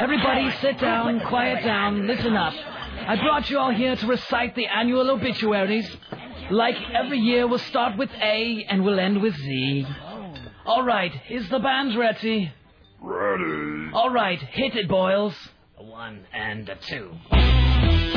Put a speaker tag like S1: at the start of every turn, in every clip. S1: Everybody sit down, quiet down, listen up. I brought you all here to recite the annual obituaries. Like every year, we'll start with A and we'll end with Z. All right, is the band ready?
S2: Ready.
S1: All right, hit it, Boils.
S3: A one and a two.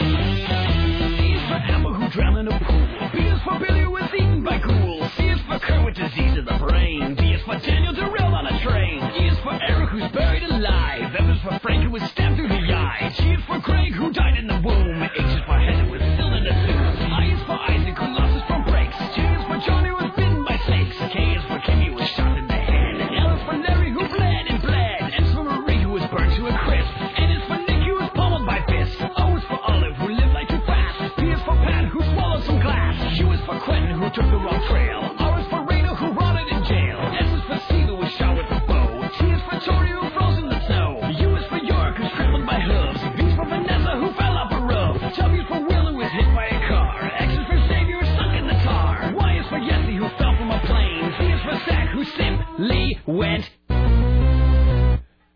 S4: C is for Amber who drowned in a pool. B is for Billy who was eaten by ghouls. C is for Kurt with disease of the brain. D is for Daniel derailed on a train. E is for Eric who's buried alive. M is for Frank who was stabbed through the eye. G is for Greg who died in the womb. H is for Heather who was still in the zoo. I is for Isaac who lost his front brakes. J is for Johnny who was bitten by snakes. K is for Kimmy who was shot in the head. L is for Larry who bled and bled. N is for Marie who was burned to a crisp. N is for Nick who was pummeled by fists. O is for Olive who lived like too fast. P is for Pat who swallowed some glass. Q is for Quentin who took the wrong trail. R is for Raina who rotted in jail. S is for Steve who was shot with a bow. T is for Tony who froze in the snow. U is for York who's trampled by hooves. V is for Vanessa who fell off a roof. W is for Will who was hit by a car. X is for Xavier who's stuck in the tar. Y is for Yessie who fell from a plane. Z is for Zach who simply went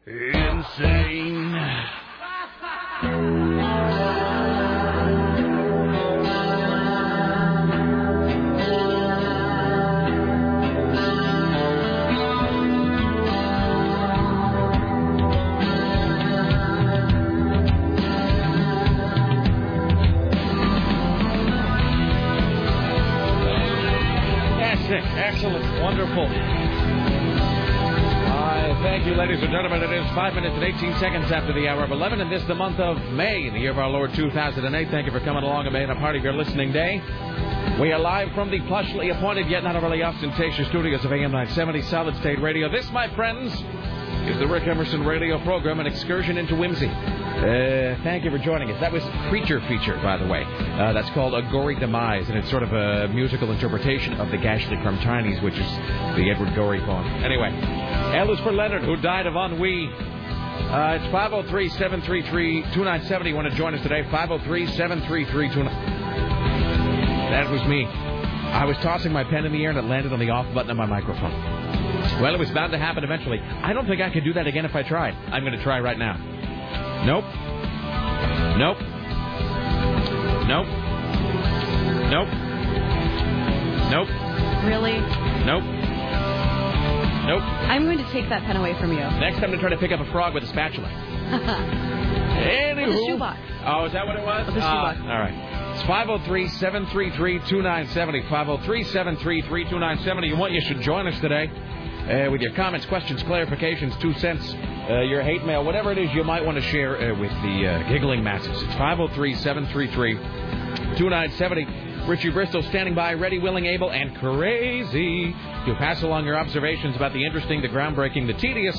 S2: Insane.
S5: That's it. Excellent. Wonderful. I thank you, ladies and gentlemen. It is 5 minutes and 18 seconds after the hour of 11, and this is the month of May, in the year of our Lord 2008. Thank you for coming along and making a part of your listening day. We are live from the plushly appointed yet not overly ostentatious studios of AM 970 Solid State Radio. This, my friends, is the Rick Emerson radio program, an excursion into whimsy. Uh, thank you for joining us. That was Creature Feature, by the way. Uh, that's called A Gory Demise, and it's sort of a musical interpretation of the Gashly from Chinese, which is the Edward Gorey poem. Anyway, L is for Leonard, who died of ennui. Uh, it's 503 733 2970. Want to join us today? 503 733 That was me. I was tossing my pen in the air and it landed on the off button of my microphone. Well, it was bound to happen eventually. I don't think I could do that again if I tried. I'm going to try right now. Nope. Nope. Nope. Nope. Nope.
S6: Really?
S5: Nope. Nope.
S6: I'm going to take that pen away from you.
S5: Next, I'm going to try to pick up a frog with a spatula. Anywho.
S6: With a shoebox.
S5: Oh, is that what it was? Ah,
S6: With a shoebox.
S5: all right. It's 503 733 2970. 503 733 2970. oh. You want you should join us today uh, with your comments, questions, clarifications, two cents, uh, your hate mail, whatever it is you might want to share uh, with the uh, giggling masses. It's 503 733 2970. Richie Bristol standing by, ready, willing, able, and crazy to pass along your observations about the interesting, the groundbreaking, the tedious,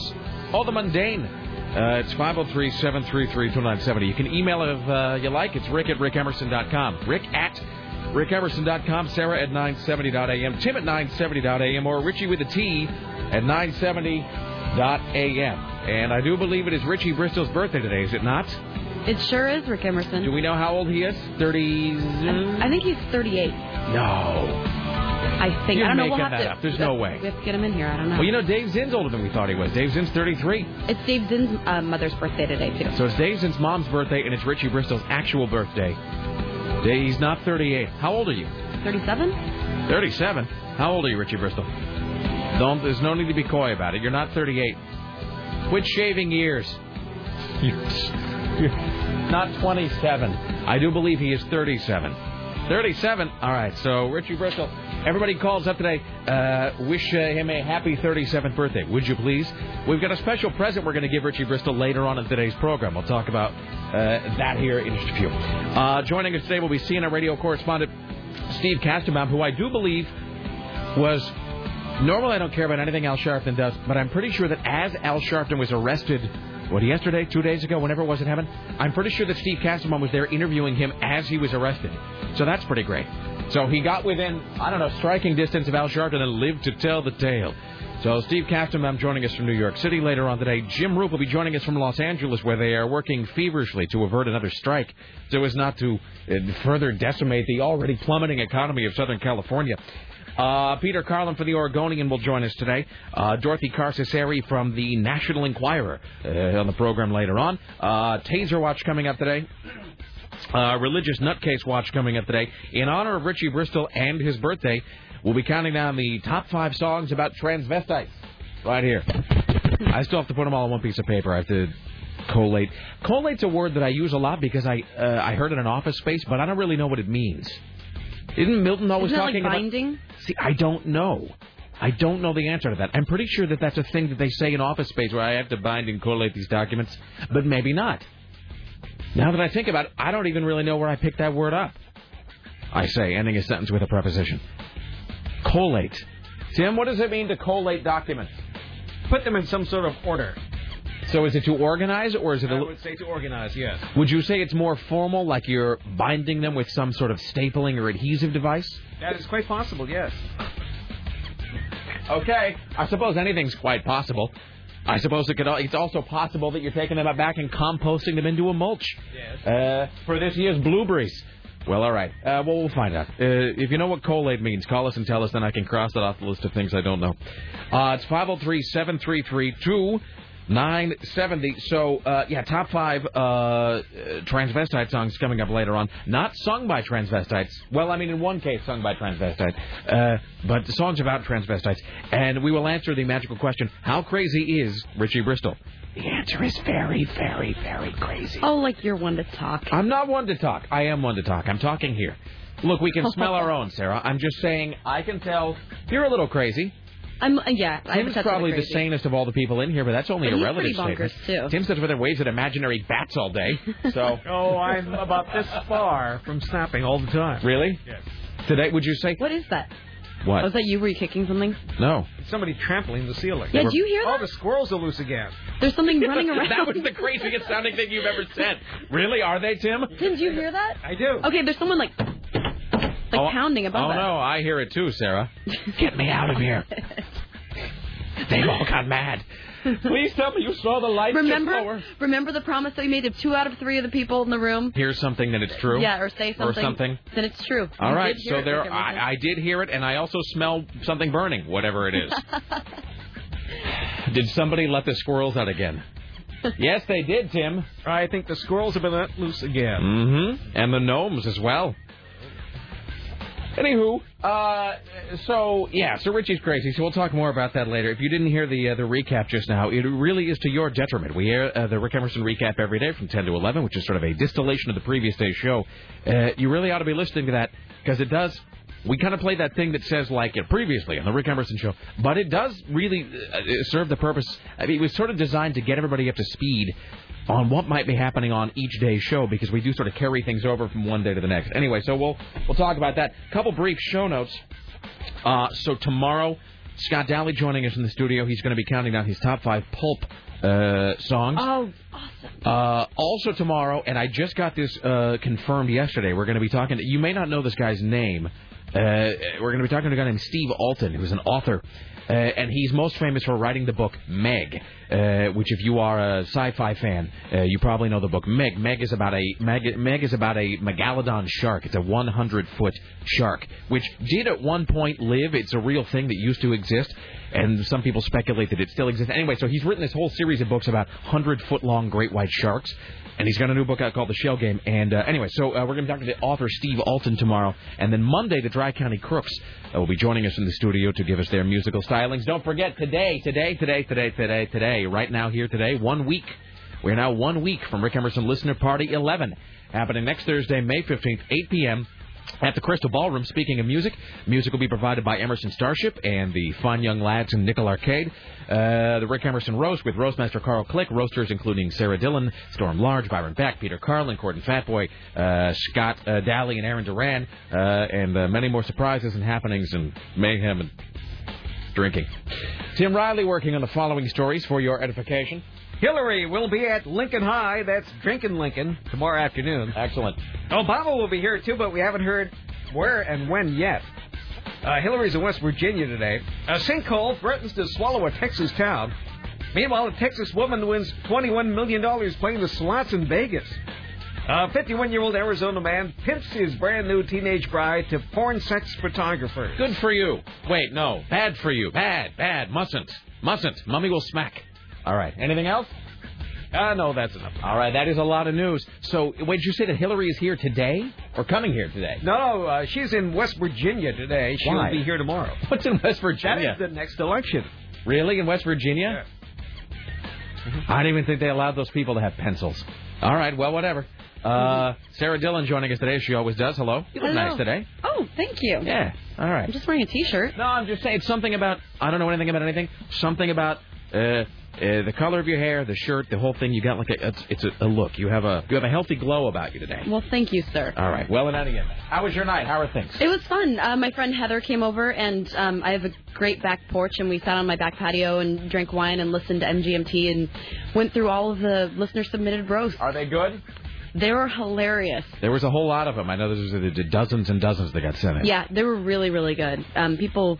S5: all the mundane. Uh, it's 503 733 2970. You can email if uh, you like. It's rick at rickemerson.com. Rick at rickemerson.com. Sarah at 970.am. Tim at 970.am. Or Richie with a T at 970.am. And I do believe it is Richie Bristol's birthday today, is it not?
S6: It sure is Rick Emerson.
S5: Do we know how old he is? 30.
S6: I think he's 38.
S5: No.
S6: I think.
S5: You're
S6: I don't know. We'll have
S5: making that
S6: to.
S5: up. There's no way.
S6: We have to get him in here. I don't know.
S5: Well, you know, Dave Zinn's older than we thought he was. Dave Zinn's 33.
S6: it's Dave Zinn's uh, mother's birthday today too.
S5: So it's Dave Zinn's mom's birthday, and it's Richie Bristol's actual birthday. Dave, he's not 38. How old are you?
S6: 37?
S5: 37. How old are you, Richie Bristol? Don't. There's no need to be coy about it. You're not 38. Quit shaving years. You're, you're not 27. I do believe he is 37. 37. All right. So Richie Bristol. Everybody calls up today. Uh, wish uh, him a happy 37th birthday, would you please? We've got a special present we're going to give Richie Bristol later on in today's program. We'll talk about uh, that here in just a few. Uh, joining us today will be CNN radio correspondent Steve Kastenbaum, who I do believe was. Normally, I don't care about anything Al Sharpton does, but I'm pretty sure that as Al Sharpton was arrested, what, yesterday, two days ago, whenever it was it happened, I'm pretty sure that Steve Kastenbaum was there interviewing him as he was arrested. So that's pretty great. So he got within, I don't know, striking distance of Al Sharpton and lived to tell the tale. So Steve Kastenbaum joining us from New York City later on today. Jim Roop will be joining us from Los Angeles, where they are working feverishly to avert another strike, so as not to uh, further decimate the already plummeting economy of Southern California. Uh, Peter Carlin from the Oregonian will join us today. Uh, Dorothy Carcasseri from the National Enquirer uh, on the program later on. Uh, Taser Watch coming up today. Uh, religious Nutcase Watch coming up today. In honor of Richie Bristol and his birthday, we'll be counting down the top five songs about transvestites right here. I still have to put them all on one piece of paper. I have to collate. Collate's a word that I use a lot because I uh, I heard it in Office Space, but I don't really know what it means. Isn't Milton always
S6: Isn't that
S5: talking
S6: like
S5: about?
S6: binding?
S5: See, I don't know. I don't know the answer to that. I'm pretty sure that that's a thing that they say in Office Space where I have to bind and collate these documents, but maybe not. Now that I think about it, I don't even really know where I picked that word up. I say, ending a sentence with a preposition. Collate. Tim, what does it mean to collate documents? Put them in some sort of order. So is it to organize or is it a
S7: I
S5: li-
S7: would say to organize, yes.
S5: would you say it's more formal, like you're binding them with some sort of stapling or adhesive device?
S7: That is quite possible, yes.
S5: Okay. I suppose anything's quite possible. I suppose it could. al- It's also possible that you're taking them back and composting them into a mulch.
S7: Yes.
S5: Uh, for this year's blueberries. Well, all right. Uh, well, we'll find out. Uh, if you know what collate means, call us and tell us, then I can cross that off the list of things I don't know. Uh, it's 503 733 2970. So, uh, yeah, top five uh, uh, transvestite songs coming up later on. Not sung by transvestites. Well, I mean, in one case, sung by transvestites. Uh, but songs about transvestites. And we will answer the magical question How crazy is Richie Bristol? The answer is very, very, very crazy.
S6: Oh, like you're one to talk.
S5: I'm not one to talk. I am one to talk. I'm talking here. Look, we can smell our own, Sarah. I'm just saying, I can tell you're a little crazy.
S6: I'm uh, yeah. I'm
S5: Tim's probably the sanest of all the people in here, but that's only
S6: But
S5: a
S6: he's
S5: relative
S6: pretty bonkers,
S5: statement.
S6: too.
S5: Tim sits over there, waves at imaginary bats all day. So,
S7: Oh, I'm about this far from snapping all the time.
S5: really?
S7: Yes.
S5: Today, would you say
S6: What is that? Was
S5: what?
S6: that you? Were you kicking something?
S5: No.
S7: Somebody trampling the ceiling.
S6: Yeah, do you hear
S7: Oh,
S6: that?
S7: the squirrels are loose again.
S6: There's something running around.
S5: that was the craziest sounding thing you've ever said. Really? Are they, Tim?
S6: Tim, did you hear that?
S7: I do.
S6: Okay, there's someone like like
S5: Oh,
S6: pounding
S5: Oh
S6: above us.
S5: no, I hear it too, Sarah. Get me out of here. They've all got mad. Please tell me you saw the lights just lower.
S6: Remember, remember the promise that we made of two out of three of the people in the room.
S5: Hear something that it's true.
S6: Yeah, or say something.
S5: something.
S6: Then it's true.
S5: All
S6: You
S5: right,
S6: did hear
S5: so
S6: it,
S5: there,
S6: Rick Emerson.
S5: I, I did hear it, and I also smell something burning, whatever it is. did somebody let the squirrels out again? yes, they did, Tim.
S7: I think the squirrels have been let loose again.
S5: Mm-hmm. And the gnomes as well. Anywho, uh, so yeah, so Richie's crazy. So we'll talk more about that later. If you didn't hear the uh, the recap just now, it really is to your detriment. We air uh, the Rick Emerson recap every day from ten to eleven, which is sort of a distillation of the previous day's show. Uh, you really ought to be listening to that because it does. We kind of play that thing that says like it previously on the Rick Emerson show, but it does really uh, serve the purpose. I mean, it was sort of designed to get everybody up to speed on what might be happening on each day's show because we do sort of carry things over from one day to the next. Anyway, so we'll we'll talk about that. Couple brief show notes. Uh, so tomorrow, Scott Daly joining us in the studio. He's going to be counting down his top five pulp uh, songs.
S6: Oh, awesome.
S5: Uh, also tomorrow, and I just got this uh, confirmed yesterday. We're going to be talking. To, you may not know this guy's name. Uh, we're going to be talking to a guy named Steve Alton, who's an author, uh, and he's most famous for writing the book Meg, uh, which, if you are a sci-fi fan, uh, you probably know the book Meg. Meg is about a Meg, Meg is about a megalodon shark. It's a 100-foot shark, which did at one point live. It's a real thing that used to exist, and some people speculate that it still exists. Anyway, so he's written this whole series of books about 100 foot long great white sharks, and he's got a new book out called The Shell Game. And uh, anyway, so uh, we're going to talk to the author Steve Alton tomorrow, and then Monday the Dry County Crooks uh, will be joining us in the studio to give us their musical stylings. Don't forget today, today, today, today, today, today, right now here today, one week. We're now one week from Rick Emerson Listener Party 11, happening next Thursday, May 15th, 8 p.m. At the Crystal Ballroom, speaking of music, music will be provided by Emerson Starship and the Fine Young Lads and Nickel Arcade. Uh, the Rick Emerson Roast with Roastmaster Carl Click. Roasters including Sarah Dillon, Storm Large, Byron Beck, Peter Carlin, Gordon Fatboy, uh, Scott uh, Daly, and Aaron Duran. Uh, and uh, many more surprises and happenings and mayhem and drinking. Tim Riley working on the following stories for your edification.
S7: Hillary will be at Lincoln High. That's Drinking Lincoln tomorrow afternoon.
S5: Excellent.
S7: Obama will be here too, but we haven't heard where and when yet. Uh, Hillary's in West Virginia today. A sinkhole threatens to swallow a Texas town. Meanwhile, a Texas woman wins $21 million playing the slots in Vegas. A 51 year old Arizona man pimps his brand new teenage bride to porn sex photographers.
S5: Good for you. Wait, no. Bad for you. Bad, bad. Mustn't. Mustn't. Mummy will smack. All right. Anything else? Uh, no, that's enough. All right, that is a lot of news. So, wait, did you say that Hillary is here today? Or coming here today?
S7: No, uh, she's in West Virginia today. She'll
S5: Why?
S7: be here tomorrow.
S5: What's in West Virginia?
S7: That is the next election.
S5: Really? In West Virginia? I don't even think they allowed those people to have pencils. All right, well, whatever. Uh,
S7: Mm-hmm.
S5: Sarah Dillon joining us today, as she always does. Hello. You look
S6: Hello.
S5: nice today.
S6: Oh, thank you.
S5: Yeah, all right.
S6: I'm just wearing a T-shirt.
S5: No, I'm just saying it's something about, I don't know anything about anything, something about uh, uh, the color of your hair, the shirt, the whole thing. You got like a, it's, it's a, a look. You have a, you have a healthy glow about you today.
S6: Well, thank you, sir.
S5: All right, well and out again. How was your night? How are things?
S6: It was fun. Uh, my friend Heather came over, and um, I have a great back porch, and we sat on my back patio and drank wine and listened to MGMT and went through all of the listener submitted roasts.
S5: Are they good?
S6: They were hilarious.
S5: There was a whole lot of them. I know there's there's dozens and dozens that got sent in.
S6: Yeah, they were really, really good. Um, people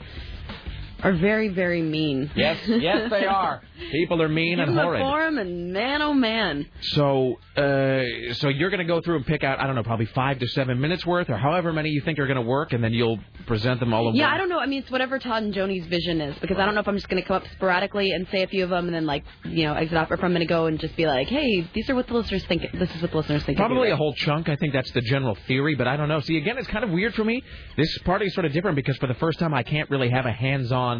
S6: are very, very mean.
S5: Yes, yes, they are. People are mean
S6: Give
S5: and
S6: them a
S5: horrid.
S6: forum, and man, oh man.
S5: So, uh, so you're going to go through and pick out, I don't know, probably five to seven minutes worth, or however many you think are going to work, and then you'll present them all in
S6: Yeah,
S5: one.
S6: I don't know. I mean, it's whatever Todd and Joni's vision is, because I don't know if I'm just going to come up sporadically and say a few of them, and then like, you know, exit off, or if I'm going to go and just be like, hey, these are what the listeners think. This is what the listeners think.
S5: Probably a whole chunk. I think that's the general theory, but I don't know. See, again, it's kind of weird for me. This party is sort of different because for the first time, I can't really have a hands-on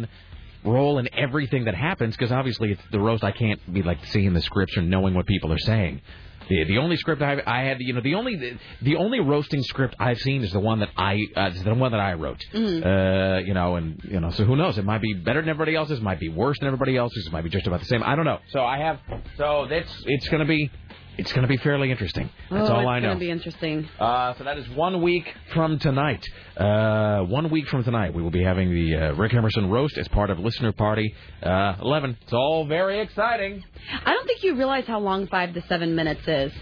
S5: role in everything that happens because obviously it's the roast. I can't be like seeing the scripts or knowing what people are saying. The, the only script I, I had, you know, the only the, only roasting script I've seen is the one that I uh, is the one that I wrote.
S6: Mm-hmm.
S5: Uh, you know, and you know, so who knows? It might be better than everybody else's, might be worse than everybody else's, it might be just about the same. I don't know. So I have, so that's it's gonna be, it's gonna be fairly interesting.
S6: Oh,
S5: That's all
S6: it's
S5: I know.
S6: Going to be interesting.
S5: Uh, so that is one week from tonight. Uh, one week from tonight, we will be having the uh, Rick Emerson roast as part of Listener Party uh, 11. It's all very exciting.
S6: I don't think you realize how long five to seven minutes is.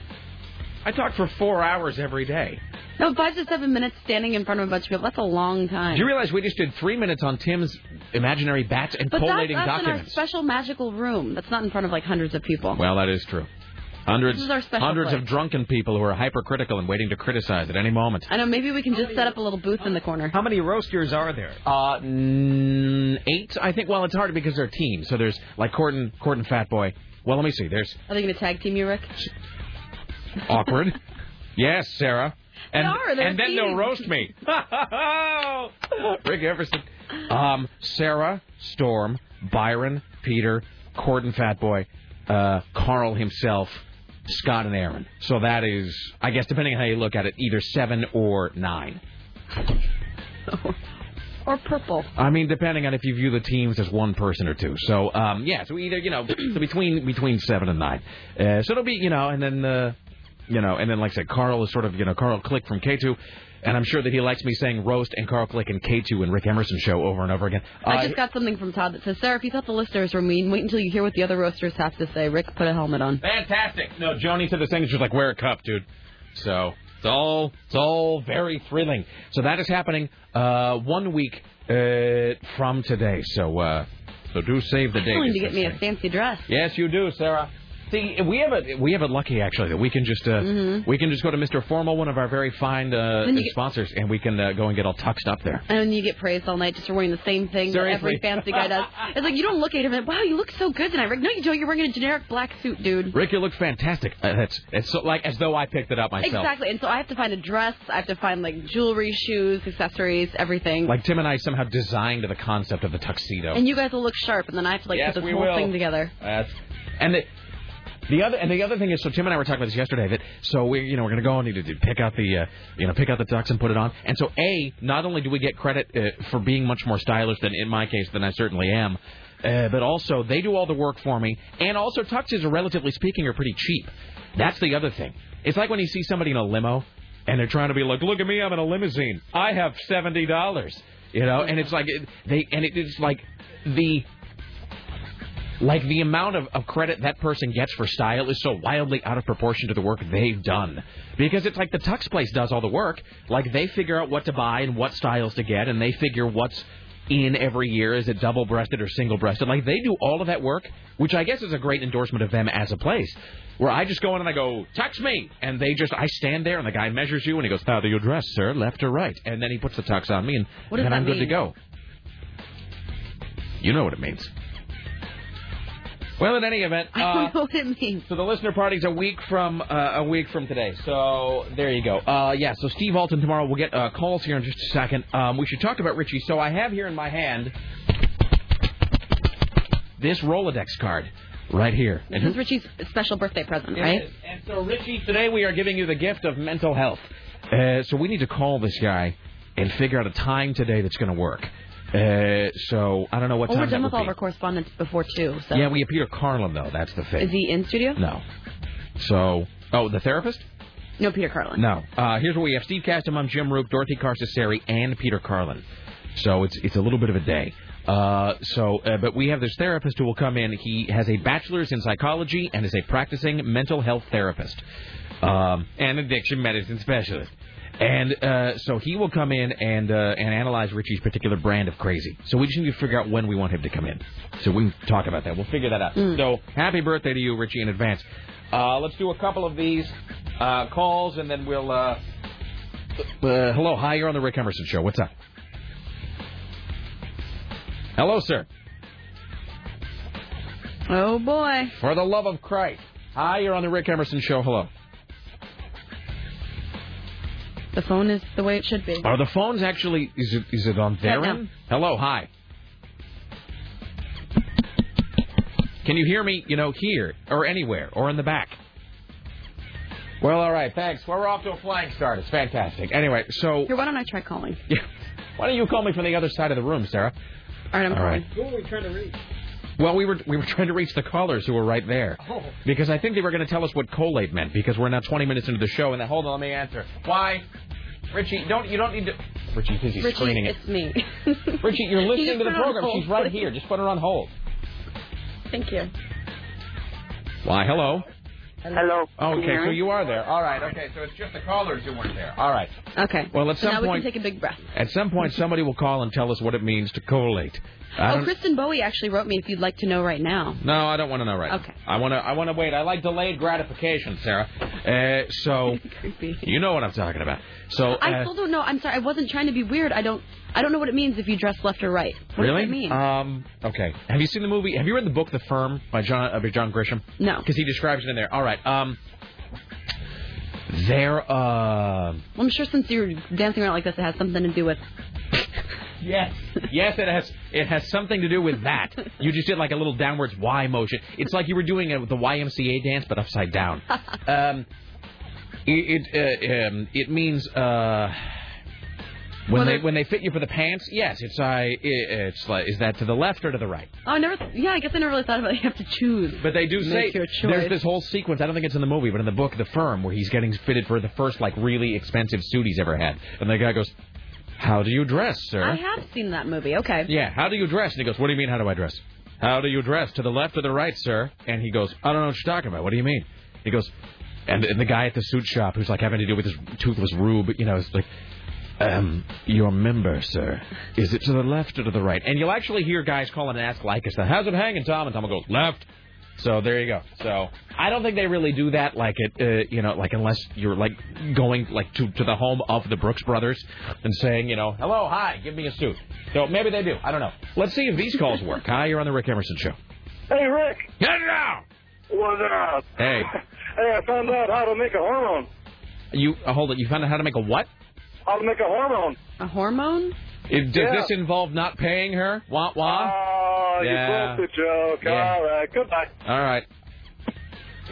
S5: I talk for four hours every day.
S6: No, five to seven minutes standing in front of a bunch of people—that's a long time.
S5: Do you realize we just did three minutes on Tim's imaginary bats and
S6: but that's
S5: collating
S6: us in our
S5: documents?
S6: special magical room. That's not in front of like hundreds of people.
S5: Well, that is true. Hundreds,
S6: This is our special
S5: hundreds
S6: place.
S5: of drunken people who are hypercritical and waiting to criticize at any moment.
S6: I know. Maybe we can just set up a little booth in the corner.
S7: How many roasters are there?
S5: Uh, mm, eight, I think. Well, it's hard because they're teams. So there's like Corden, Corden, Fat Boy. Well, let me see. There's
S6: Are they going to tag team you, Rick?
S5: Awkward. yes, Sarah. And,
S6: are, they're
S5: and then
S6: eating.
S5: they'll roast me. Rick Everson. Um, Sarah, Storm, Byron, Peter, Corden Fatboy, uh, Carl himself, Scott and Aaron. So that is, I guess, depending on how you look at it, either seven or nine.
S6: Or purple?
S5: I mean, depending on if you view the teams as one person or two. So, um, yeah, so either you know, so between between seven and nine. Uh, so it'll be you know, and then uh, you know, and then like I said, Carl is sort of you know Carl Click from K two, and I'm sure that he likes me saying roast and Carl Click and K two and Rick Emerson show over and over again.
S6: I
S5: Uh,
S6: just got something from Todd that says, Sarah, if you thought the listeners were mean, wait until you hear what the other roasters have to say. Rick, put a helmet on.
S5: fantastic. No, Joni said the thing. She was like, wear a cup, dude. So it's all it's all very thrilling. So that is happening uh, one week uh, from today. So uh, so do save the date.
S6: I'm going
S5: is
S6: to get
S5: the
S6: me
S5: thing.
S6: a fancy dress.
S5: Yes, you do, Sarah. See, we have it. We have it lucky actually that we can just uh,
S6: Mm-hmm.
S5: we can just go to Mr. Formal, one of our very fine uh,
S6: Then you get-
S5: sponsors, and we can uh, go and get all tuxed up there.
S6: And you get praised all night just for wearing the same thing that every
S5: Seriously.
S6: fancy guy does. It's like, you don't look at him and, wow, you look so good tonight, Rick. No, you don't. You're wearing a generic black suit, dude.
S5: Rick, you look fantastic. Uh, that's it's so, like as though I picked it up myself.
S6: Exactly. And so I have to find a dress. I have to find, like, jewelry, shoes, accessories, everything.
S5: Like Tim and I somehow designed the concept of the tuxedo.
S6: and you guys will look sharp, and then I have to, like,
S5: Yes,
S6: put this
S5: we
S6: whole
S5: will.
S6: thing together.
S5: That's and the, the other and the other thing is so Tim and I were talking about this yesterday that so we you know we're gonna go and need to do- pick out the uh, you know pick out the tux and put it on and so a not only do we get credit uh, for being much more stylish than in my case than I certainly am. Uh, but also, they do all the work for me, and also tuxes, are relatively speaking, are pretty cheap. That's the other thing. It's like when you see somebody in a limo, and they're trying to be like, "Look at me, I'm in a limousine. I have seventy dollars," you know, and it's like it, they, and it, it's like the like the amount of, of credit that person gets for style is so wildly out of proportion to the work they've done. Because it's like the tux place does all the work. Like they figure out what to buy and what styles to get, and they figure what's in every year? Is it double breasted or single breasted? Like they do all of that work, which I guess is a great endorsement of them as a place. Where I just go in and I go, tux me, and they just I stand there and the guy measures you and he goes, how do you dress, sir, left or right? And then he puts the tux on me and
S6: What does
S5: then
S6: that
S5: I'm good to
S6: mean?
S5: go. You know what it means. Well, in any event,
S6: I
S5: uh,
S6: don't know what it means.
S5: so the listener party's a week from uh, a week from today. So there you go. Uh, yeah. So Steve Alton tomorrow. We'll get uh, calls here in just a second. Um, we should talk about Richie. So I have here in my hand this Rolodex card right here.
S6: This is Richie's special birthday present, right?
S5: And so Richie, today we are giving you the gift of mental health.
S6: Mm-hmm.
S5: Uh, so we need to call this guy and figure out a time today that's going to work. Uh, so I don't know what
S6: Well,
S5: time
S6: Oh, we're done
S5: that
S6: with
S5: would
S6: all
S5: be.
S6: of our correspondence before two. So
S5: Yeah, we have Peter Carlin though. That's the thing.
S6: is he in studio?
S5: No. So, oh, the therapist?
S6: No, Peter Carlin.
S5: No. Uh, here's what we have: Steve Castaman, Jim Roop, Dorothy Carcasseri, and Peter Carlin. So it's it's a little bit of a day. Uh, so, uh, but we have this therapist who will come in. He has a bachelor's in psychology and is a practicing mental health therapist um, and addiction medicine specialist. And uh, so he will come in and uh, and analyze Richie's particular brand of crazy. So we just need to figure out when we want him to come in. So we can talk about that. We'll figure that out. So happy birthday to you, Richie, in advance. Uh, let's do a couple of these uh, calls and then we'll. Uh, uh, hello, hi, you're on the Rick Emerson Show. What's up? Hello, sir.
S6: Oh boy.
S5: For the love of Christ. Hi, you're on the Rick Emerson Show. Hello.
S6: The phone is the way it should be.
S5: Are the phones actually? Is it is it on their
S6: Yeah, no.
S5: end? Hello, hi. Can you hear me? You know, here or anywhere or in the back. Well, all right, thanks. Well, we're off to a flying start. It's fantastic. Anyway, so
S6: Here, why don't I try calling?
S5: yeah. why don't you call me from the other side of the room, Sarah?
S6: All right, I'm
S5: All
S6: calling.
S5: right. Well, we were we were trying to reach the callers who were right there because I think they were going to tell us what collate meant because we're now 20 minutes into the show and then hold on, let me answer. Why, Richie? Don't you don't need to. Richie's busy
S6: Richie,
S5: screening it.
S6: it's me.
S5: Richie, you're
S6: Can you
S5: listening to
S6: put
S5: the
S6: it on
S5: program.
S6: hold,
S5: She's right
S6: please?
S5: here. Just put her on hold.
S6: Thank you.
S5: Why, hello.
S8: Hello. Can
S5: Okay,
S8: hear
S5: so
S8: me?
S5: you are there. All right. Okay, so it's just the callers who weren't there. All right.
S6: Okay.
S5: Well, at
S6: so
S5: some
S6: now
S5: point-
S6: we can take a big breath.
S5: At some point, somebody will call and tell us what it means to collate. I
S6: Oh,
S5: don't-
S6: Kristen Bowie actually wrote me if you'd like to know right now.
S5: No, I don't want to know right now.
S6: Okay.
S5: I want to. I want to wait. I like delayed gratification, Sarah. Uh, so
S6: Creepy.
S5: you know what I'm talking about. So uh,
S6: I still don't know. I'm sorry. I wasn't trying to be weird. I don't. I don't know what it means if you dress left or right. What
S5: really?
S6: does that mean?
S5: Um. Okay. Have you seen the movie? Have you read the book The Firm by John uh, by John Grisham?
S6: no.
S5: Because he describes it in there. All right. Um. There. Uh,
S6: Well, I'm sure since you're dancing around like this, it has something to do with.
S5: Yes. Yes, it has. It has something to do with that. You just did like a little downwards Y motion. It's like you were doing a, the YMCA dance, but upside down. Um, it it, uh, um, it means uh, when
S6: Well,
S5: they
S6: they're-
S5: when they fit you for the pants. Yes, it's uh, i it's like is that to the left or to the right?
S6: Oh, I never. Yeah, I guess I never really thought about it. You have to choose.
S5: But they do
S6: Make
S5: say
S6: your choice.
S5: there's this whole sequence. I don't think it's in the movie, but in the book, The Firm, where he's getting fitted for the first like really expensive suit he's ever had, and the guy goes, "How do you dress, sir?"
S6: I have seen that movie. Okay.
S5: Yeah, how do you dress? And he goes, What do you mean, how do I dress? How do you dress? To the left or the right, sir? And he goes, I don't know what you're talking about. What do you mean? He goes, and, and the guy at the suit shop who's like having to do with his toothless rube, you know, is like, um, your member, sir, is it to the left or to the right? And you'll actually hear guys calling and ask like us, how's it hanging, Tom? And Tom will go, left. So there you go. So I don't think they really do that like it, uh, you know, like unless you're like going like to to the home of the Brooks Brothers and saying, you know, hello, hi, give me a suit. So maybe they do. I don't know. Let's see if these calls work. Hi, you're on the Rick Emerson show.
S8: Hey, Rick.
S5: Get it out.
S8: What's up?
S5: Hey.
S8: Hey, I found out how to make a hormone.
S5: You uh, hold it. You found out how to make a what?
S8: How to make a hormone.
S6: A hormone?
S5: It, does
S8: Yeah.
S5: this involve not paying her? Wah wah.
S8: Oh,
S5: Yeah.
S8: you broke the joke. Oh.
S5: Yeah.
S8: All right. Goodbye.
S5: All right.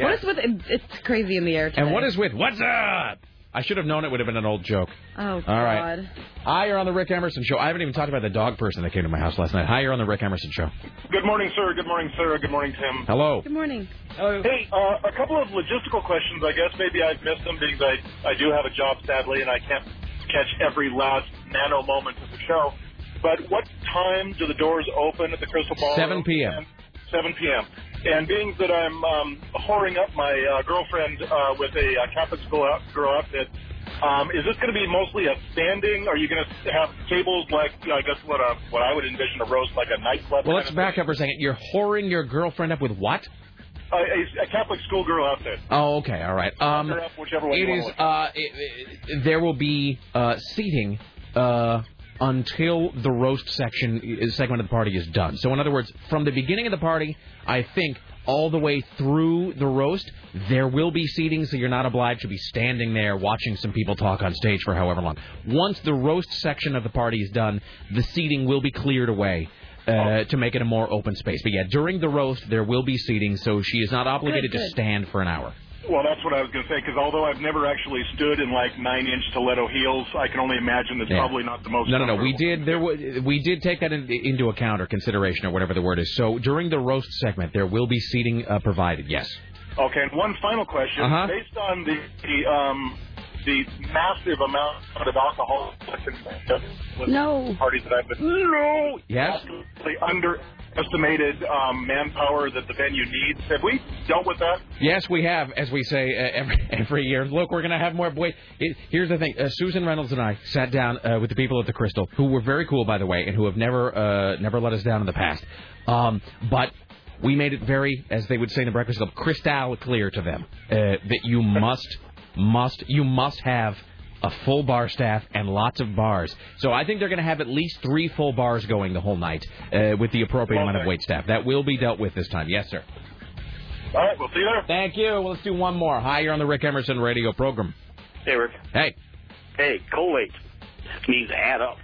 S6: What is with it's crazy in the air today.
S5: And what is with what's up? I should have known it would have been an old joke.
S6: Oh God.
S5: All right. Hi, you're on the Rick Emerson show. I haven't even talked about the dog person that came to my house last night. Hi, you're on the Rick Emerson show.
S9: Good morning, sir. Good morning, Sarah. Good morning, Tim.
S5: Hello.
S6: Good morning.
S9: Hey, uh, a couple of logistical questions. I guess maybe I've missed them because I, I do have a job, sadly, and I can't catch every last nano moment of the show. But what time do the doors open at the Crystal Ball?
S5: 7 p.m..
S9: 7 p.m. And being that I'm um, whoring up my uh, girlfriend uh, with a uh, Catholic school out, girl outfit, Um, is this going to be mostly a standing? Are you going to have tables like you know, I guess what a, what I would envision a roast like a nightclub? kind
S5: Well, let's
S9: of
S5: back up for a second. You're whoring your girlfriend up with what?
S9: a, a, a Catholic schoolgirl outfit.
S5: Oh, okay, all right. Um,
S9: Or up, whichever way
S5: it
S9: you
S5: is.
S9: want to
S5: Uh, it, it, there will be uh, seating uh, until the roast section i- segment of the party is done. So, in other words, from the beginning of the party, I think all the way through the roast, there will be seating, so you're not obliged to be standing there watching some people talk on stage for however long. Once the roast section of the party is done, the seating will be cleared away.
S9: Oh.
S5: Uh, to make it a more open space. But yeah, during the roast, there will be seating, so she is not obligated
S9: good.
S5: to stand for an hour.
S9: Well, that's what I was going to say because although I've never actually stood in like nine-inch stiletto heels, I can only imagine that's
S5: Yeah.
S9: probably not the most.
S5: No, no, no. We did there. wa- We did take that in, into account or consideration or whatever the word is. So during the roast segment, there will be seating uh, provided. Yes.
S9: Okay, and one final question.
S5: Uh-huh.
S9: Based on the, the um the massive amount of alcohol
S6: no.
S9: parties that I've been no
S5: Yes.
S9: the underestimated um, manpower that the venue needs. Have we dealt with that?
S5: Yes, we have, as we say uh, every, every year. Look, we're going to have more. Boy, it, here's the thing: uh, Susan Reynolds and I sat down uh, with the people at the Crystal, who were very cool, by the way, and who have never uh, never let us down in the past. Um, but we made it very, as they would say in the Breakfast Club, crystal clear to them uh, that you must, must, you must have a full bar staff and lots of bars. So I think they're going to have at least three full bars going the whole night uh, with the appropriate amount of wait staff. That will be dealt with this time. Yes, sir.
S9: All right, we'll see you there.
S5: Thank you. Well, let's do one more. Hi, you're on the Rick Emerson radio program.
S10: Hey, Rick.
S5: Hey,
S10: Hey, collate needs to add up.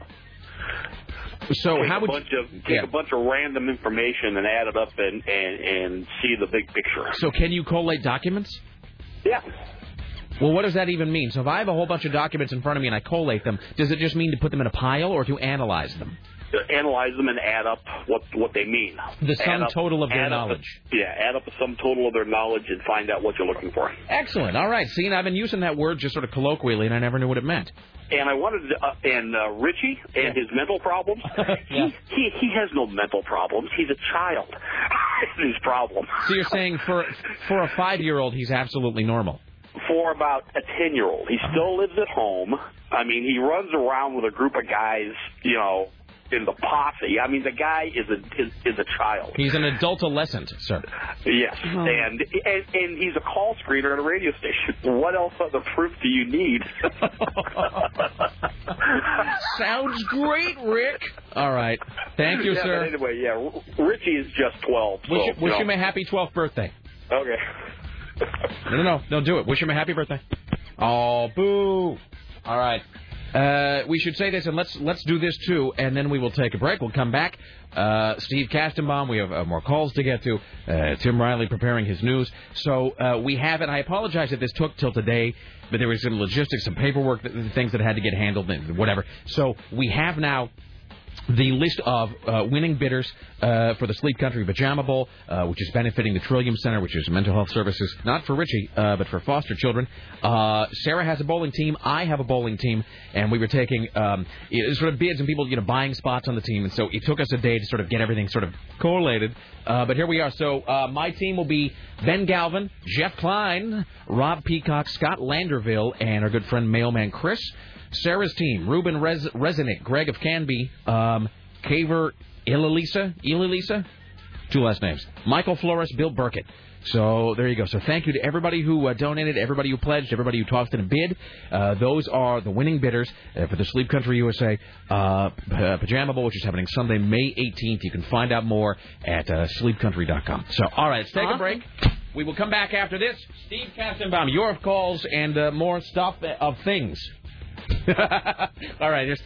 S5: so
S10: take
S5: how
S10: a
S5: would
S10: bunch
S5: you,
S10: of take
S5: yeah.
S10: a bunch of random information and add it up and and and see the big picture.
S5: so can you collate documents?
S10: Yeah.
S5: Well, what does that even mean? So if I have a whole bunch of documents in front of me and I collate them, does it just mean to put them in a pile or to analyze them?
S10: Uh, Analyze them and add up what what they mean.
S5: The sum
S10: Add up-
S5: total of their
S10: add up the-
S5: knowledge.
S10: yeah, add up the sum total of their knowledge and find out what you're looking for.
S5: Excellent. All right. See, and I've been using that word just sort of colloquially, and I never knew what it meant.
S10: And I wanted to, uh, and uh, Richie and his mental problems. he, he he has no mental problems. He's a child. It's his problem.
S5: So you're saying for for a five year old, he's absolutely normal.
S10: for about a ten year old. He still lives at home. I mean, he runs around with a group of guys, you know, in the posse. I mean, the guy is a is, is a child.
S5: He's an adultolescent, sir.
S10: Yes, and, and and he's a call screener at a radio station. What else other proof do you need?
S5: Sounds great, Rick. All right. Thank you,
S10: Yeah,
S5: sir.
S10: But anyway, yeah, R- Richie is just twelve.
S5: Wish,
S10: so,
S5: you- wish
S10: you
S5: him
S10: know.
S5: a happy 12th birthday.
S10: Okay.
S5: No, no, no, no, do it. Wish him a happy birthday. Oh, boo! All right. Uh, we should say this, and let's let's do this too, and then we will take a break. We'll come back. Uh, Steve Kastenbaum, we have uh, more calls to get to. Uh, Tim Riley preparing his news. So uh, we have it. I apologize that this took till today, but there was some logistics, some paperwork, th- things that had to get handled, and whatever. So we have now the list of uh, winning bidders uh, for the Sleep Country Pajama Bowl, uh, which is benefiting the Trillium Center, which is mental health services, not for Richie, uh, but for foster children. Uh, Sarah has a bowling team. I have a bowling team, and we were taking um, it- sort of bids and people, you know, buying spots on the team. And so it took us a day to sort of get everything sort of correlated. Uh, but here we are. So uh, my team will be Ben Galvin, Jeff Klein, Rob Peacock, Scott Landerville, and our good friend Mailman Chris. Sarah's team, Ruben Rez- Resnick, Greg of Canby, um, Caver Ilalisa, Ilalisa, two last names, Michael Flores, Bill Burkett. So there you go. So thank you to everybody who uh, donated, everybody who pledged, everybody who tossed in a bid. Uh, those are the winning bidders uh, for the Sleep Country USA uh, p- uh, Pajama Bowl, which is happening Sunday, May 18th. You can find out more at uh, sleepcountry.com. So, all right, let's take a break. We will come back after this. Steve Kastenbaum, your calls and uh, more stuff of things. All right, here's.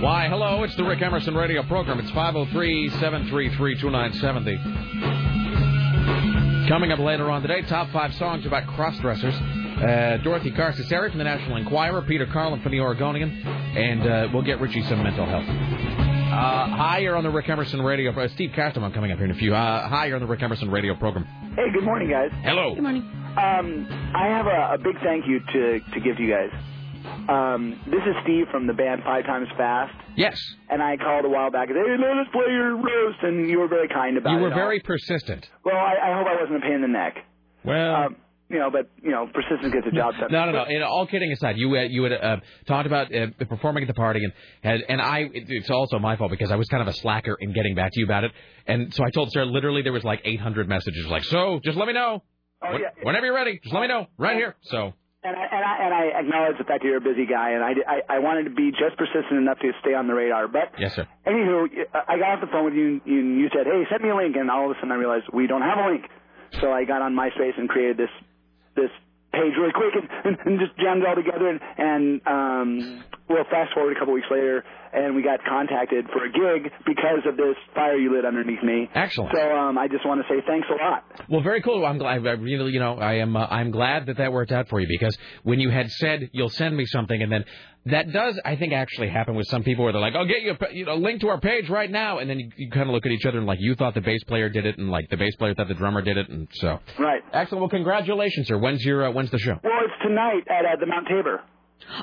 S5: Why, hello, it's the Rick Emerson radio program. It's 503 733 oh. 2970. Coming up later on today, top five songs about crossdressers. Uh, Dorothy Carcasseri from the National Enquirer, Peter Carlin from the Oregonian, and uh, we'll get Richie some mental health. Uh, hi, you're on the Rick Emerson radio. Uh, Steve Castellman coming up here in a few. Uh, hi, you're on the Rick Emerson radio program.
S11: Hey, good morning, guys.
S5: Hello. Good
S11: morning. Um, I have a, a big thank you to, to give to you guys. Um, this is Steve from the band Five Times Fast,
S5: Yes,
S11: and I called a while back and said, hey, let us play your roast, and you were very kind about
S5: you
S11: it.
S5: were
S11: all.
S5: very persistent.
S11: Well, I, I hope I wasn't a pain in the neck. Um,
S5: Well,
S11: You know, but, you know, persistence gets the job done.
S5: No, no, no. And all kidding aside, you uh, you had uh, talked about uh, performing at the party, and and, and I it, it's also my fault because I was kind of a slacker in getting back to you about it, and so I told Sarah literally there was like 800 messages like so just let me know When- whenever you're ready, just let me know right here. So
S11: And I, and I and I acknowledge the fact that you're a busy guy, and I, I I wanted to be just persistent enough to stay on the radar. But
S5: yes, sir.
S11: anywho, I got off the phone with you, and you said, "Hey, send me a link," and all of a sudden I realized we don't have a link. So I got on MySpace and created this this page really quick and, and, and just jammed it all together. And, and um, well, fast forward a couple weeks later, and we got contacted for a gig because of this fire you lit underneath me.
S5: Excellent.
S11: So um, I just want to say thanks a lot.
S5: Well, very cool. I'm glad. I really, you know, I am. Uh, I'm glad that that worked out for you because when you had said you'll send me something, and then that does, I think, actually happen with some people where they're like, "I'll get you a pa- you know, link to our page right now," and then you, you kind of look at each other and like, you thought the bass player did it, and like the bass player thought the drummer did it, and so.
S11: Right.
S5: Excellent. Well, congratulations, sir. When's your uh, When's the show?
S11: Well, it's tonight at uh, the Mount Tabor.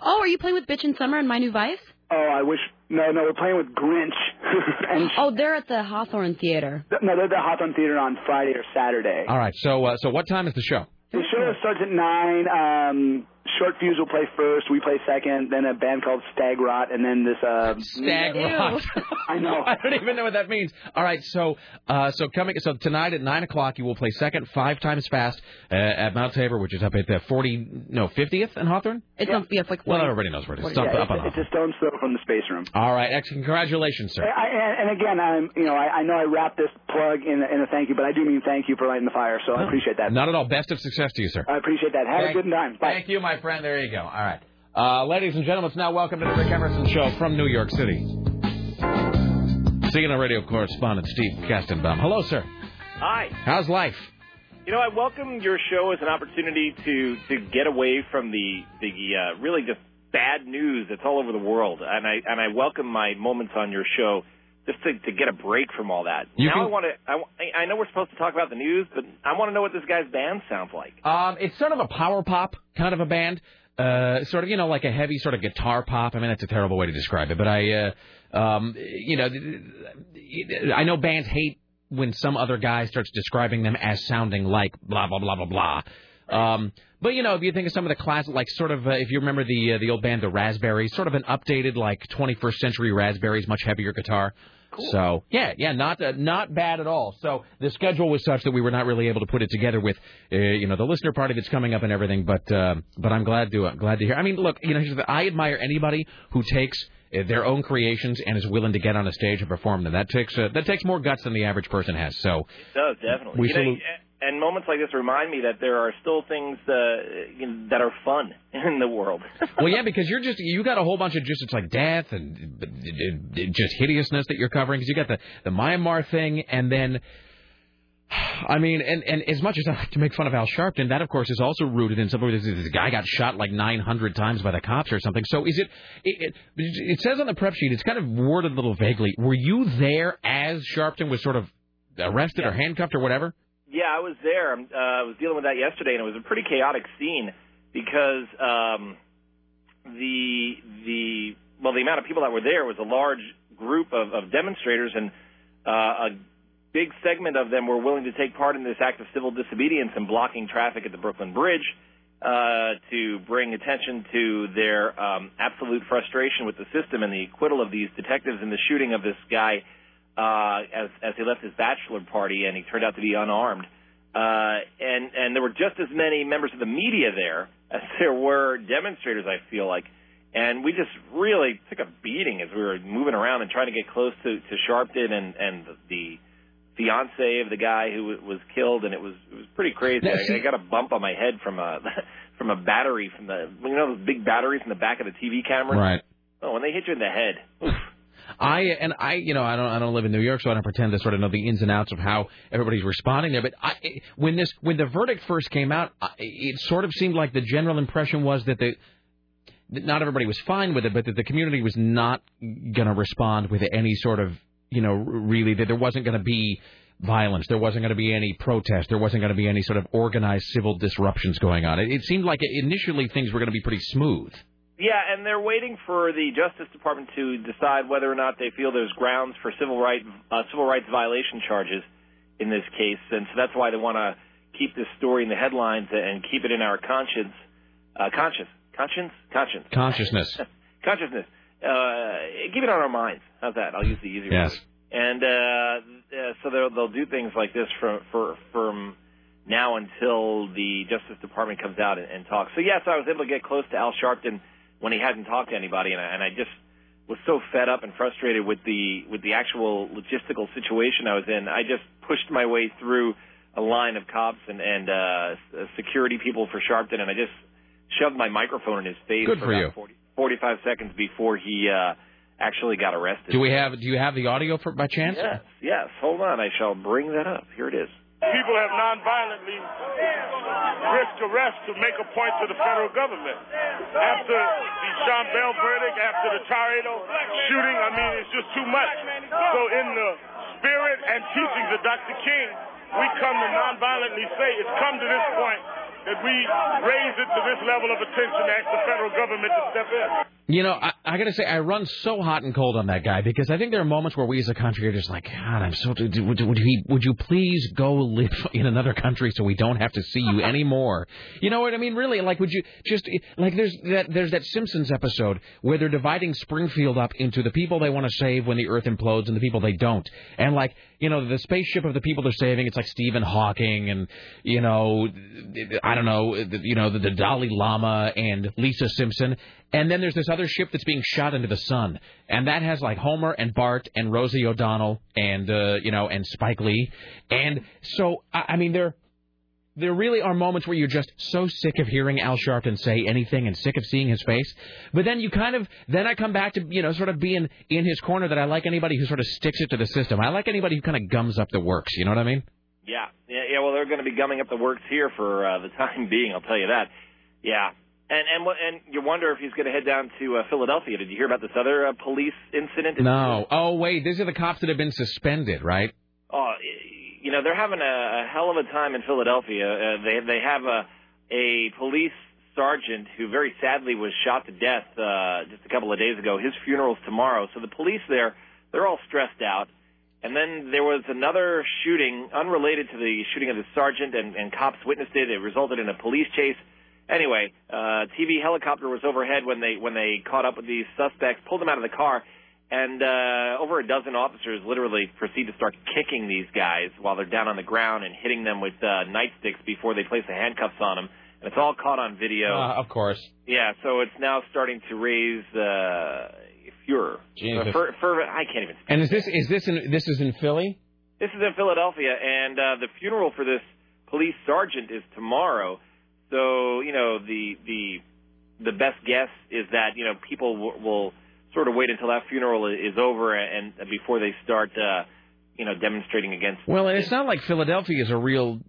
S6: Oh, are you playing with Bitch and Summer and My New Vice?
S11: Oh, I wish. No, no, we're playing with Grinch. and
S6: oh, they're at the Hawthorne Theater.
S11: No, they're at the Hawthorne Theater on Friday or Saturday.
S5: All right. So, uh, so what time is the show?
S11: The show starts at nine. Um, Short Fuse will play first. We play second. Then a band called Stag Rot, and then this uh,
S5: Stag Rock.
S11: I know.
S5: I don't even know what that means. All right, so uh, so coming so tonight at nine o'clock you will play second five times fast uh, at Mount Tabor, which is up at the forty no fiftieth in Hawthorne.
S6: It's on, yeah, it's like
S5: Well, everybody knows where it is. It's up,
S11: yeah,
S5: up on
S11: it's,
S5: Hawthorne.
S11: it's a stone's throw from the space room.
S5: All right, excellent. Congratulations, sir.
S11: I, and, and again, I'm you know I, I know I wrapped this plug in, a- in a thank you, but I do mean thank you for lighting the fire. So I appreciate that.
S5: Not at all. Best of success to you, sir.
S11: I appreciate that. Have
S5: Thank-
S11: a good time. Bye.
S5: Thank you, my friend. There you go. All right. Uh, ladies and gentlemen, it's now welcome to the Rick Emerson Show from New York City. CNN radio correspondent Steve Kastenbaum. Hello, sir.
S12: Hi.
S5: How's life?
S12: You know, I welcome your show as an opportunity to to get away from the the uh, really just bad news that's all over the world, and I and I welcome my moments on your show just to, to get a break from all that.
S5: You
S12: now
S5: can-
S12: I want to. I, w- I know we're supposed to talk about the news, but I want to know what this guy's band sounds like.
S5: Um, it's sort of a power pop kind of a band. Uh, sort of, you know, like a heavy sort of guitar pop. I mean, that's a terrible way to describe it, but I, uh, um, you know, th- th- I know bands hate when some other guy starts describing them as sounding like blah blah blah blah blah. Um, but you know, if you think of some of the classic, like sort of, uh, if you remember the uh, the old band, the Raspberries, sort of an updated like 21st century Raspberries, much heavier guitar. So yeah, yeah, not uh, not bad at all. So the schedule was such that we were not really able to put it together with, uh, you know, the listener party that's coming up and everything. But uh, but I'm glad to uh, glad to hear. I mean, look, you know, here's the, I admire anybody who takes uh, their own creations and is willing to get on a stage and perform them. That takes uh, that takes more guts than the average person has. So
S12: It does definitely.
S5: We
S12: you know,
S5: salute-
S12: and moments like this remind me that there are still things uh, you know, that are fun in the world.
S5: well, yeah, because you're just you got a whole bunch of just it's like death and uh, just hideousness that you're covering because you got the the Myanmar thing and then. I mean, and, and as much as I like to make fun of Al Sharpton, that of course is also rooted in something. where This, this guy got shot like 900 times by the cops or something. So is it, it? It it says on the prep sheet. It's kind of worded a little vaguely. Were you there as Sharpton was sort of arrested or handcuffed or whatever?
S12: Yeah, I was there. Um, Uh, I was dealing with that yesterday, and it was a pretty chaotic scene because um, the the well, the amount of people that were there was a large group of, of demonstrators, and uh, a big segment of them were willing to take part in this act of civil disobedience and blocking traffic at the Brooklyn Bridge uh, to bring attention to their um, absolute frustration with the system and the acquittal of these detectives and the shooting of this guy uh, as as he left his bachelor party and he turned out to be unarmed. Uh, and and there were just as many members of the media there as there were demonstrators. I feel like, and we just really took a beating as we were moving around and trying to get close to to Sharpton and and the fiance of the guy who wa- was killed, and it was it was pretty crazy.
S5: Now,
S12: I,
S5: see-
S12: I got a bump on my head from a from a battery from the you know those big batteries in the back of the TV camera.
S5: Right.
S12: Oh, when they hit you in the head.
S5: I and I, you know, I don't, I don't live in New York, so I don't pretend to sort of know the ins and outs of how everybody's responding there. But I, when this, when the verdict first came out, I, it sort of seemed like the general impression was that the that not everybody was fine with it, but that the community was not going to respond with any sort of, you know, really that there wasn't going to be violence, there wasn't going to be any protest, there wasn't going to be any sort of organized civil disruptions going on. It, it seemed like initially things were going to be pretty smooth.
S12: Yeah, and they're waiting for the Justice Department to decide whether or not they feel there's grounds for civil right uh, civil rights violation charges in this case, and so that's why they want to keep this story in the headlines and keep it in our conscience, uh, conscious, conscience, conscience,
S5: Consciousness.
S12: consciousness. Uh, keep it on our minds. How's that? I'll use the easy one.
S5: Yes.
S12: And uh, uh, so they'll they'll do things like this from for from now until the Justice Department comes out and, and talks. So yes, I was able to get close to Al Sharpton when he hadn't talked to anybody, and I, and I just was so fed up and frustrated with the with the actual logistical situation I was in. I just pushed my way through a line of cops and and uh, s- security people for Sharpton, and I just shoved my microphone in his face
S5: Good for
S12: about
S5: you.
S12: 40, 45 seconds before he uh, actually got arrested.
S5: Do we have? Do you have the audio for by chance?
S12: Yes, yes. Hold on, I shall bring that up. Here it is.
S13: People have nonviolently risked arrest to make a point to the federal government. After the Sean Bell verdict, after the Tornado shooting, I mean, it's just too much. So, in the spirit and teachings of Dr. King, we come to nonviolently say it's come to this point that we raise it to this level of attention to ask the federal government to step in.
S5: You know, I, I got to say, I run so hot and cold on that guy because I think there are moments where we as a country are just like, God, I'm so. Would, would, he, would you please go live in another country so we don't have to see you anymore? You know what I mean? Really, like, would you just like there's that there's that Simpsons episode where they're dividing Springfield up into the people they want to save when the Earth implodes and the people they don't, and like you know the spaceship of the people they're saving, it's like Stephen Hawking and you know I don't know you know the, the Dalai Lama and Lisa Simpson, and then there's this other ship that's being shot into the sun, and that has like Homer and Bart and Rosie O'Donnell and uh, you know and Spike Lee, and so I, I mean they're there really are moments where you're just so sick of hearing Al Sharpton say anything and sick of seeing his face. But then you kind of, then I come back to, you know, sort of being in his corner that I like anybody who sort of sticks it to the system. I like anybody who kind of gums up the works. You know what I mean?
S12: Yeah, yeah, yeah. Well, they're going to be gumming up the works here for uh, the time being. I'll tell you that. Yeah, and and what- and you wonder if he's going to head down to uh, Philadelphia. Did you hear about this other uh, police incident?
S5: No. Oh, wait. These are the cops that have been suspended, right?
S12: Oh, you know they're having a, a hell of a time in Philadelphia. Uh, they they have a a police sergeant who very sadly was shot to death uh, just a couple of days ago. His funeral's tomorrow, so the police there they're all stressed out. And then there was another shooting unrelated to the shooting of the sergeant, and, and cops witnessed it. It resulted in a police chase. Anyway, uh, TV helicopter was overhead when they when they caught up with these suspects, pulled them out of the car, and uh, over a dozen officers literally proceed to start kicking these guys while they're down on the ground and hitting them with uh, nightsticks before they place the handcuffs on them. And it's all caught on video.
S5: Uh, of course.
S12: Yeah, so it's now starting to raise uh, furor.
S5: Jesus.
S12: Uh, fur- fervent- I can't even.
S5: And is this, is this in, this is in Philly?
S12: This is in Philadelphia, and uh, the funeral for this police sergeant is tomorrow. So you know the the the best guess is that you know people w- will sort of wait until that funeral i- is over and, and before they start uh, you know demonstrating against.
S5: Well, and it's not like Philadelphia is a real,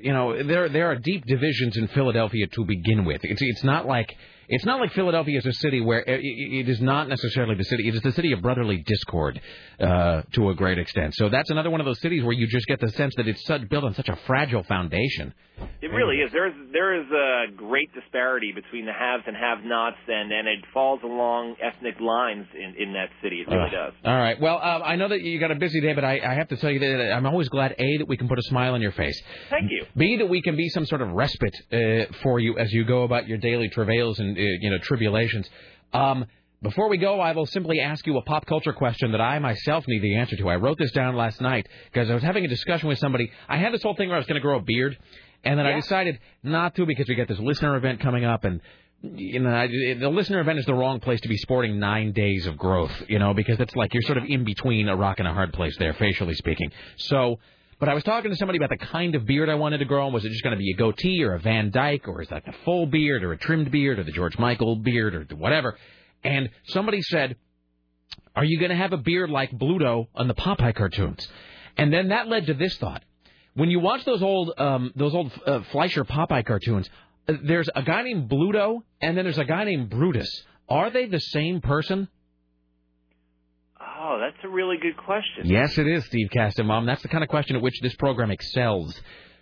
S5: you know, there there are deep divisions in Philadelphia to begin with. It's it's not like it's not like Philadelphia is a city where i i it is not necessarily the city. It is the city of brotherly discord uh, to a great extent. So that's another one of those cities where you just get the sense that it's such, built on such a fragile foundation.
S12: It really is. There is there is a great disparity between the haves and have-nots, and and it falls along ethnic lines in in that city. It really
S5: Ugh.
S12: does.
S5: All right. Well, uh, I know that you got a busy day, but I, I have to tell you that I'm always glad a that we can put a smile on your face.
S12: Thank you.
S5: B that we can be some sort of respite uh, for you as you go about your daily travails and uh, you know tribulations. Um, before we go, I will simply ask you a pop culture question that I myself need the answer to. I wrote this down last night because I was having a discussion with somebody. I had this whole thing where I was going to grow a beard, and then I decided not to because we got this listener event coming up and you know, I, the listener event is the wrong place to be sporting nine days of growth, you know, because that's like you're sort of in between a rock and a hard place there, facially speaking. So, but I was talking to somebody about the kind of beard I wanted to grow, and was it just going to be a goatee or a Van Dyke, or is that the full beard or a trimmed beard or the George Michael beard or the whatever? And somebody said, Are you going to have a beard like Bluto on the Popeye cartoons? And then that led to this thought. When you watch those old um, those old uh, Fleischer Popeye cartoons, uh, there's a guy named Bluto and then there's a guy named Brutus. Are they the same person?
S12: Oh, that's a really good question.
S5: Yes, it is, Steve Caston, Mom. That's the kind of question at which this program excels.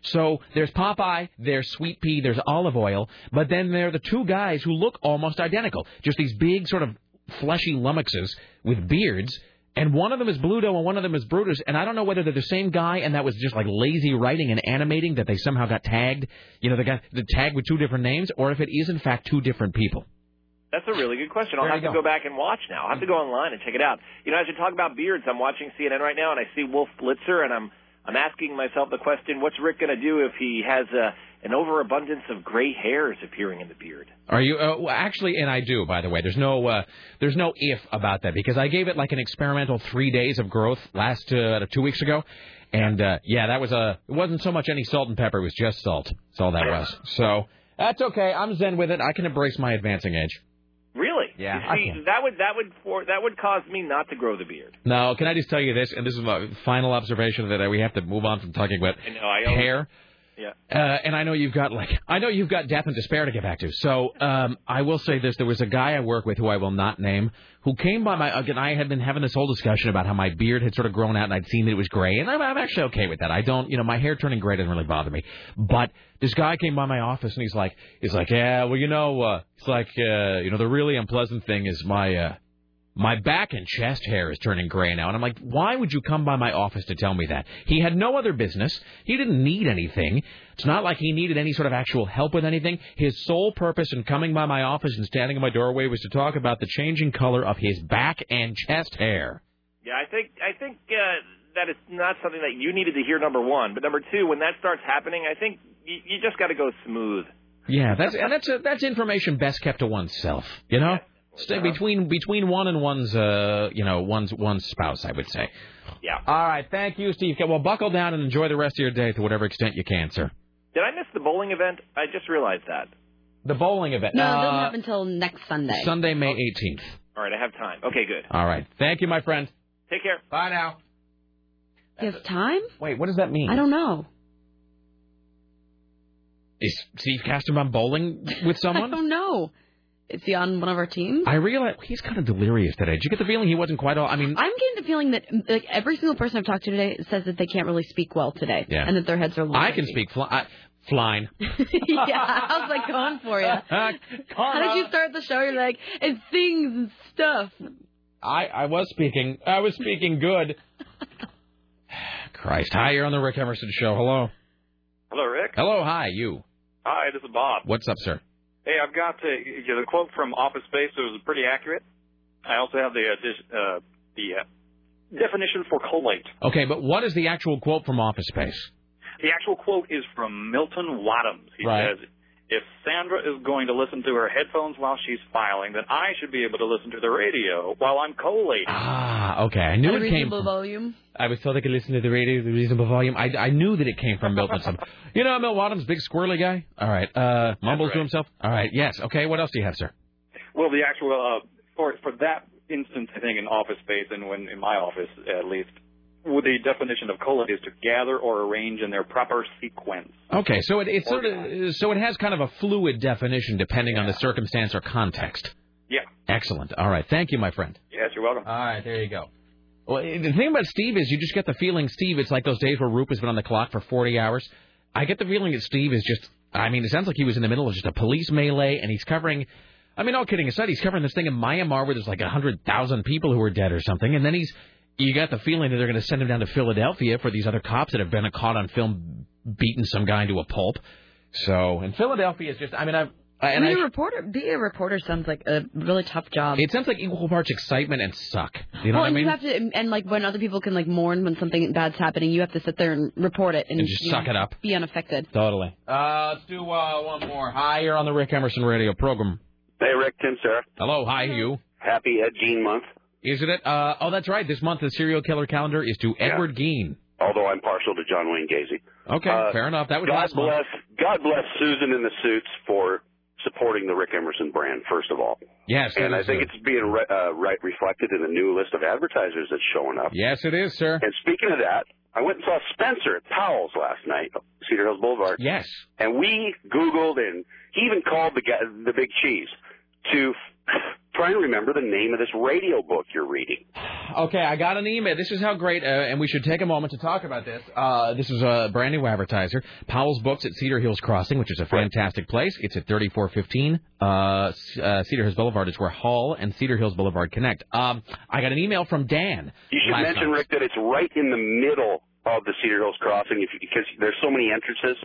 S5: So there's Popeye, there's Sweet Pea, there's Olive Oil, but then there are the two guys who look almost identical. Just these big, sort of fleshy lummoxes with beards, and one of them is Bluto and one of them is Brutus, and I don't know whether they're the same guy and that was just like lazy writing and animating that they somehow got tagged, you know, they got the tag with two different names, or if it is in fact two different people.
S12: That's a really good question. I'll
S5: There
S12: have
S5: you
S12: to
S5: go.
S12: go back and watch now. I'll have to go online and check it out. You know, as you talk about beards, I'm watching CNN right now and I see Wolf Blitzer and I'm I'm asking myself the question, what's Rick going to do if he has a, an overabundance of gray hairs appearing in the beard?
S5: Are you uh, well, actually? And I do, by the way. There's no, uh, there's no if about that because I gave it like an experimental three days of growth last uh, two weeks ago, and uh, yeah, that was a. It wasn't so much any salt and pepper; it was just salt. That's all that was. So that's okay. I'm zen with it. I can embrace my advancing age.
S12: Really?
S5: Yeah,
S12: You
S5: I
S12: see, that would that would for, that would cause me not to grow the beard.
S5: Now, can I just tell you this? And this is my final observation that we have to move on from talking about
S12: I know, I always-
S5: hair.
S12: Yeah.
S5: Uh, and I know you've got like I know you've got death and despair to get back to. So um, I will say this: there was a guy I work with who I will not name who came by my again. I had been having this whole discussion about how my beard had sort of grown out and I'd seen that it was gray, and I'm, I'm actually okay with that. I don't, you know, my hair turning gray doesn't really bother me. But this guy came by my office and he's like, he's like, yeah, well, you know, uh, it's like, uh, you know, the really unpleasant thing is my. Uh, my back and chest hair is turning gray now. And I'm like, why would you come by my office to tell me that? He had no other business. He didn't need anything. It's not like he needed any sort of actual help with anything. His sole purpose in coming by my office and standing in my doorway was to talk about the changing color of his back and chest hair.
S12: Yeah, I think I think uh, that it's not something that you needed to hear. Number one, but number two, when that starts happening, I think you, you just got to go smooth.
S5: Yeah, that's and that's uh, that's information best kept to oneself. You know, Stay between between one and one's uh you know one's one's spouse, I would say.
S12: Yeah.
S5: All right, thank you, Steve. Well, buckle down and enjoy the rest of your day to whatever extent you can, sir.
S12: Did I miss the bowling event? I just realized that.
S5: The bowling event.
S6: No, it
S5: Uh,
S6: doesn't happen until next Sunday.
S5: Sunday, May 18th.
S12: All right, I have time. Okay, good.
S5: All right. Thank you, my friend.
S12: Take care.
S5: Bye now.
S6: You have time?
S5: Wait, what does that mean?
S6: I don't know.
S5: Is Steve Casterman bowling with
S6: I
S5: someone?
S6: don't know. Is he on one of our teams?
S5: I realize he's kind of delirious today. Did you get the feeling he wasn't quite all? I mean,
S6: I'm getting the feeling that like, every single person I've talked to today says that they can't really speak well today,
S5: Yeah.
S6: and that their heads are low.
S5: I can speak fly, I, flying.
S6: yeah, I was like going for you.
S5: Uh,
S6: How did you start the show? You're like, it's things and stuff.
S5: I I was speaking. I was speaking good. Christ. Hi, you're on the Rick Emerson show. Hello.
S14: Hello, Rick.
S5: Hello. Hi, you.
S14: Hi, this is Bob.
S5: What's up, sir?
S14: Hey, I've got uh you know, the quote from Office Space that was pretty accurate. I also have the uh, dis- uh, the uh, definition for collate.
S5: Okay, but what is the actual quote from Office Space?
S14: The actual quote is from Milton Wadhams. He
S5: Right.
S14: says, "If Sandra is going to listen to her headphones while she's filing, then I should be able to listen to the radio while I'm collating."
S5: Ah, okay. I knew
S6: At a
S5: it came
S6: reasonable
S5: from
S6: volume.
S5: I was told I could listen to the radio at a reasonable volume. I, I knew that it came from Milton. Some, you know, Milt Wadham's big squirrely guy. All right, uh, mumbles to himself. All right, yes. Okay, what else do you have, sir?
S14: Well, the actual uh, for for that instance, I think in office space and when in my office at least, well, the definition of collate is to gather or arrange in their proper sequence.
S5: Okay, so it, it's sort of so it has kind of a fluid definition depending on the circumstance or context.
S14: Yeah.
S5: Excellent. All right, thank you, my friend.
S14: Yes, you're welcome.
S5: All right, there you go. Well, the thing about Steve is you just get the feeling Steve. It's like those days where Roop has been on the clock for 40 hours. I get the feeling that Steve is just. I mean, it sounds like he was in the middle of just a police melee, and he's covering. I mean, all kidding aside, he's covering this thing in Myanmar where there's like 100,000 people who are dead or something, and then he's. You got the feeling that they're going to send him down to Philadelphia for these other cops that have been caught on film beating some guy into a pulp. So, and Philadelphia is just. I mean, I've. I- And
S6: I
S5: I,
S6: mean, a reporter, being a reporter sounds like a really tough job.
S5: it sounds like equal parts excitement and suck. You know
S6: well,
S5: what I
S6: and
S5: mean?
S6: you have to, and, and, like when other people can like mourn when something bad's happening, you have to sit there and report it and,
S5: And just
S6: you
S5: suck
S6: know,
S5: it up.
S6: be unaffected.
S5: Totally. Uh, let's do uh, one more. Hi, you're on the Rick Emerson radio program.
S15: Hey, Rick, Tim, Sarah.
S5: Hello, hi, you.
S15: Happy Ed Gein month.
S5: Isn't it? Uh, oh, that's right. This month, the serial killer calendar is to Edward Gein.
S15: Although I'm partial to John Wayne Gacy.
S5: Okay,
S15: Uh,
S5: fair enough. That was
S15: God
S5: last
S15: bless.
S5: month.
S15: God bless Susan in the suits for supporting the Rick Emerson brand, first of all.
S5: Yes, that
S15: and I
S5: is
S15: think
S5: a-
S15: it's being re- uh, right reflected in the new list of advertisers that's showing up.
S5: Yes, it is, sir.
S15: And speaking of that, I went and saw Spencer at Powell's last night, Cedar Hills Boulevard.
S5: Yes.
S15: And we Googled, and he even called the guy, the Big Cheese, to f- try and remember the name of this radio book you're reading.
S5: Okay, I got an email. This is how great, uh, and we should take a moment to talk about this. Uh, this is a brand new advertiser, Powell's Books at Cedar Hills Crossing, which is a fantastic place. It's at 3415 uh, C- uh, Cedar Hills Boulevard. It's where Hall and Cedar Hills Boulevard connect. Um, I got an email from Dan.
S15: You should
S5: last
S15: mention,
S5: night.
S15: Rick, that it's right in the middle of the Cedar Hills Crossing if you, because there's so many entrances.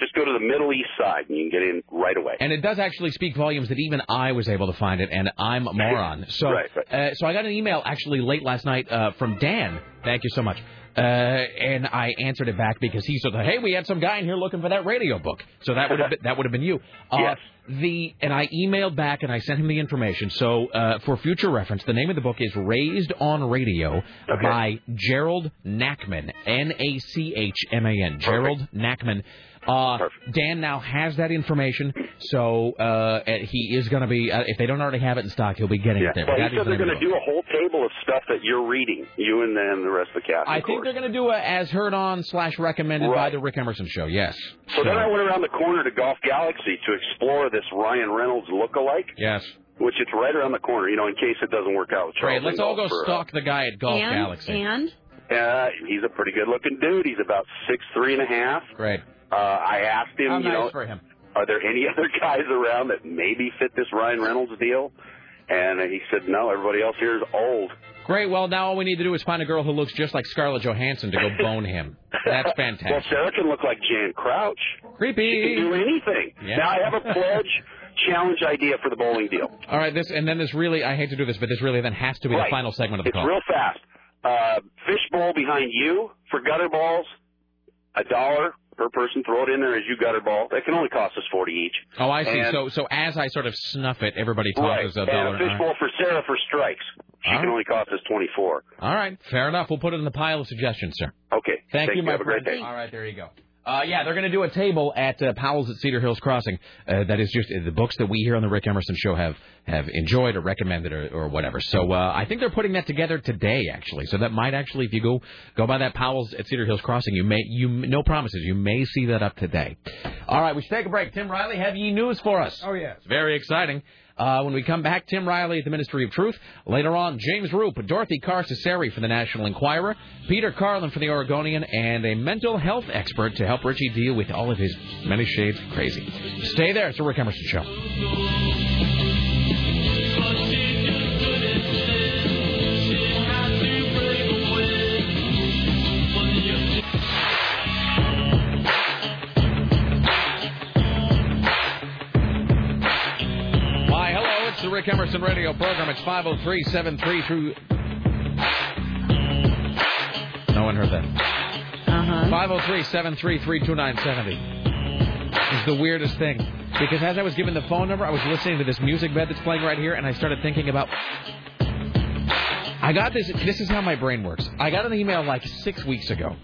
S15: Just go to the Middle East side and you can get in right away.
S5: And it does actually speak volumes that even I was able to find it, and I'm a moron. So,
S15: Right,
S5: Uh, so I got an email actually late last night uh, from Dan. Thank you so much. Uh, and I answered it back because he said, "Hey, we had some guy in here looking for that radio book." So that would have been, that would have been you. Uh,
S15: Yes.
S5: The and I emailed back and I sent him the information. So uh, for future reference, the name of the book is "Raised on Radio" by Gerald Nackman, N A C H M A N, Gerald Nackman. Uh, Dan now has that information, so uh, and he is going to be. Uh, if they don't already have it in stock, he'll be getting it there.
S15: Well,
S5: That
S15: he
S5: is
S15: said
S5: the
S15: they're
S5: name of
S15: going to
S5: the
S15: do a whole table of stuff that you're reading, you and then the rest of the cast.
S5: I
S15: of
S5: think
S15: course.
S5: they're going to do a as heard on slash recommended by the Rick Emerson show. Yes.
S15: So then I went around the corner to Golf Galaxy to explore this Ryan Reynolds look-alike,
S5: Yes.
S15: which it's right around the corner, you know, in case it doesn't work out. with
S5: Trey,
S15: Charles
S5: let's
S15: Lindell
S5: all go
S15: for, uh,
S5: stalk the guy at Golf
S6: and,
S5: Galaxy.
S6: And
S15: Uh, he's a pretty good-looking dude. He's about six three and a half.
S5: Great.
S15: Uh, I asked him,
S5: How
S15: you
S5: nice
S15: know,
S5: for him.
S15: are there any other guys around that maybe fit this Ryan Reynolds deal? And he said, no, everybody else here is old.
S5: Great. Well, now all we need to do is find a girl who looks just like Scarlett Johansson to go bone him. That's
S15: Well,
S5: fantastic.
S15: Sarah can look like Jan Crouch.
S5: Creepy.
S15: She can do anything.
S5: Yeah.
S15: Now I have a pledge challenge idea for the bowling deal.
S5: All right. This and then this really. I hate to do this, but this really then has to be the
S15: Right.
S5: final segment of the
S15: It's
S5: call.
S15: real fast. Uh, fish bowl behind you for gutter balls, a dollar per person. Throw it in there as you gutter ball. That can only cost us forty each.
S5: Oh, I see.
S15: And-
S5: so, so as I sort of snuff it, everybody tosses a
S15: and
S5: dollar.
S15: a fish bowl for Sarah for strikes. She can only cost us twenty four.
S5: All right, fair enough. We'll put it in the pile of suggestions, sir.
S15: Okay.
S5: Thank you, my
S15: Have a great
S5: friend.
S15: day.
S5: All right, there you go. Uh, yeah, they're going to do a table at uh, Powell's at Cedar Hills Crossing. Uh, that is just uh, the books that we here on the Rick Emerson Show have have enjoyed or recommended or, or whatever. So uh, I think they're putting that together today, actually. So that might actually, if you go go by that Powell's at Cedar Hills Crossing, you may you no promises, you may see that up today. All right, we should take a break. Tim Riley, have ye news for us?
S7: Oh, yes.
S5: It's very exciting. Uh, when we come back, Tim Riley at the Ministry of Truth. Later on, James Roop, Dorothy Carr Cesari for the National Enquirer, Peter Carlin for the Oregonian, and a mental health expert to help Richie deal with all of his many shades of crazy. Stay there. It's the Rick Emerson Show. Why, hello, it's the Rick Emerson radio program. It's 503-73 through... No one heard that. Uh-huh. 503-733-2970 is oh. the weirdest thing. Because as I was given the phone number, I was listening to this music bed that's playing right here, and I started thinking about... I got this... This is how my brain works. I got an email like six weeks ago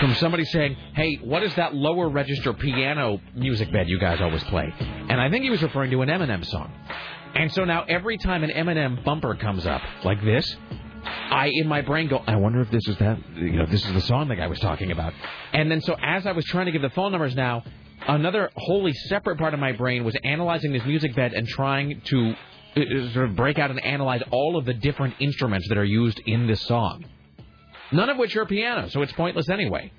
S5: from somebody saying, "Hey, what is that lower register piano music bed you guys always play?" And I think he was referring to an Eminem song. And so now every time an Eminem bumper comes up like this, I in my brain go, "I wonder if this is that, you know, this is the song the guy was talking about." And then so as I was trying to give the phone numbers now, another wholly separate part of my brain was analyzing this music bed and trying to uh, uh, sort of break out and analyze all of the different instruments that are used in this song. None of which are piano, so it's pointless anyway.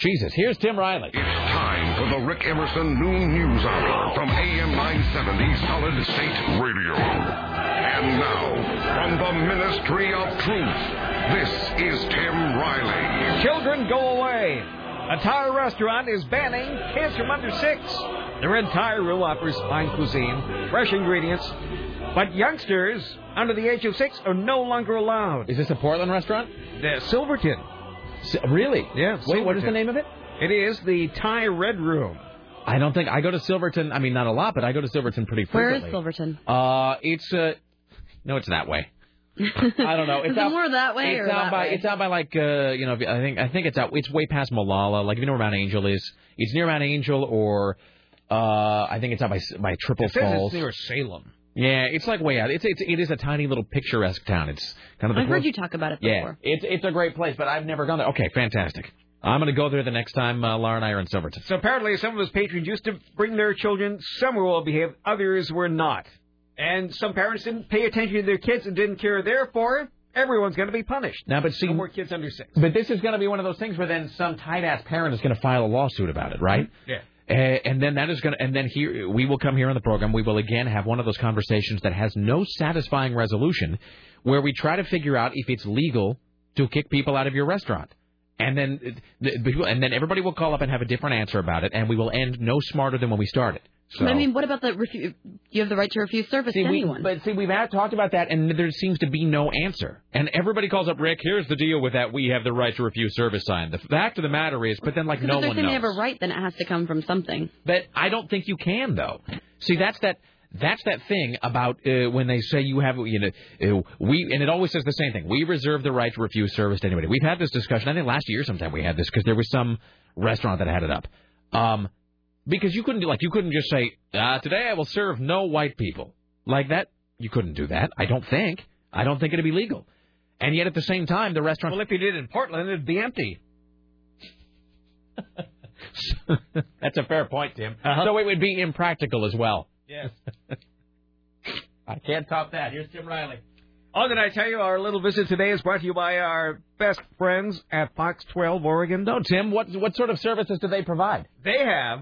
S5: Jesus, here's Tim Riley.
S4: Time for the Rick Emerson Noon News Hour from AM 970 Solid State Radio. And now, from the Ministry of Truth, this is Tim Riley.
S7: Children go away. A Thai restaurant is banning kids from under six. The Red Thai Rule offers fine cuisine, fresh ingredients, but youngsters under the age of six are no longer allowed.
S5: Is this a Portland restaurant?
S7: The Silverton.
S5: really?
S7: Yeah.
S5: Wait, what is the name of it?
S7: It is the Thai Red Room.
S5: I don't think I go to Silverton. I mean, not a lot, but I go to Silverton pretty
S6: where is
S5: frequently.
S6: Silverton?
S5: Uh, it's uh, no, it's that way. I don't know. It's
S6: is
S5: out,
S6: it more that way
S5: it's
S6: or
S5: out
S6: that
S5: by
S6: way?
S5: it's out by like uh, you know, I think I think it's out. It's way past Malala. Like if you know where Mount Angel is, it's near Mount Angel or. Uh, Uh, I think it's out by by Triple
S16: It says
S5: Falls.
S16: it's near Salem.
S5: Yeah, it's like way out. It's it's it is a tiny little picturesque town. It's kind of. The
S6: I've heard
S5: close-
S6: you talk about it
S5: Yeah,
S6: before.
S5: it's it's a great place, but I've never gone there. Okay, fantastic. I'm gonna go there the next time uh, Laura and I are in Silverton.
S17: So apparently, some of his patrons used to bring their children. Some were well behaved, others were not. And some parents didn't pay attention to their kids and didn't care. Therefore, everyone's going to be punished.
S5: Now, but see,
S17: no more kids under six.
S5: But this is going to be one of those things where then some tight ass parent is going to file a lawsuit about it, right?
S17: Yeah.
S5: Uh, and then that is going to, and then here we will come here on the program. We will again have one of those conversations that has no satisfying resolution, where we try to figure out if it's legal to kick people out of your restaurant, and then uh, the- the people, and then everybody will call up and have a different answer about it, and we will end no smarter than when we started. So.
S6: But I mean, what about the refu- you have the right to refuse service
S5: See,
S6: to
S5: we-
S6: anyone?
S5: but see, we've had, talked about that, and there seems to be no answer. And everybody calls up Rick. Here's the deal with that: we have the right to refuse service sign. The fact of the matter is, but then like
S6: So
S5: no
S6: if they're
S5: one
S6: saying
S5: knows.
S6: they have a right, then it has to come from something.
S5: But I don't think you can though. See, that's that. That's that thing about uh, when they say you have, you know, uh, we, and it always says the same thing. We reserve the right to refuse service to anybody. We've had this discussion. I think last year sometime we had this because there was some restaurant that had it up. Um, because you couldn't, do like, you couldn't just say, uh, today I will serve no white people. Like that, you couldn't do that. I don't think. I don't think it'd be legal. And yet at the same time, the restaurant.
S17: Well, if you did in Portland, it'd be empty.
S5: That's a fair point, Tim. So it would be impractical as well.
S17: Uh-huh. Yes.
S5: I can't top that. Here's Tim Riley.
S17: Oh, did I tell you our little visit today is brought to you by our best friends at Fox 12 Oregon?
S5: No, Tim. What what sort of services do they provide?
S17: They have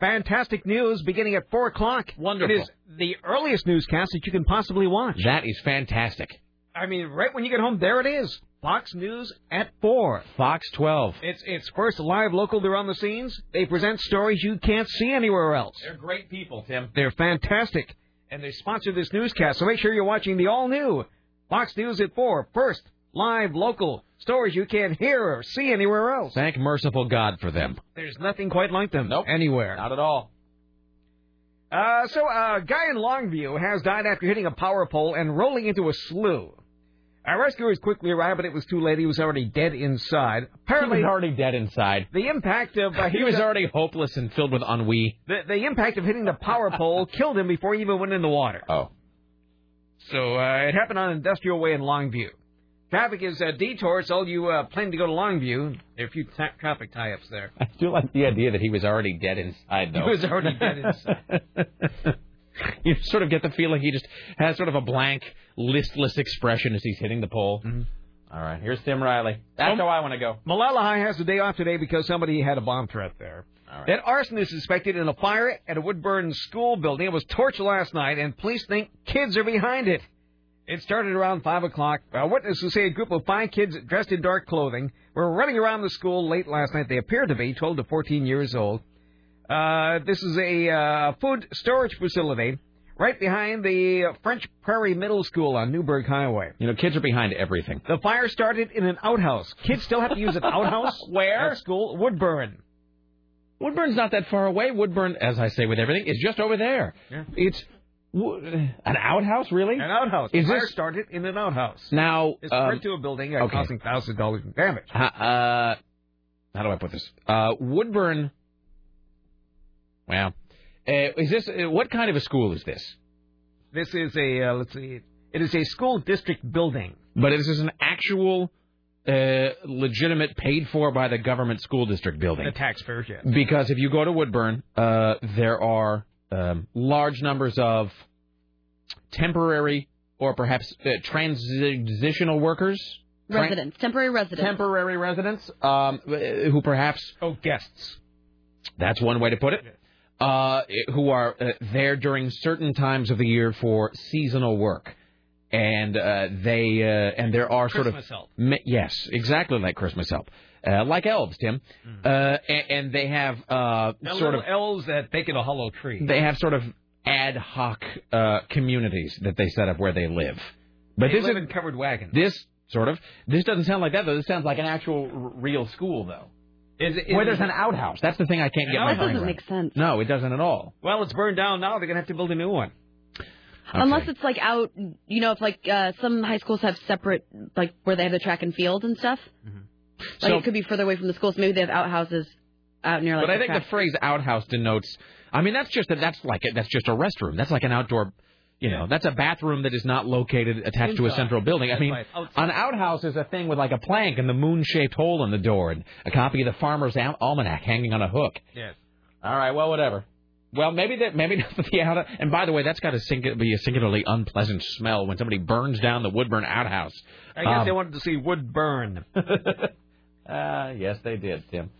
S17: fantastic news beginning at four o'clock.
S5: Wonderful.
S17: It is the earliest newscast that you can possibly watch.
S5: That is fantastic.
S17: I mean, right when you get home, there it is. Fox News at four.
S5: Fox 12.
S17: It's it's first live local. They're on the scenes. They present stories you can't see anywhere else.
S5: They're great people, Tim.
S17: They're fantastic, and they sponsor this newscast. So make sure you're watching the all new Fox News at four. First live local stories you can't hear or see anywhere else.
S5: Thank merciful God for them.
S17: There's nothing quite like them anywhere.
S5: Not at all.
S17: Uh, so a guy in Longview has died after hitting a power pole and rolling into a slough. Our rescuers quickly arrived, but it was too late. He was already dead inside. Apparently,
S5: he was already dead inside.
S17: The impact of uh,
S5: He was already hopeless and filled with ennui.
S17: the, the impact of hitting the power pole killed him before he even went in the water.
S5: Oh.
S17: So uh, it happened on Industrial Way in Longview. Traffic is uh, detours. All you uh, plan to go to Longview. There are a few tra- traffic tie-ups there.
S5: I do like the idea that he was already dead inside, though.
S17: He was already dead
S5: inside. you sort of get the feeling he just has sort of a blank, listless expression as he's hitting the pole. Mm-hmm. All right, here's Tim Riley. That's how I want to go.
S17: Malala has the day off today because somebody had a bomb threat there. That arson is suspected in a fire at a Woodburn school building. It was torched last night, and police think kids are behind it. It started around 5 o'clock. Uh, witnesses say a group of five kids dressed in dark clothing were running around the school late last night. They appear to be 12 to 14 years old. Uh, this is a uh, food storage facility right behind the uh, French Prairie Middle School on Newburgh Highway.
S5: You know, kids are behind everything.
S17: The fire started in an outhouse. Kids still have to use an outhouse. Where? At school, Woodburn.
S5: Woodburn's not that far away. Woodburn, as I say with everything, is just over there.
S17: Yeah.
S5: It's wo- an outhouse, really? An
S17: outhouse.
S5: Is
S17: fire
S5: this
S17: started in an outhouse.
S5: now?
S17: It's
S5: um,
S17: spread to a building uh,
S5: okay.
S17: causing thousands of dollars in damage.
S5: Ha- uh, how do I put this? Uh, Woodburn. Wow. Uh, is this uh, what kind of a school is this?
S17: This is a uh, let's see, it is a school district building.
S5: But this is an actual, uh, legitimate, paid for by the government school district building.
S17: The taxpayers, yes.
S5: Because if you go to Woodburn, uh, there are um, large numbers of temporary or perhaps uh, transitional workers. Tran-
S6: Residents, temporary residents.
S5: Temporary residents. Um, uh, who perhaps.
S17: Oh, guests.
S5: That's one way to put it. Uh, who are uh, there during certain times of the year for seasonal work, and uh, they uh, and there are sort of
S17: Christmas help.
S5: Ma- yes, exactly like Christmas help, uh, like elves, Tim,
S17: Mm-hmm.
S5: uh, and, and they have uh,
S17: The
S5: sort
S17: little
S5: of
S17: elves that bake in a hollow tree.
S5: they have sort of ad hoc
S17: e-,
S5: uh, communities that they set up where they live. But
S17: They
S5: this
S17: live
S5: is
S17: in covered wagons.
S5: this sort of this doesn't sound like that though. This sounds like an actual r- real school though,
S17: Is, is,
S5: where there's an outhouse. That's the thing I can't
S17: An
S5: get my
S17: outhouse
S5: mind
S17: Oh, doesn't
S5: around.
S17: make sense.
S5: No, it doesn't at all.
S17: Well, it's burned down now. They're gonna have to build a new one.
S6: Unless it's like out, you know, if like uh, some high schools have separate, like where they have the track and field and stuff. Like
S5: Mm-hmm. So-
S6: it could be further away from the schools. Maybe they have outhouses out near like.
S5: but I
S6: the
S5: think
S6: track.
S5: the phrase outhouse denotes. I mean, that's just a, that's like a, that's just a restroom. That's like an outdoor. You know, that's a bathroom that is not located attached to a
S18: Inside.
S5: central building. I
S18: That's
S5: mean,
S18: right, outside.
S5: an outhouse is a thing with like a plank and the moon-shaped hole in the door and a copy of the Farmer's Al- Almanac hanging on a hook.
S18: Yes.
S5: All right, well, whatever. Well, maybe that maybe not the outer. And by the way, that's got to sing- be a singularly unpleasant smell when somebody burns down the Woodburn outhouse.
S17: I guess
S5: Um,
S17: they wanted to see wood burn.
S5: Ah, yes, they did, Tim.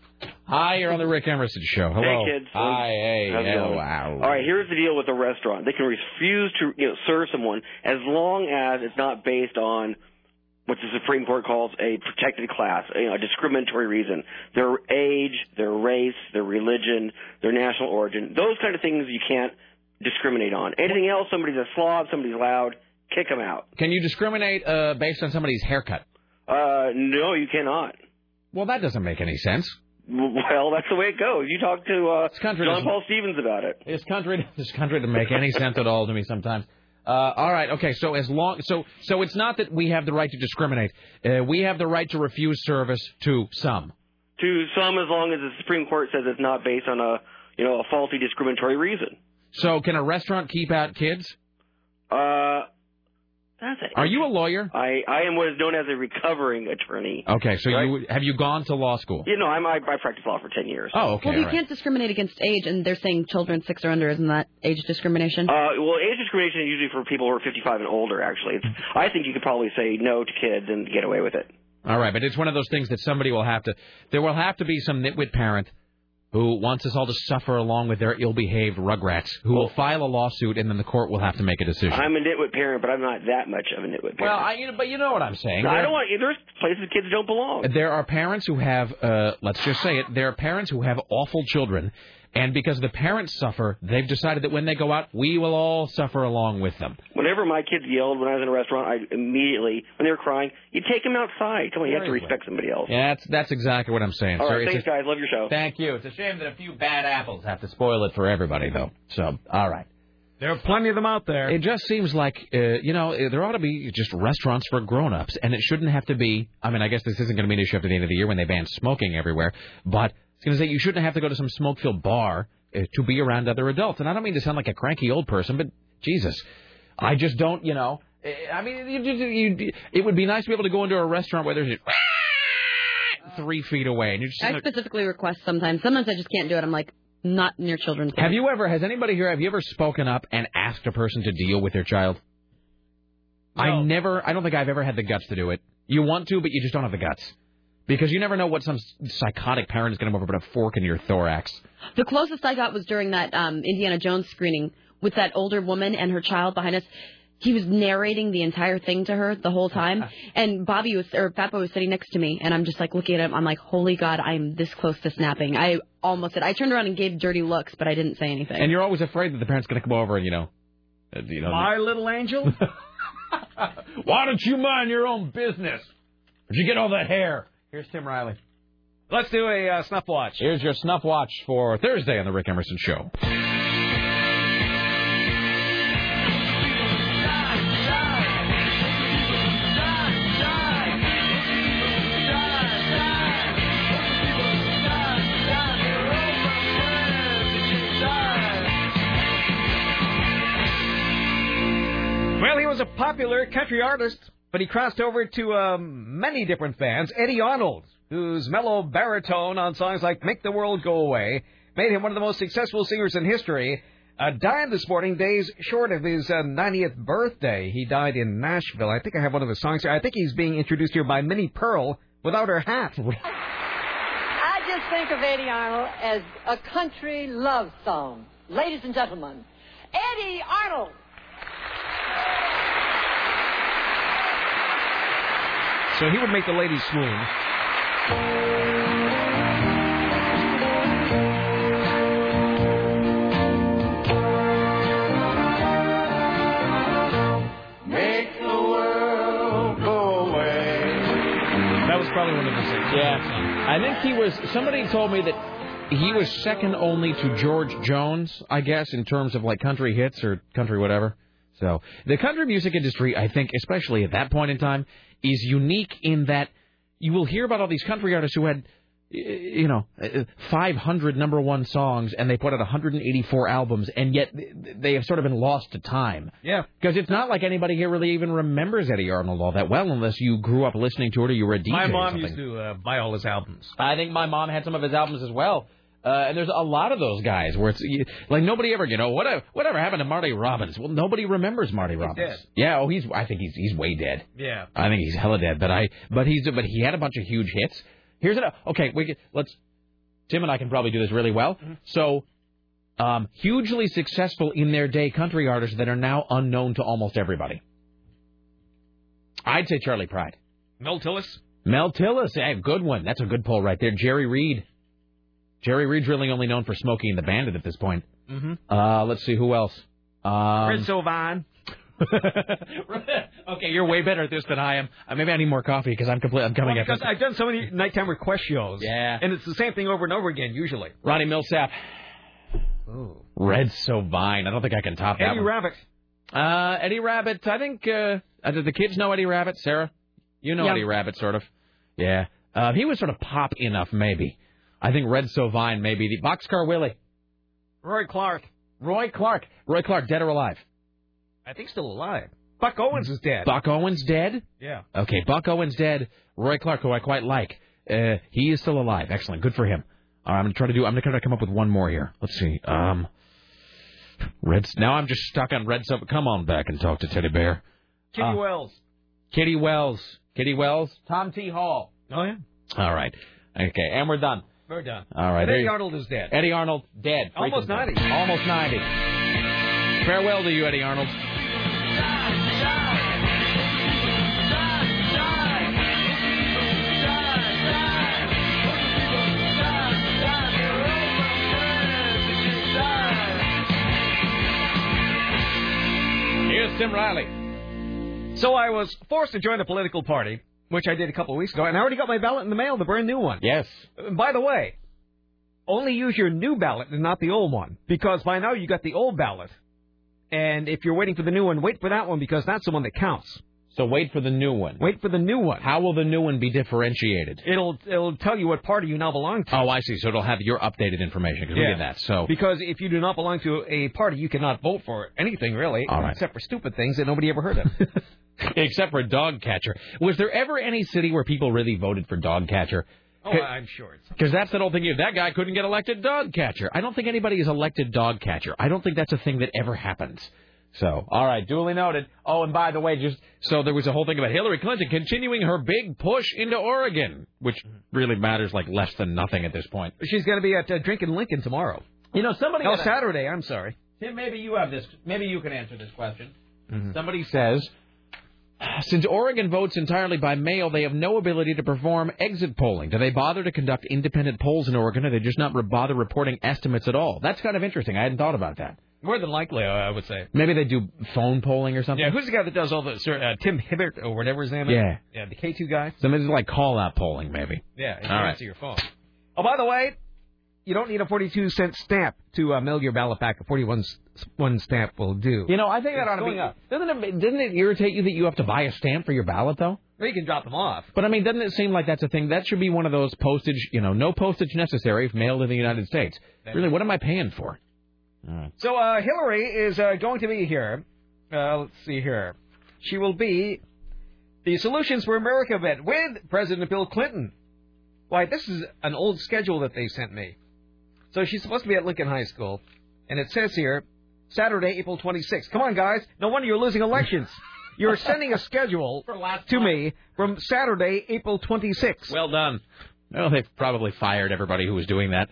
S5: Hi, you're on the Rick Emerson Show. Hello.
S19: Hey kids.
S5: Hi, hey,
S19: How's it
S5: hello.
S19: going?
S5: wow.
S18: All right, here's the deal with the restaurant. They can refuse to you know, serve someone as long as it's not based on what the Supreme Court calls a protected class, you know, a discriminatory reason. Their age, their race, their religion, their national origin. Those kind of things you can't discriminate on. Anything else, somebody's a slob, somebody's loud, kick them out.
S5: Can you discriminate uh, based on somebody's haircut?
S18: Uh, no, you cannot.
S5: Well, that doesn't make any sense.
S18: Well, that's the way it goes. You talk to uh,
S5: country
S18: John
S5: doesn't-
S18: Paul Stevens about it.
S5: This country, this country doesn't make any sense at all to me sometimes. Uh, all right, okay. So as long, so so it's not that we have the right to discriminate. Uh, we have the right to refuse service to some.
S18: to some as long as the Supreme Court says it's not based on a you know a faulty discriminatory reason.
S5: So can a restaurant keep out kids?
S18: Uh, that's it.
S5: Are you a lawyer?
S18: I I am what is known as a recovering attorney.
S5: Okay, so you have you gone to law school?
S18: You know, I'm, I I practiced law for ten years.
S5: Oh, okay.
S6: well, you
S5: all right.
S6: can't discriminate against age, and they're saying children six or under isn't that age discrimination?
S18: Uh, well, age discrimination is usually for people who are 55 and older. Actually, it's, I think you could probably say no to kids and get away with it.
S5: All right, but it's one of those things that somebody will have to. There will have to be some nitwit parent who wants us all to suffer along with their ill-behaved rugrats, who will file a lawsuit, and then the court will have to make a decision.
S18: I'm a nitwit parent, but I'm not that much of a nitwit parent.
S5: Well, I you know, but you know what I'm saying.
S18: I don't want. There's places kids don't belong.
S5: There are parents who have, uh, let's just say it, there are parents who have awful children, and because the parents suffer, they've decided that when they go out, we will all suffer along with them.
S18: Whenever my kids yelled when I was in a restaurant, I immediately when they were crying, you take them outside. Come on, you have to respect somebody else.
S5: Yeah, that's that's exactly what I'm saying,
S18: All
S5: sir.
S18: right,
S5: It's a-
S18: thanks, guys. Love your show.
S5: Thank you. It's a shame that a few bad apples have to spoil it for everybody, though. So, all right.
S17: There are plenty of them out there.
S5: It just seems like uh, you know eh, there ought to be just restaurants for grown-ups, and it shouldn't have to be. I mean, I guess this isn't going to be an issue after the end of the year when they ban smoking everywhere. But it's going to say you shouldn't have to go to some smoke-filled bar uh, to be around other adults. And I don't mean to sound like a cranky old person, but Jesus, I just don't. You know, eh, I mean, you, you, you, it would be nice to be able to go into a restaurant where there's just three feet away, and you're just.
S6: I
S5: sitting there-
S6: specifically request sometimes. Sometimes I just can't do it. I'm like, not near children's.
S5: Have you ever? Has anybody here? Have you ever spoken up and asked a person to deal with their child? I never. I don't think I've ever had the guts to do it. You want to, but you just don't have the guts because you never know what some psychotic parent is going to come over and put a fork in your thorax.
S6: The closest I got was during that um, Indiana Jones screening with that older woman and her child behind us. He was narrating the entire thing to her the whole time, and Bobby was or Papa was sitting next to me, and I'm just like looking at him. I'm like, "Holy God, I'm this close to snapping." I almost did. I turned around and gave dirty looks, but I didn't say anything.
S5: And you're always afraid that the parent's going to come over and you know, uh, you know,
S17: My little angel.
S5: Why don't you mind your own business? Did you get all that hair? Here's Tim Riley.
S17: Let's do a uh, snuff watch.
S5: Here's your snuff watch for Thursday on the Rick Emerson Show.
S17: Well, he was a popular country artist, but he crossed over to um, many different fans. Eddie Arnold, whose mellow baritone on songs like Make the World Go Away made him one of the most successful singers in history, uh, died this morning, days short of his uh, 90th birthday. He died in Nashville. I think I have one of his songs here. I think he's being introduced here by Minnie Pearl without her hat.
S4: I just think of Eddie Arnold as a country love song. Ladies and gentlemen, Eddie Arnold.
S17: So he would make the ladies swoon.
S20: Make the world go away.
S5: That was probably one of the six. Yeah. I think he was. Somebody told me that he was second only to George Jones, I guess, in terms of like country hits or country whatever. So the country music industry, I think, especially at that point in time, is unique in that you will hear about all these country artists who had y- you know, uh, 500 number one songs, and they put out 184 albums, and yet th- they have sort of been lost to time.
S17: Yeah.
S5: Because it's not like anybody here really even remembers Eddie Arnold all that well, unless you grew up listening to it or you were a DJ.
S17: My
S5: or
S17: mom
S5: something.
S17: used to uh, buy all his albums.
S5: I think my mom had some of his albums as well. Uh, and there's a lot of those guys where it's you- like nobody ever, you know, whatever, whatever happened to Marty Robbins? Well, nobody remembers Marty Robbins.
S17: dead.
S5: Yeah, oh, he's, I think he's, he's way dead.
S17: Yeah.
S5: I think he's hella dead, but I, but he's, but he had a bunch of huge hits. Here's an, okay, we can, let's, Tim and I can probably do this really well. So, um, hugely successful in their day country artists that are now unknown to almost everybody. I'd say Charlie Pride.
S17: Mel Tillis.
S5: Mel Tillis, hey, good one. That's a good poll right there. Jerry Reed. Jerry Reed's really only known for Smokey and the Bandit at this point.
S17: Mm-hmm.
S5: Uh, let's see who else. Um,
S17: Red Sylvan.
S5: okay, you're way better at this than I am. Uh, maybe I need more coffee because I'm complete. I'm coming
S17: Well,
S5: after.
S17: because I've done so many nighttime request shows.
S5: Yeah.
S17: And it's the same thing over and over again, usually.
S5: Ronnie Millsap.
S17: Ooh.
S5: Red so vine. I don't think I can top that.
S17: Eddie
S5: one.
S17: Rabbit.
S5: Uh, Eddie Rabbit. I think uh, uh, do the kids know Eddie Rabbit. Sarah, you know
S17: Yeah.
S5: Eddie Rabbit, sort of. Yeah. Uh, he was sort of pop enough, maybe. I think Red So Vine, maybe the Boxcar Willie.
S17: Roy Clark.
S5: Roy Clark. Roy Clark, dead or alive? Uh,
S17: I think still alive. Buck Owens is dead.
S5: Buck Owens dead.
S17: Yeah.
S5: Okay, Buck Owens dead. Roy Clark, who I quite like, uh, he is still alive. Excellent, good for him. All right, I'm gonna try to do. I'm gonna try to come up with one more here. Let's see. Um, Reds. Now I'm just stuck on Red Sub. Come on back and talk to Teddy Bear.
S17: Kitty
S5: Uh,
S17: Wells.
S5: Kitty Wells. Kitty Wells. Tom T. Hall.
S17: Oh yeah.
S5: All right. Okay, and we're done.
S17: We're done.
S5: All right.
S17: And
S5: there
S17: Eddie
S5: you-
S17: Arnold is dead.
S5: Eddie Arnold dead.
S17: Almost
S5: Freaking dead.
S17: 90.
S5: Almost 90. Farewell to you, Eddie Arnold. Here's Tim Riley.
S17: So I was forced to join a political party, which I did a couple of weeks ago, and I already got my ballot in the mail, the brand new one.
S5: Yes.
S17: And by the way, only use your new ballot and not the old one, because by now you got the old ballot. And if you're waiting for the new one, wait for that one because that's the one that counts.
S5: So wait for the new one.
S17: Wait for the new one.
S5: How will the new one be differentiated?
S17: It'll it'll tell you what party you now belong to.
S5: Oh, I see. So it'll have your updated information because we
S17: Yeah.
S5: did that. So
S17: Because if you do not belong to a party, you cannot vote for anything really,
S5: All right.
S17: except for stupid things that nobody ever heard of.
S5: except for dog catcher, was there ever any city where people really voted for dog catcher?
S17: oh, I'm sure it's
S5: Because that's that old thing. If that guy couldn't get elected dog catcher, I don't think anybody is elected dog catcher. I don't think that's a thing that ever happens. So, all right, duly noted. Oh, and by the way, just so there was a whole thing about Hillary Clinton continuing her big push into Oregon, which really matters like less than nothing at this point.
S17: She's going to be at uh, Drinking Lincoln tomorrow.
S5: You know, somebody
S17: No,
S5: had a-
S17: Saturday. I'm sorry.
S5: Tim, maybe you have this. Maybe you can answer this question.
S17: Mm-hmm.
S5: Somebody says, since Oregon votes entirely by mail, they have no ability to perform exit polling. Do they bother to conduct independent polls in Oregon, or they just not re- bother reporting estimates at all? That's kind of interesting. I hadn't thought about that.
S17: More than likely, I I would say.
S5: Maybe they do phone polling or something.
S17: Yeah, who's the guy that does all the sir, uh, Tim Hibbert or whatever his name is?
S5: Yeah.
S17: yeah, the K two guy.
S5: Somebody do, like call out polling, maybe.
S17: Yeah,
S5: All right.
S17: answer your phone. Oh, by the way, you don't need a forty-two cent stamp to uh, mail your ballot back. A forty-one s- one stamp will do.
S5: You know, I think that
S17: It's
S5: ought to
S17: going
S5: be.
S17: up.
S5: Doesn't it, doesn't it irritate you that you have to buy a stamp for your ballot, though?
S17: Well, you can drop them off.
S5: But I mean, doesn't it seem like that's a thing? That should be one of those postage, you know, no postage necessary if mailed in the United States. Really, what am I paying for?
S17: So uh, Hillary is uh, going to be here. Uh, let's see here. She will be the Solutions for America event with President Bill Clinton. Why, this is an old schedule that they sent me. So she's supposed to be at Lincoln High School, and it says here Saturday, April 26th. Come on, guys. No wonder you're losing elections. You're sending a schedule to me from Saturday, April 26th.
S5: Well done. Well, they've probably fired everybody who was doing that.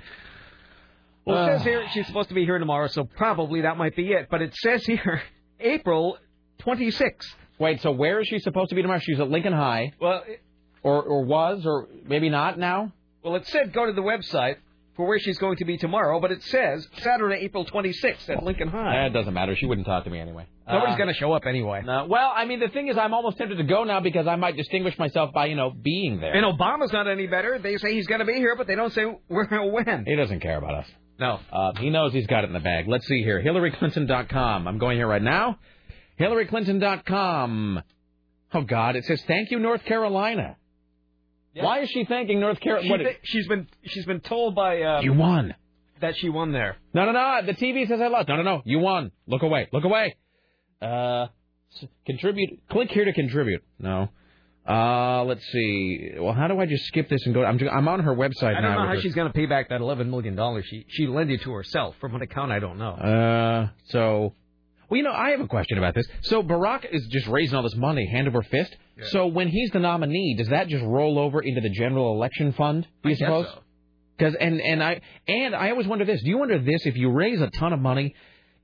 S17: Well, it
S5: Uh.
S17: says here she's supposed to be here tomorrow, so probably that might be it. But it says here April 26th.
S5: Wait, so where is she supposed to be tomorrow? She's at Lincoln High,
S17: Well, it,
S5: or or was, or maybe not now.
S17: well, it said go to the website for where she's going to be tomorrow, but it says Saturday, April 26th at Lincoln High.
S5: That doesn't matter. She wouldn't talk to me anyway.
S17: Nobody's
S5: Uh,
S17: going to show up anyway.
S5: no. Well, I mean, the thing is, I'm almost tempted to go now because I might distinguish myself by you know being there.
S17: And Obama's not any better. They say he's going to be here, but they don't say where or when.
S5: he doesn't care about us.
S17: No.
S5: Uh, he knows he's got it in the bag. Let's see here. HillaryClinton.com. I'm going here right now. HillaryClinton.com. Oh, God. It says, thank you, North Carolina. Why is she thanking North Carolina?
S17: She
S5: What-
S17: thi- she's been she's been told by uh,
S5: you won.
S17: that she won there.
S5: No, no, no. The TV says I lost. No, no, no. You won. Look away. Look away. Uh, s- contribute. Click here to contribute. No. Uh, let's see. Well, how do I just skip this and go? I'm ju- I'm on her website now.
S17: I don't know
S5: with
S17: how
S5: her-
S17: she's going to pay back that eleven million dollars she she lended to herself from an account I don't know.
S5: Uh, so, well, you know, I have a question about this. So Barack is just raising all this money hand over fist. So when he's the nominee, does that just roll over into the general election fund? Do you
S17: I guess
S5: suppose?
S17: so.
S5: Because and and I and I always wonder this. Do you wonder this if you raise a ton of money?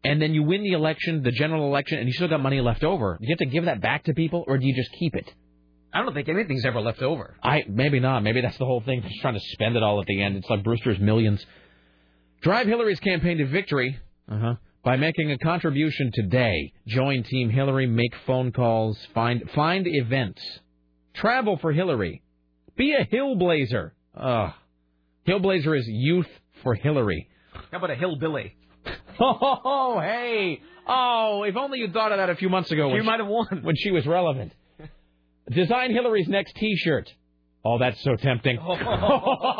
S5: And then you win the election, the general election, and you still got money left over. Do you have to give that back to people, or do you just keep it?
S17: I don't think anything's ever left over.
S5: I maybe not. Maybe that's the whole thing. Just trying to spend it all at the end. It's like Brewster's Millions. Drive Hillary's campaign to victory uh-huh. by making a contribution today. Join Team Hillary. Make phone calls. Find find events. Travel for Hillary. Be a Hillblazer. Ugh. Hillblazer is youth for Hillary.
S17: How about a hillbilly?
S5: Oh, hey. Oh, if only you thought of that a few months ago. when
S17: You
S5: she-
S17: might have won.
S5: when she was relevant. Design Hillary's next T-shirt. Oh, that's so tempting.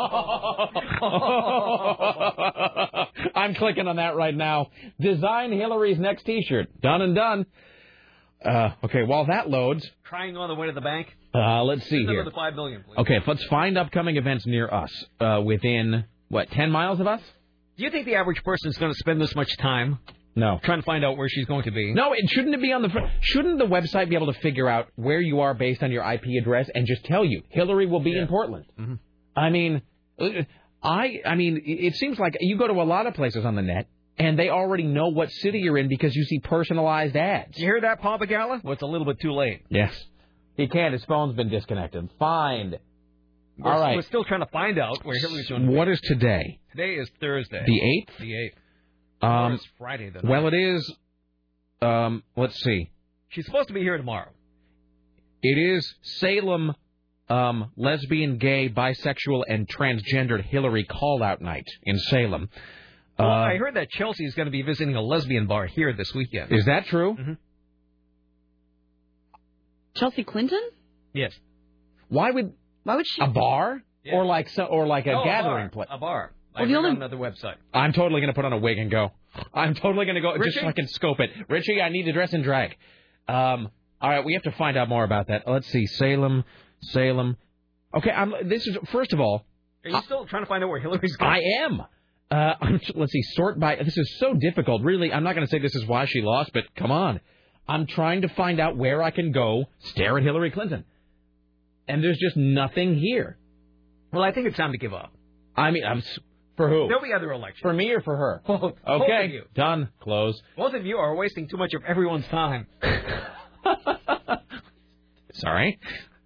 S5: I'm clicking on that right now. Design Hillary's next T-shirt. Done and done. Uh, okay, while that loads,
S17: Crying on the way to the bank.
S5: uh, let's see
S17: Number
S5: here.
S17: the five million, please.
S5: Okay, let's find upcoming events near us. Uh, within what, ten miles of us?
S17: Do you think the average person's going to spend this much time?
S5: No.
S17: Trying to find out where she's going to be.
S5: No, it shouldn't it be on the. fr- Shouldn't the website be able to figure out where you are based on your IP address and just tell you Hillary will be in Portland?
S21: Mm-hmm.
S5: I mean, uh, I I mean, it seems like you go to a lot of places on the net and they already know what city you're in because you see personalized ads.
S17: Did you hear that, Papa Gala? Well, it's a little bit too late.
S5: Yes. He can't. His phone's been disconnected. Find.
S17: We're,
S5: All right.
S17: We're still trying to find out where Hillary's going to be.
S5: What is today?
S17: Today is Thursday.
S5: The eighth?
S17: The eighth. Tomorrow
S5: Um,
S17: is Friday. The
S5: well,
S17: ninth.
S5: it is. Um, let's see.
S17: She's supposed to be here tomorrow.
S5: It is Salem um, lesbian, gay, bisexual, and transgendered Hillary call out night in Salem. Uh,
S17: well, I heard that Chelsea is going to be Mm-hmm. visiting a lesbian bar here this weekend.
S5: Is that true?
S4: Chelsea Clinton?
S17: Yes.
S5: Why would
S4: Why would she?
S5: a bar or like so, or like Oh, a
S17: No,
S5: gathering
S17: bar,
S5: place?
S17: A bar. I
S5: Well, the
S17: read
S5: only-
S17: on another website.
S5: I'm totally gonna put on a wig and go. I'm totally gonna go just so I
S17: Richie?
S5: can scope it. Richie, I need to dress in drag. Um, all right, we have to find out more about that. Let's see, Salem, Salem. Okay, I'm. This is first of all,
S17: Are you still trying to find out where Hillary's going?
S5: I am. Uh, I'm, let's see, sort by. This is so difficult. Really, I'm not going to say this is why she lost, but come on. I'm trying to find out where I can go stare at Hillary Clinton. And there's just nothing here.
S17: Well, I think it's time to give up.
S5: I mean, I'm, s- for who?
S17: There'll be other elections.
S5: For me or for her?
S17: Both. Both
S5: Okay,
S17: of you.
S5: done. Close.
S17: Both of you are wasting too much of everyone's time.
S5: Sorry.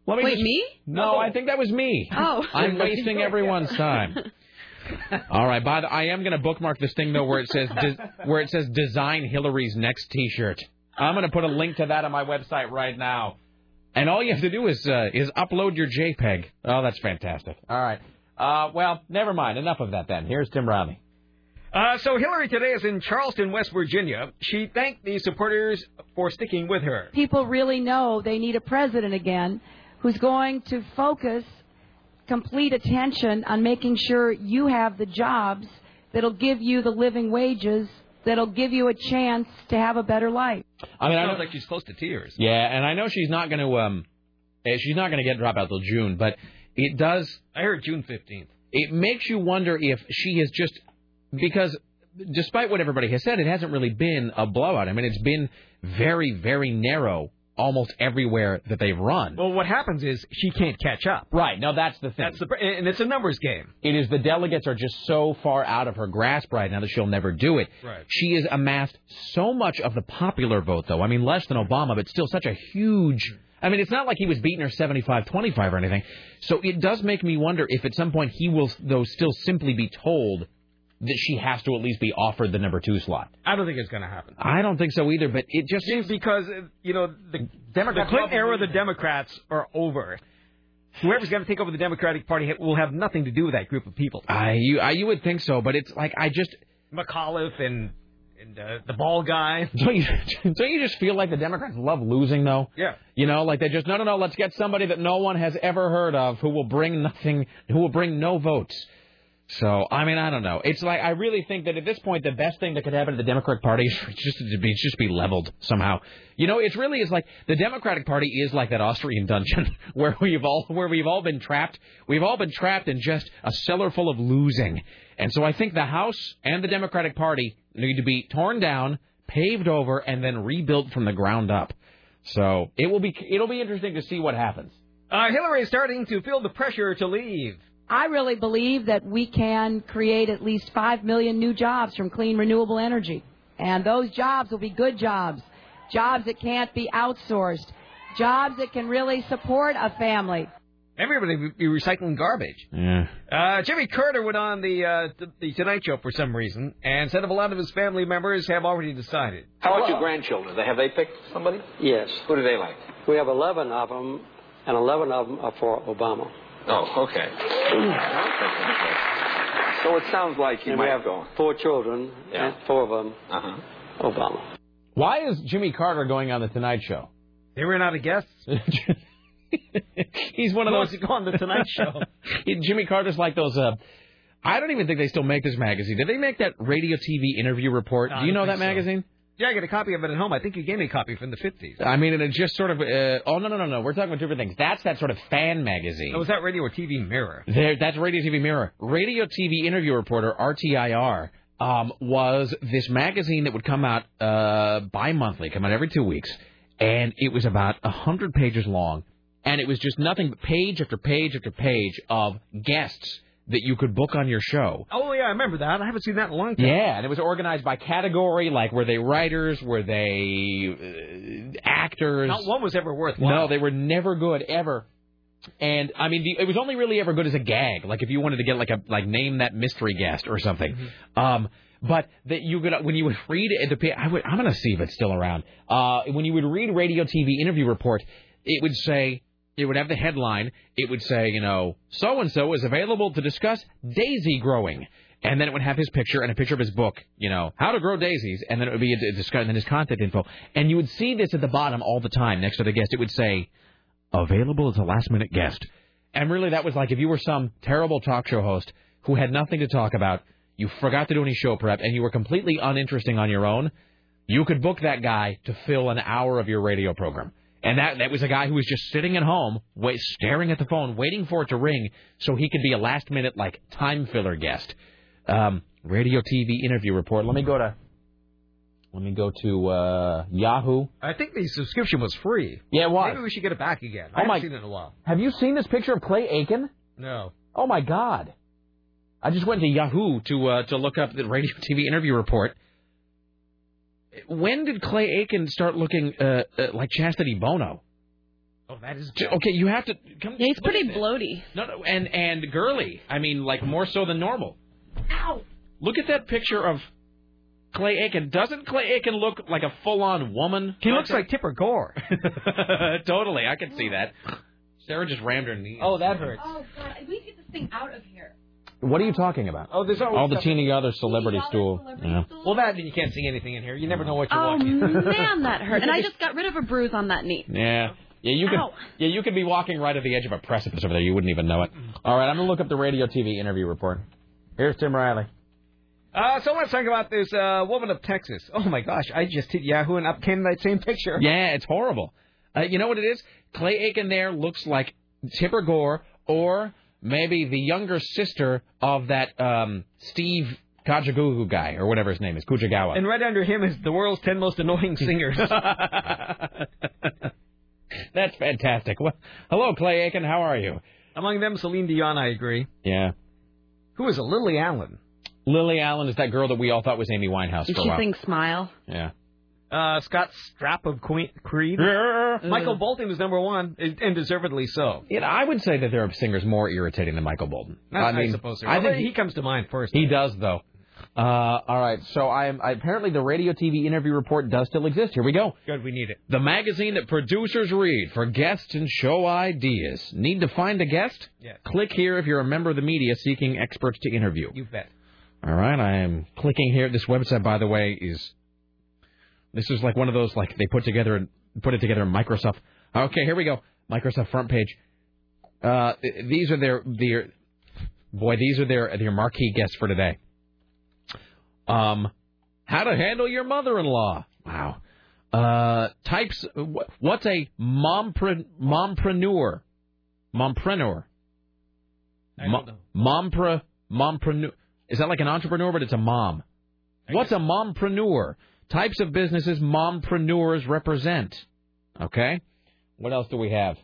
S5: Let me
S4: Wait,
S5: just-
S4: me?
S5: No, I think that was me.
S4: Oh.
S5: I'm wasting everyone's time. All right, by the, I am going to bookmark this thing though, where it says de- where it says design Hillary's next T-shirt. I'm going to put a link to that on my website right now. And all you have to do is uh, is upload your JPEG. Oh, that's fantastic. All right. Uh, well, never mind. Enough of that then. Here's Tim Riley.
S17: Uh, so Hillary today is in Charleston, West Virginia. She thanked the supporters for sticking with her.
S7: people really know they need a president again who's going to focus complete attention on making sure you have the jobs that'll give you the living wages that'll give you a chance to have a better life.
S5: I mean, I
S17: sounds
S5: know-
S17: like she's close to tears.
S5: Yeah, and I know she's not going to um, eh, she's not going to get dropped out till June, but it does.
S17: I heard June fifteenth.
S5: It makes you wonder if she is just because, despite what everybody has said, it hasn't really been a blowout. I mean, it's been very, very narrow almost everywhere that they've run.
S17: Well, what happens is she can't catch up.
S5: Right now, that's the thing.
S17: That's the and it's a numbers game.
S5: It is the delegates are just so far out of her grasp right now that she'll never do it.
S17: Right.
S5: She has amassed so much of the popular vote, though. I mean, less than Obama, but still such a huge. I mean, it's not like he was beating her 75 25 or anything. So it does make me wonder if at some point he will, though, still simply be told that she has to at least be offered the number two slot.
S17: I don't think it's going to happen.
S5: I don't think so either, but it just seems.
S17: because uh, you know the
S5: Democrats
S17: the Clinton
S5: love
S17: era, the
S5: losing.
S17: Democrats are over. Whoever's going to take over the Democratic Party will have nothing to do with that group of people.
S5: I, you, I, you would think so, but it's like I just.
S17: McAuliffe and and uh, the ball guy.
S5: Don't you, don't you just feel like the Democrats love losing, though?
S17: Yeah.
S5: You know, like they just no, no, no. Let's get somebody that no one has ever heard of, who will bring nothing, who will bring no votes. So I mean, I don't know. It's like I really think that at this point, the best thing that could happen to the Democratic Party is just to be just be leveled somehow. You know, it's really is like the Democratic Party is like that Austrian dungeon where we've all where we've all been trapped. We've all been trapped in just a cellar full of losing. And so I think the House and the Democratic Party need to be torn down, paved over, and then rebuilt from the ground up. So it will be it'll be interesting to see what happens.
S17: Uh, Hillary is starting to feel the pressure to leave.
S7: I really believe that we can create at least 5 million new jobs from clean renewable energy. And those jobs will be good jobs, jobs that can't be outsourced, jobs that can really support a family.
S17: Everybody would be recycling garbage.
S5: Yeah.
S17: Uh, Jimmy Carter went on the, uh, the the Tonight Show for some reason and said a lot of his family members have already decided.
S4: How about your grandchildren? They- Have they picked somebody?
S18: Yes.
S4: Who do they like?
S18: We have 11 of them, and 11 of them are for Obama.
S4: Oh, okay. so it sounds like you
S18: and we
S4: might
S18: have
S4: go.
S18: four children,
S4: Yeah.
S18: and four of them,
S4: Uh-huh.
S18: Obama.
S5: Why is Jimmy Carter going on the Tonight Show?
S17: They ran out of guests.
S5: He's one of
S17: Who
S5: those
S17: wants to go on the Tonight Show?
S5: He- Jimmy Carter's like those. Uh, I don't even think they still make this magazine. Did they make that radio TV interview report?
S17: No, I
S5: Do you know
S17: don't
S5: that
S17: think so.
S5: magazine?
S17: Yeah, I got a copy of it at home. I think you gave me a copy from the fifties.
S5: I mean, and it just sort of. Uh, oh no, no, no, no. We're talking about different things. That's that sort of fan magazine.
S17: Oh, was that radio or TV Mirror?
S5: There, that's Radio TV Mirror. Radio TV Interview Reporter (RTIR) um, was this magazine that would come out uh, bi-monthly, come out every two weeks, and it was about a hundred pages long, and it was just nothing but page after page after page of guests that you could book on your show.
S17: Oh yeah, I remember that. I haven't seen that in a long time.
S5: Yeah, and it was organized by category, like were they writers, were they uh, actors?
S17: Not one was ever worth.
S5: No, they were never good ever. And I mean, the, it was only really ever good as a gag, like if you wanted to get like a like name that mystery guest or something. Um, but that you could when you would read it, the pa- I would, I'm gonna see if it's still around. Uh, when you would read radio TV interview report, it would say it would have the headline. It would say you know so and so is available to discuss daisy growing. And then it would have his picture and a picture of his book, you know, how to grow daisies, and then it would be a, a discuss, and then his contact info. And you would see this at the bottom all the time next to the guest. It would say, available as a last minute guest. And really, that was like if you were some terrible talk show host who had nothing to talk about, you forgot to do any show prep, and you were completely uninteresting on your own, you could book that guy to fill an hour of your radio program. And that, that was a guy who was just sitting at home, wait, staring at the phone, waiting for it to ring so he could be a last minute, like, time filler guest. Um, radio TV interview report. Let me go to. Let me go to uh, Yahoo.
S17: I think the subscription was free.
S5: Yeah, it was.
S17: Maybe we should get it back again. I
S5: Oh,
S17: haven't
S5: my-
S17: seen it in a while.
S5: Have you seen this picture of Clay Aiken?
S17: No.
S5: Oh my God! I just went to Yahoo to uh, to look up the radio TV interview report. When did Clay Aiken start looking uh, uh, like Chastity Bono?
S17: Oh, that is.
S5: J- Okay, you have to come.
S6: Yeah, he's
S5: look at
S6: pretty
S5: this.
S6: bloaty.
S5: No, no, and and girly. I mean, like more so than normal. Ow! Look at that picture of Clay Aiken. Doesn't Clay Aiken look like a full-on woman?
S17: He looks like Tipper Gore.
S5: totally. I can see that. Sarah just rammed her knee.
S17: Oh, that hurts.
S22: Oh god, we need to get this thing out of here.
S5: What are you talking about?
S17: Oh, there's always
S5: all the
S17: stuff-
S5: teeny other celebrity
S22: Teeny
S5: stool. Yeah.
S17: Well, that you can't see anything in here. You never know what you're
S6: Oh
S17: watching.
S6: man, that hurt. And I just got rid of a bruise on that knee.
S5: Yeah. Yeah, you could.
S6: Ow.
S5: Yeah, you could be walking right at the edge of a precipice over there. You wouldn't even know it. All right, I'm gonna look up the radio TV interview report. Here's Tim Riley.
S17: Uh, so let's talk about this uh, woman of Texas. Oh my gosh, I just hit Yahoo and up came that same picture.
S5: Yeah, it's horrible. Uh, you know what it is? Clay Aiken there looks like Tipper Gore, or maybe the younger sister of that um, Steve Kajagugu guy, or whatever his name is, Kujagawa.
S17: And right under him is the world's ten most annoying singers.
S5: That's fantastic. Well, hello, Clay Aiken. How are you?
S17: Among them, Celine Dion. I agree.
S5: Yeah.
S17: Who is it? Lily Allen.
S5: Lily Allen is that girl that we all thought was Amy Winehouse
S6: Did
S5: for a
S6: she
S5: while.
S6: sing Smile?
S5: Yeah.
S17: Uh, Scott Strapp of Queen, Creed. Michael Bolton was number one, and and deservedly so.
S5: You know, I would say that there are singers more irritating than Michael Bolton.
S17: I,
S5: mean,
S17: suppose. so.
S5: I
S17: Well,
S5: think
S17: he comes to mind first.
S5: He does, though. Uh, all right, so I am I, apparently the radio TV interview report does still exist. Here we go.
S17: Good, we need it.
S5: The magazine that producers read for guests and show ideas. Need to find a guest?
S17: Yes.
S5: Click here if you're a member of the media seeking experts to interview.
S17: You bet.
S5: All right, I am clicking here. This website, by the way, is this is like one of those like they put together put it together in Microsoft. Okay, here we go. Microsoft front page. Uh, th- these are their their boy. These are their their marquee guests for today. Um, how to handle your mother-in-law. Wow. Uh, types. wh- What's a mompre, mompreneur? Mompreneur. Mo- mompre mompreneur. Is that like an entrepreneur, but it's a mom? What's a mompreneur? Types of businesses mompreneurs represent. Okay. What else do we have?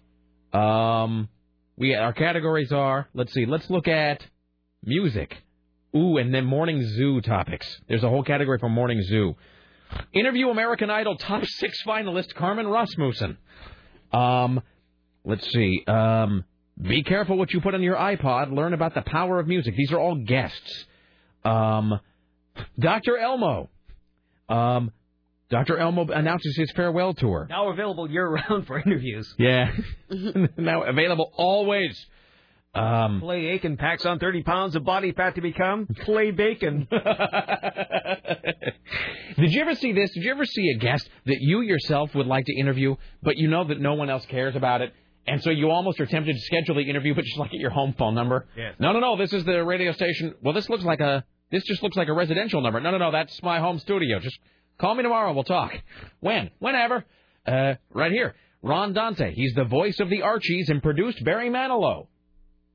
S5: Um, we our categories are. Let's see. Let's look at music. Ooh, and then morning zoo topics. There's a whole category for morning zoo. Interview American Idol top six finalist Carmen Rasmussen. Um, let's see. Um, be careful what you put on your iPod. Learn about the power of music. These are all guests. Um, Dr. Elmo. Um, Dr. Elmo announces his farewell tour.
S17: Now available year round for interviews.
S5: Yeah. now available always. Um,
S17: Clay Aiken packs on 30 pounds of body fat to become Clay Bacon.
S5: Did you ever see this? Did you ever see a guest that you yourself would like to interview, but you know that no one else cares about it? And so you almost are tempted to schedule the interview, but just look at your home phone number.
S21: Yes.
S5: No, no, no. This is the radio station. Well, this looks like a. This just looks like a residential number. No, no, no. That's my home studio. Just call me tomorrow. We'll talk. When? Whenever. Uh, right here. Ron Dante. He's the voice of the Archies and produced Barry Manilow.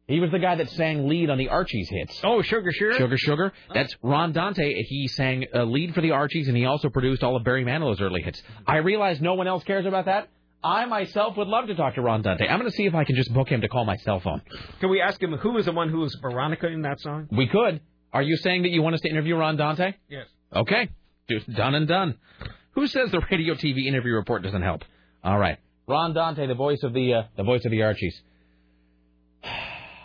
S5: He was the guy that sang lead on the Archies hits.
S17: Oh, Sugar Sugar?
S5: Sugar Sugar. That's Ron Dante. He sang a lead for the Archies, and he also produced all of Barry Manilow's early hits. I realize no one else cares about that. I myself would love to talk to Ron Dante. I'm going to see if I can just book him to call my cell phone.
S17: Can we ask him who was the one who was Veronica in that song?
S5: We could. Are you saying that you want us to interview Ron Dante?
S17: Yes.
S5: Okay. Just done and done. Who says the radio TV interview report doesn't help? All right. Ron Dante, the voice of the uh, the voice of the Archies.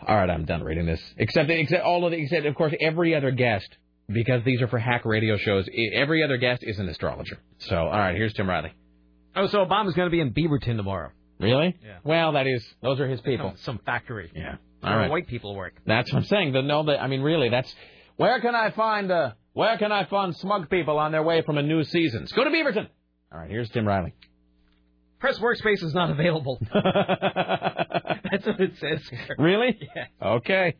S5: All right, I'm done reading this. Except except all of the except of course every other guest because these are for hack radio shows. e- Every other guest is an astrologer. So all right, here's Tim Riley.
S17: Oh, so Obama's going to be in Beaverton tomorrow.
S5: Really?
S17: Yeah.
S5: Well, that is those are his people.
S17: Some, some factory.
S5: Yeah.
S17: All
S5: All right.
S17: White people work.
S5: That's what I'm saying. The, no, the, I mean, really, that's where can I find uh, where can I find smug people on their way from a new season? Let's go to Beaverton. All right, here's Tim Riley.
S17: Press Workspace is not available. That's what it says. here.
S5: Really?
S17: Yeah.
S5: Okay.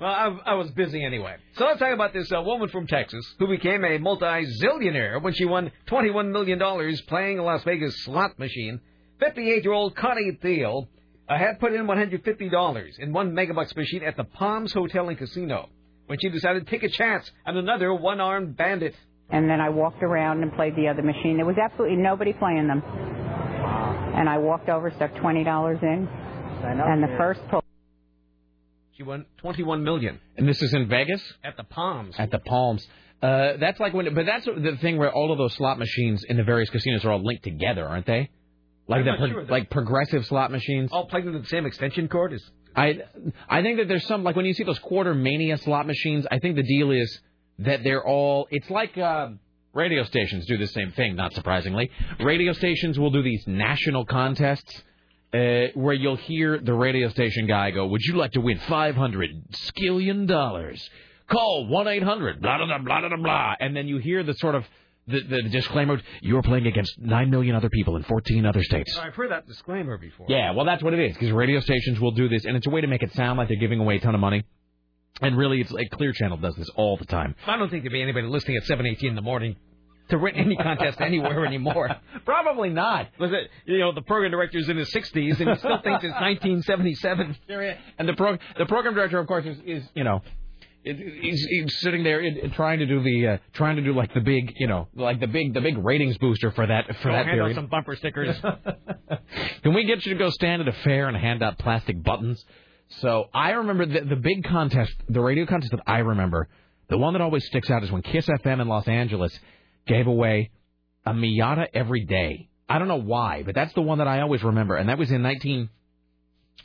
S17: Well, I, I was busy anyway. So let's talk about this uh, woman from Texas who became a multi-zillionaire when she won $21 million playing a Las Vegas slot machine. 58-year-old Connie Thiel uh, had put in $150 in one megabucks machine at the Palms Hotel and Casino when she decided to take a chance on another one-armed bandit.
S23: And then I walked around and played the other machine. There was absolutely nobody playing them. And I walked over, stuck twenty dollars in, and the first pull.
S17: She won $21 million
S5: And this is in Vegas.
S17: at the Palms.
S5: At the Palms. Uh, that's like when, but that's the thing where all of those slot machines in the various casinos are all linked together, aren't they? Like
S17: I'm
S5: the
S17: not
S5: pro-
S17: sure of that.
S5: like progressive slot machines.
S17: All plugged into the same extension cord is
S5: I I think that there's some like when you see those quarter mania slot machines. I think the deal is that they're all. It's like um, radio stations do the same thing. Not surprisingly, radio stations will do these national contests. Uh, where you'll hear the radio station guy go, "Would you like to win five hundred skillion dollars? Call one eight hundred blah blah blah blah blah blah." And then you hear the sort of the, the disclaimer: "You're playing against nine million other people in fourteen other states."
S17: I've heard that disclaimer before.
S5: Yeah, well, that's what it is because radio stations will do this, and it's a way to make it sound like they're giving away a ton of money. And really, it's like Clear Channel does this all the time.
S17: I don't think there'd be anybody listening at 7:18 in the morning to win any contest anywhere anymore.
S5: Probably not.
S17: Was it? You know, the program director's in his 60s and he still thinks it's 1977.
S5: And the pro the program director, of course, is, is you know, is he's, he's sitting there in, in trying to do the uh, trying to do like the big you know like the big the big ratings booster for that for
S17: Go
S5: that
S17: hand out
S5: period.
S17: some bumper stickers.
S5: Can we get you to go stand at a fair and hand out plastic buttons? So I remember the, the big contest, the radio contest that I remember, the one that always sticks out is when Kiss FM in Los Angeles gave away a Miata every day. I don't know why, but that's the one that I always remember, and that was in 19.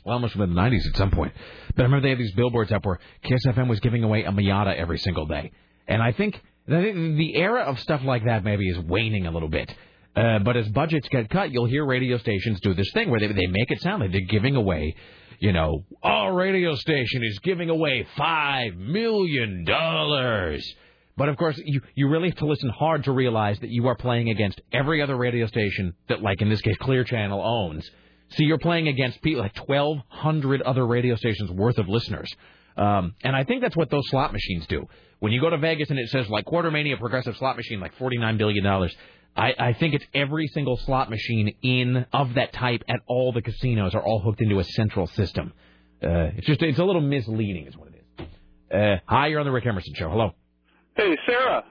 S5: Well, it must have been the 90s at some point. But I remember they had these billboards up where Kiss FM was giving away a Miata every single day. And I think I think the era of stuff like that maybe is waning a little bit. Uh, but as budgets get cut, you'll hear radio stations do this thing where they, they make it sound like they're giving away you know, our radio station is giving away five million dollars. But of course, you, you really have to listen hard to realize that you are playing against every other radio station that, like in this case, Clear Channel owns. So you're playing against people like 1,200 other radio stations worth of listeners. Um, and I think that's what those slot machines do. When you go to Vegas and it says like Quartermania Progressive Slot Machine, like $49 billion, I, I think it's every single slot machine in of that type at all the casinos are all hooked into a central system. Uh, it's just it's a little misleading, is what it is. Uh, hi, you're on the Rick Emerson show. Hello.
S9: Hey, Sarah.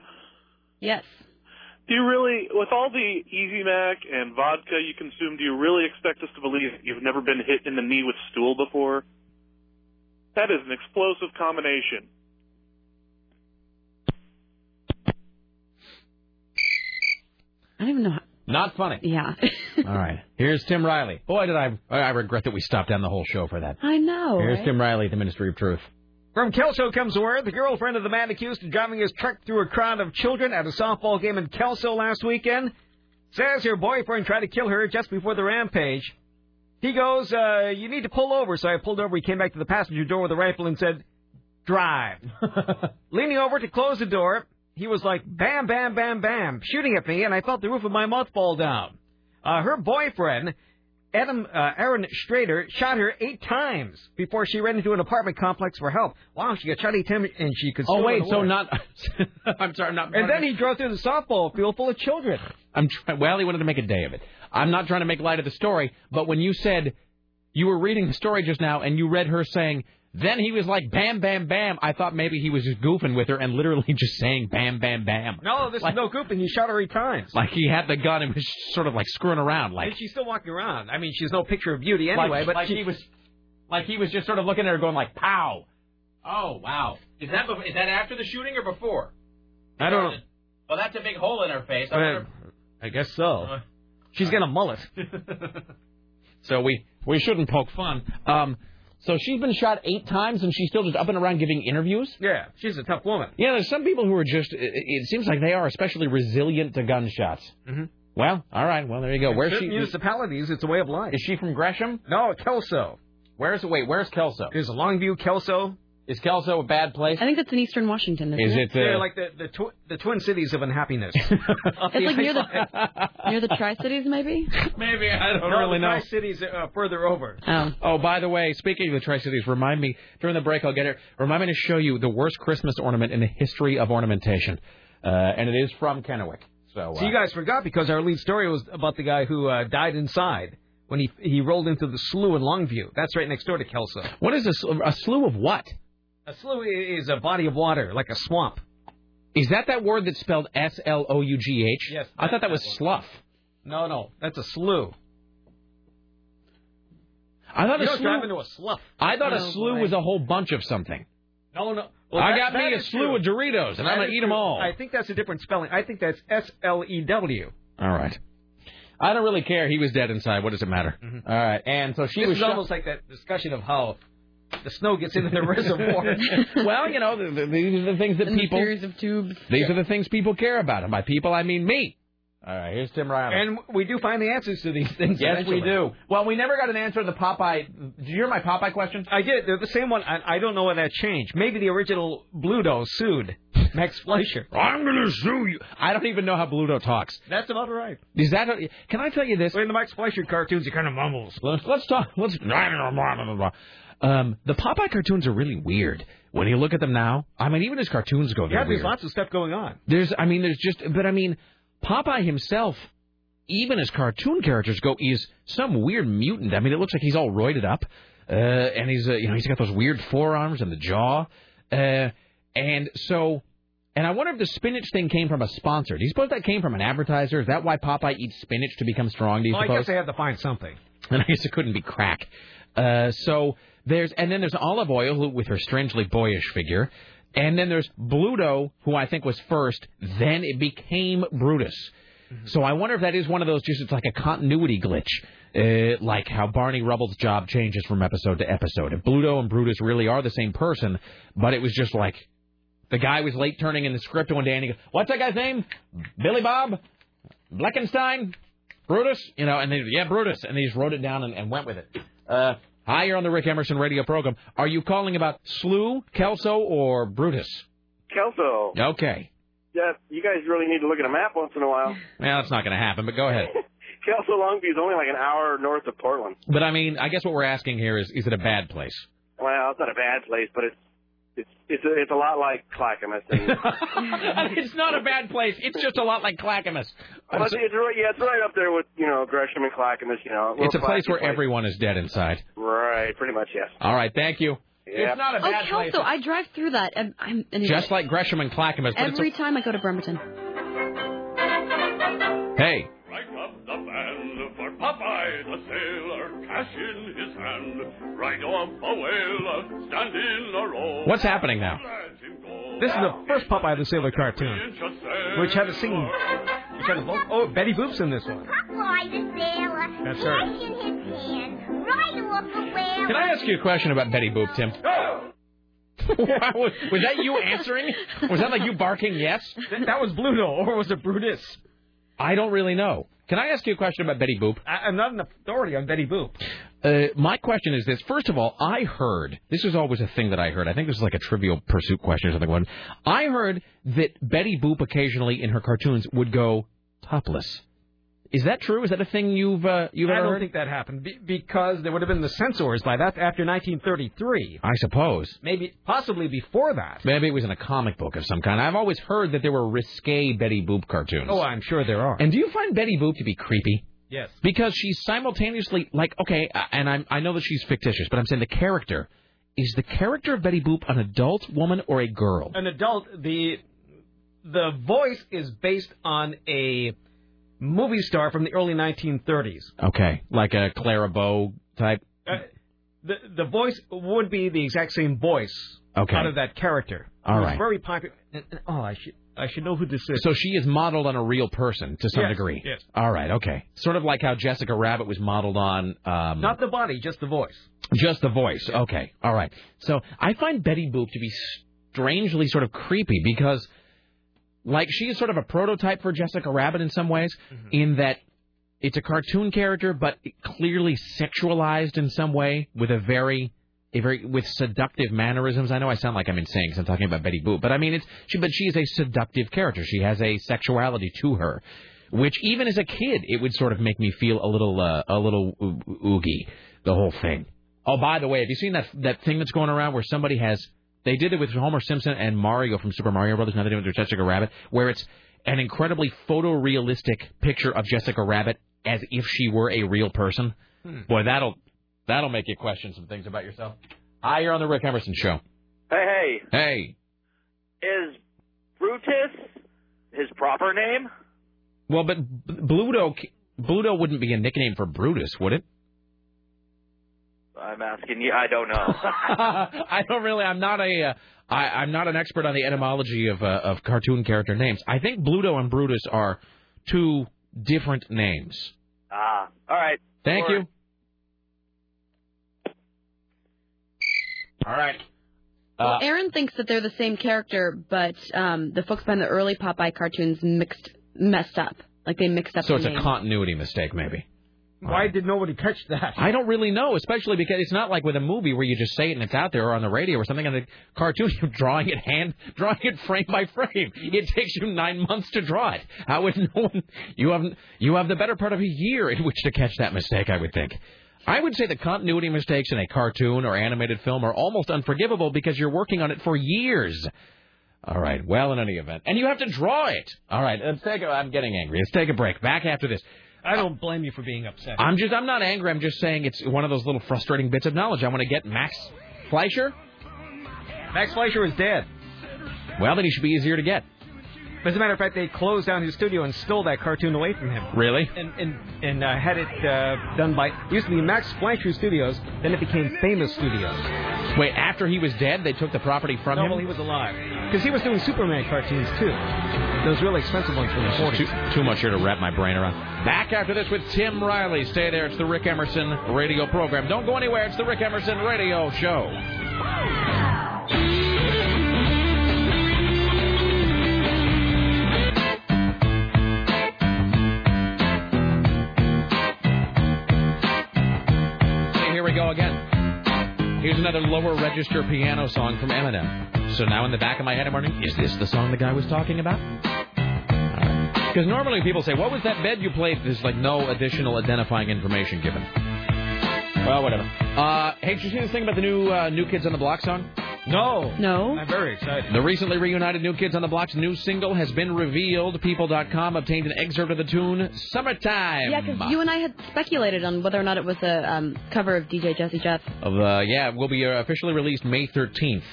S6: Yes.
S9: Do you really, with all the Easy Mac and vodka you consume, do you really expect us to believe you've never been hit in the knee with stool before? That is an explosive combination.
S6: I don't even know. How...
S5: Not funny.
S6: Yeah.
S5: All right. Here's Tim Riley. Boy, did I I regret that we stopped down the whole show for that.
S6: I know.
S5: Here's
S6: right?
S5: Tim Riley, the Ministry of Truth.
S17: From Kelso comes word the girlfriend of the man accused of driving his truck through a crowd of children at a softball game in Kelso last weekend says her boyfriend tried to kill her just before the rampage. He goes, uh, You need to pull over. So I pulled over. He came back to the passenger door with a rifle and said, Drive. Leaning over to close the door, he was like, Bam, bam, bam, bam, shooting at me, and I felt the roof of my mouth fall down. Uh, her boyfriend Adam uh, Aaron Strader shot her eight times before she ran into an apartment complex for help. Wow, she got shot eight times and she could.
S5: Oh
S17: still
S5: wait,
S17: run
S5: so
S17: away.
S5: not. I'm sorry, I'm not.
S17: And then he drove through the softball field full of children.
S5: I'm try- well, he wanted to make a day of it. I'm not trying to make light of the story, but when you said you were reading the story just now and you read her saying, then he was like bam, bam, bam. I thought maybe he was just goofing with her and literally just saying bam, bam, bam.
S17: No, "Oh, this is no gooping. He shot her eight times.
S5: Like he had the gun and was sort of like screwing around, like
S17: and she's still walking around. I mean, she's no picture of beauty
S5: Like-
S17: anyway. but
S5: like
S17: she
S5: he was, like he was just sort of looking at her, going like, "Pow." Oh wow. Is that bef- is that after the shooting or before?
S17: I don't know.
S5: Well, that's a big hole in her face.
S17: I wonder- I guess so. She's got a mullet.
S5: so we we shouldn't poke fun. Um, so she's been shot eight times and she's still just up and around giving interviews.
S17: Yeah, she's a tough woman.
S5: Yeah, there's some people who are just. It, it seems like they are especially resilient to gunshots.
S17: Mhm.
S5: Well, all right. Well, there you go.
S17: In
S5: Where's she?
S17: certain municipalities, it's a way of life.
S5: Is she from Gresham?
S17: No, Kelso.
S5: Where's wait? Where's Kelso?
S17: Is Longview Kelso?
S5: Is Kelso a bad place?
S6: I think that's in Eastern Washington. Isn't
S5: Is it, uh,
S17: They're like the the, tw- the twin cities of unhappiness.
S6: e- It's like near the near the Tri Cities, maybe.
S5: Maybe uh, I don't
S17: no,
S5: really
S17: the
S5: know.
S17: Tri-Cities uh, further over.
S6: Oh.
S5: Oh, by the way, speaking of the Tri Cities, remind me during the break. I'll get it. Remind me to show you the worst Christmas ornament in the history of ornamentation, uh, and it is from Kennewick. So, uh,
S17: So you guys forgot because our lead story was about the guy who uh, died inside when he he rolled into the slough in Longview. That's right next door to Kelso.
S5: what is a, sl- a slew of what?
S17: A slough i- is a body of water, like a swamp.
S5: Is that that word that's spelled S L O U G H?
S17: Yes,
S5: I thought that was slough.
S17: No, no, that's a slough.
S5: I thought
S17: you
S5: a
S17: don't
S5: slough. Oh,
S17: drive into a slough.
S5: I thought a
S17: No,
S5: slew
S17: boy.
S5: was a whole bunch of something.
S17: No, no.
S5: I
S17: that-
S5: got me
S17: that
S5: a
S17: is
S5: slew
S17: true.
S5: of Doritos, and I'm
S17: That
S5: gonna
S17: is
S5: eat 'em
S17: true.
S5: all.
S17: I think that's a different spelling. I think that's S L E W.
S5: All right. I don't really care. He was dead inside. What does it matter? All right. And so she
S17: this
S5: was
S17: is
S5: shot-
S17: almost like that discussion of how the snow gets into the reservoir.
S5: well, you know, th th these are the things that
S17: And the
S5: people.
S17: series
S6: of tubes.
S5: These are the things people care about. And by people, I mean me. All right, here's Tim Riley.
S17: And we do find the answers to these things.
S5: yes, we
S17: eventually.
S5: do. Well, we never got an answer to the Popeye. Did you hear my Popeye question?
S17: I did. They're the same one. I, I don't know why that changed. Maybe the original Bluto sued Max Fleischer.
S5: I'm gonna sue you. I don't even know how Bluto talks.
S17: That's about right.
S5: Is that? A, can I tell you this?
S17: In the Max Fleischer cartoons, he kind of mumbles.
S5: Let's, let's talk. Let's. Um, the Popeye cartoons are really weird. When you look at them now, I mean, even his cartoons go. they're
S17: Yeah, there's
S5: weird.
S17: lots of stuff going on.
S5: There's, I mean, there's just, but I mean, Popeye himself, even as cartoon characters go, is some weird mutant. I mean, it looks like he's all roided up, uh, and he's, uh, you know, he's got those weird forearms and the jaw, uh, and so, and I wonder if the spinach thing came from a sponsor. Do you suppose that came from an advertiser? Is that why Popeye eats spinach to become strong? Do you
S17: Well, I
S5: suppose?
S17: guess they had to find something.
S5: and I guess it couldn't be crack. Uh, so there's, and then there's Olive Oil who- with her strangely boyish figure, and then there's Bluto, who I think was first. Then it became Brutus. So I wonder if that is one of those just it's like a continuity glitch, uh, like how Barney Rubble's job changes from episode to episode. If Bluto and Brutus really are the same person, but it was just like the guy was late turning in the script one day, and he goes, "What's that guy's name? Billy Bob, Blackenstein, Brutus, you know, and they, yeah, Brutus, and they just wrote it down and, and went with it. Uh, Hi, you're on the Rick Emerson radio program. Are you calling about Slew, Kelso, or Brutus?
S24: Kelso.
S5: Okay.
S24: Yeah, you guys really need to look at a map once in a while.
S5: Well, that's not going to happen, but go ahead.
S24: Kelso Longview is only like an hour north of Portland.
S5: But I mean, I guess what we're asking here is, is it a bad place?
S24: Well, it's not a bad place, but it's it's it's a, it's a lot like Clackamas. And,
S5: it's not a bad place. It's just a lot like Clackamas.
S24: Well, it's, it's right, yeah, it's right up there with you know Gresham and Clackamas. You know,
S5: It's a
S24: little
S5: place where
S24: classy
S5: everyone is dead inside.
S24: Right, pretty much yes.
S5: All right, thank you.
S24: Yep.
S5: not a bad
S6: oh, Kelso,
S5: place.
S6: I drive through that. And I'm, and
S5: Just like Gresham and Clackamas, but it's
S6: every time I go to Bremerton.
S5: a, hey,
S21: Right up the band for Popeye the sailor, cash in his hand. Right off the whale, stand in a row.
S17: What's happening now? This is the first Popeye the Sailor cartoon, which had a singing. Which had a vocal. Oh, Betty Boop's in this one.
S21: Popeye the sailor,
S17: That's right.
S21: cash in his hand. Right off the whale.
S5: can I ask you a question about Betty Boop, Tim? Why was, was that you answering? Was that like you barking yes? That, was Bluto, or was it Brutus? I don't really know. Can I ask you a question about Betty Boop? I, I'm not an authority on Betty Boop. Uh, my question is this: First of all, I heard this is always a thing that I heard. I think this is like a Trivial Pursuit question or something. One, I heard that Betty Boop occasionally in her cartoons would go topless. Is that true? Is that a thing you've uh, you've
S17: I
S5: ever
S17: don't
S5: heard?
S17: think that happened be- because there would have been the censors by that after 1933.
S5: I suppose.
S17: Maybe possibly before that.
S5: Maybe it was in a comic book of some kind. I've always heard that there were risque Betty Boop cartoons.
S17: Oh, I'm sure there are.
S5: And do you find Betty Boop to be creepy?
S17: Yes.
S5: Because she's simultaneously like okay, uh, and I'm I know that she's fictitious, but I'm saying the character is the character of Betty Boop an adult woman or a girl?
S17: An adult, the the voice is based on a movie star from the early 1930s.
S5: Okay, like a Clara Bow type.
S17: Uh, the the voice would be the exact same voice
S5: Okay.
S17: out of that character.
S5: All
S17: It was
S5: right.
S17: Very popular. and- and- Oh, I should I should know who this is.
S5: So she is modeled on a real person to some
S17: Yes,
S5: degree.
S17: yes.
S5: All right. Okay. Sort of like how Jessica Rabbit was modeled on. Um,
S17: Not the body, just the voice.
S5: Just the voice. Okay. All right. So I find Betty Boop to be strangely sort of creepy because, like, she is sort of a prototype for Jessica Rabbit in some ways,
S17: Mm-hmm.
S5: in that it's a cartoon character, but clearly sexualized in some way with a very. A very with seductive mannerisms. I know I sound like I'm insane because I'm talking about Betty Boop, but I mean it's she. But she is a seductive character. She has a sexuality to her, which even as a kid, it would sort of make me feel a little uh, a little oo- oogie. The whole thing. Oh, by the way, have you seen that that thing that's going around where somebody has? They did it with Homer Simpson and Mario from Super Mario Brothers. Now they do it with Jessica Rabbit, where it's an incredibly photorealistic picture of Jessica Rabbit as if she were a real person.
S21: Hmm.
S5: Boy, that'll that'll make you question some things about yourself. Hi, you're on the Rick Emerson show.
S24: Hey,
S5: Hey,
S24: hey, is Brutus his proper name?
S5: well, but B- Bluto c- Bluto wouldn't be a nickname for Brutus, would it?
S24: I'm asking you. I don't know.
S5: I don't really. I'm not a. Uh, I, I'm not an expert on the etymology of uh, of cartoon character names. I think Bluto and Brutus are two different names.
S24: ah, all right.
S5: Thank
S24: Or-
S5: you. All right. Ah.
S6: well,
S5: Uh,
S6: Aaron thinks that they're the same character, but um, the folks behind the early Popeye cartoons mixed messed up. Like they mixed up.
S5: So
S6: the
S5: it's a
S6: name.
S5: continuity mistake, maybe.
S17: Why did nobody catch that?
S5: I don't really know, especially because it's not like with a movie where you just say it and it's out there, or on the radio or something. On the cartoon, you're drawing it hand, drawing it frame by frame. It takes you nine months to draw it. How would no one? You have you have the better part of a year in which to catch that mistake. I would think. I would say the continuity mistakes in a cartoon or animated film are almost unforgivable because you're working on it for years. All right. Well, in any event, and you have to draw it. All right. Let's take. A, I'm getting angry. Let's take a break. Back after this.
S17: I don't blame you for being upset.
S5: I'm just I'm not angry. I'm just saying it's one of those little frustrating bits of knowledge. I want to get Max Fleischer.
S17: Max Fleischer is dead.
S5: Well, then he should be easier to get.
S17: As a matter of fact, they closed down his studio and stole that cartoon away from him.
S5: Really?
S17: And and and uh, had it uh, done by it used to be Max Fleischer Studios, then it became Famous Studios.
S5: Wait, after he was dead, they took the property from
S17: no,
S5: him.
S17: while he was alive, because he was doing Superman cartoons too. Those really expensive ones from the
S5: This is
S17: 40s.
S5: too, too much here to wrap my brain around. Back after this with Tim Riley. Stay there. It's the Rick Emerson radio program. Don't go anywhere. It's the Rick Emerson radio show. See, here we go again. another lower register piano song from Eminem. So now in the back of my head, I'm wondering, is this the song the guy was talking about? Because normally people say, "What was that bed you played?" There's like no additional identifying information given. Well, whatever. Uh, hey, did you see this thing about the new uh, New Kids on the Block song?
S17: No.
S6: No.
S17: I'm very excited.
S5: The recently reunited New Kids on the Block's new single has been revealed. People.com obtained an excerpt of the tune "Summertime."
S6: Yeah, because you and I had speculated on whether or not it was a um, cover of DJ Jesse Jeff.
S5: of uh, yeah will be uh, officially released May 13th,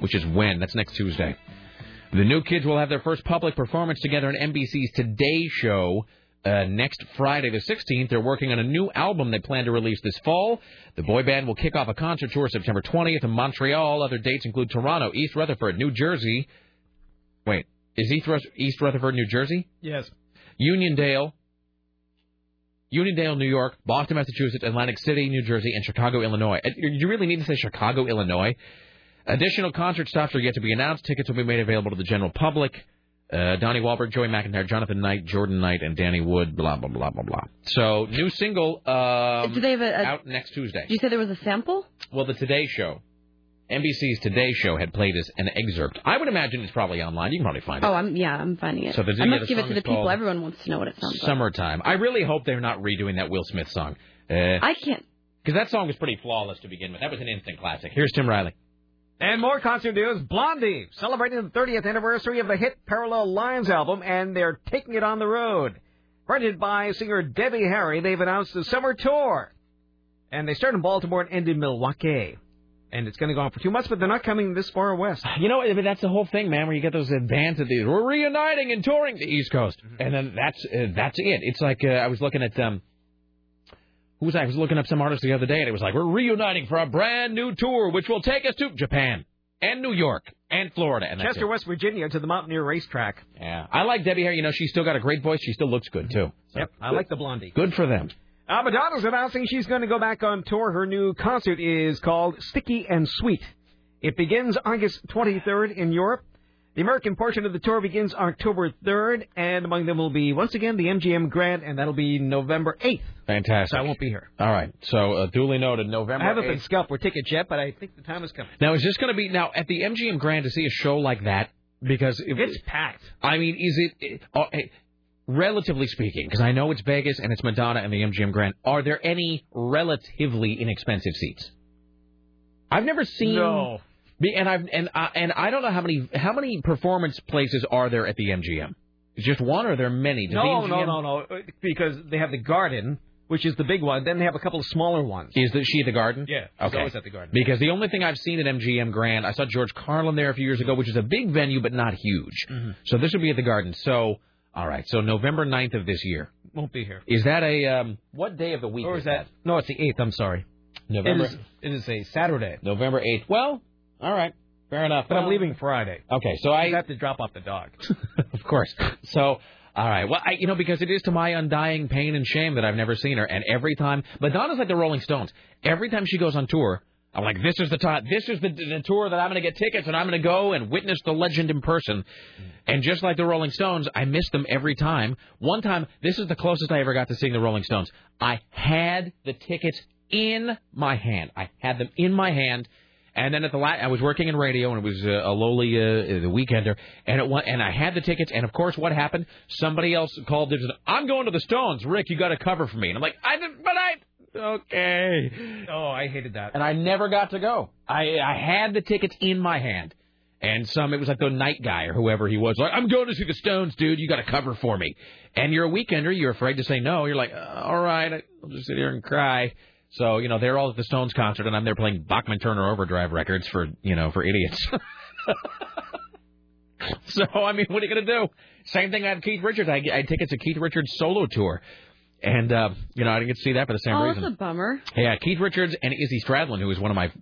S5: which is when that's next Tuesday. The new kids will have their first public performance together in NBC's Today Show. Uh, next Friday, the 16th, they're working on a new album they plan to release this fall. The boy band will kick off a concert tour September 20th in Montreal. Other dates include Toronto, East Rutherford, New Jersey. Wait, is East, Rus- East Rutherford, New Jersey?
S17: Yes.
S5: Uniondale, Uniondale, New York, Boston, Massachusetts, Atlantic City, New Jersey, and Chicago, Illinois. Uh, You really need to say Chicago, Illinois. Additional concert stops are yet to be announced. Tickets will be made available to the general public. Uh, Donnie Wahlberg, Joey McIntyre, Jonathan Knight, Jordan Knight, and Danny Wood. Blah blah blah blah blah. So new single um,
S6: Do they have a- a-
S5: out next Tuesday.
S6: Did you say there was a sample?
S5: Well, the Today Show, NBC's Today Show had played as an excerpt. I would imagine it's probably online. You can probably find it.
S6: Oh, I'm yeah, I'm finding it.
S5: So the-
S6: I
S5: yeah, the
S6: must give
S5: song
S6: it to
S5: is
S6: the people.
S5: called
S6: Everyone wants to know what it sounds like.
S5: Summertime. I really hope they're not redoing that Will Smith song. Uh,
S6: I can't.
S5: Because that song was pretty flawless to begin with. That was an instant classic. Here's Tim Riley.
S17: And more concert news. Blondie celebrating the 30th anniversary of the hit Parallel Lines album, and they're taking it on the road. Fronted by singer Debbie Harry, they've announced a summer tour. And they start in Baltimore and end in Milwaukee. And it's going to go on for two months, but they're not coming this far west.
S5: You know, I mean, that's the whole thing, man. Where you get those advances, these we're reuniting and touring the East Coast,
S17: Mm-hmm.
S5: and then that's uh, that's it. It's like uh, I was looking at um, who was I? I was looking up some artist the other day, and it was like we're reuniting for a brand new tour, which will take us to Japan and New York and Florida and that's
S17: Chester,
S5: it.
S17: West Virginia to the Mountaineer Racetrack.
S5: Yeah, I like Debbie Harry. You know, she's still got a great voice. She still looks good too.
S17: Yep, I like the Blondie.
S5: Good for them.
S17: Uh, Madonna's announcing she's going to go back on tour. Her new concert is called Sticky and Sweet. It begins August 23rd in Europe. The American portion of the tour begins October 3rd, and among them will be, once again, the MGM Grand, and that'll be November 8th.
S5: Fantastic.
S17: So I won't be here.
S5: All right. So uh, duly noted. November.
S17: I haven't
S5: 8th.
S17: been scalped for tickets yet, but I think the time is coming.
S5: Now, is this going to be now at the MGM Grand to see a show like that? Because if,
S17: It's packed.
S5: I mean, is it, it- uh, eh, relatively speaking? Because I know it's Vegas and it's Madonna and the MGM Grand. Are there any relatively inexpensive seats? I've never seen.
S17: No.
S5: Be- And I've and I, and I don't know how many how many performance places are there at the MGM. Is just one or are there many? Do the
S17: No, no,
S5: MGM
S17: no, no, uh, because they have the Garden, which is the big one. Then they have a couple of smaller ones.
S5: Is the, she the garden?
S17: Yeah, she's
S5: Okay.
S17: always at the Garden.
S5: Because the only thing I've seen at MGM Grand, I saw George Carlin there a few years ago, which is a big venue but not huge.
S17: Mhm.
S5: So this will be at the garden. So, all right. So November 9th of this year.
S17: Won't be here.
S5: Is that a um, what day of the week? Or is that?
S17: No, it's the 8th. I'm sorry.
S5: November.
S17: It is, it is a Saturday.
S5: November 8th. Well, all right. Fair enough.
S17: But I'm
S5: Well-
S17: leaving Friday.
S5: Okay, so I
S17: have to drop off the dog.
S5: of course. So, all right. Well, I, you know, because it is to my undying pain and shame that I've never seen her. And every time, Madonna's like the Rolling Stones. Every time she goes on tour, I'm like, this is the time. This is the, the tour that I'm going to get tickets and I'm going to go and witness the legend in person. And just like the Rolling Stones, I miss them every time. One time, this is the closest I ever got to seeing the Rolling Stones. I had the tickets in my hand. I had them in my hand. And then at the la I was working in radio, and it was uh, a lowly uh, the weekender, and it wa- and I had the tickets, and of course, what happened? Somebody else called. and said, I'm going to the Stones, Rick. You got to cover for me, and I'm like, I didn't, but I okay.
S17: Oh, I hated that.
S5: And I never got to go. I I had the tickets in my hand, and some it was like the night guy or whoever he was. Like, I'm going to see the Stones, dude. You got to cover for me. And you're a weekender. You're afraid to say no. You're like, uh, all right, I'll just sit here and cry. So you know they're all at the Stones concert, and I'm there playing Bachman Turner Overdrive records for you know for idiots. so I mean, what are you gonna do? Same thing I had Keith Richards. I I had tickets to Keith Richards solo tour, and uh, you know I didn't get to see that for the same
S6: oh,
S5: reason.
S6: that's a bummer.
S5: Yeah, Keith Richards and Izzy Stradlin, who is one of my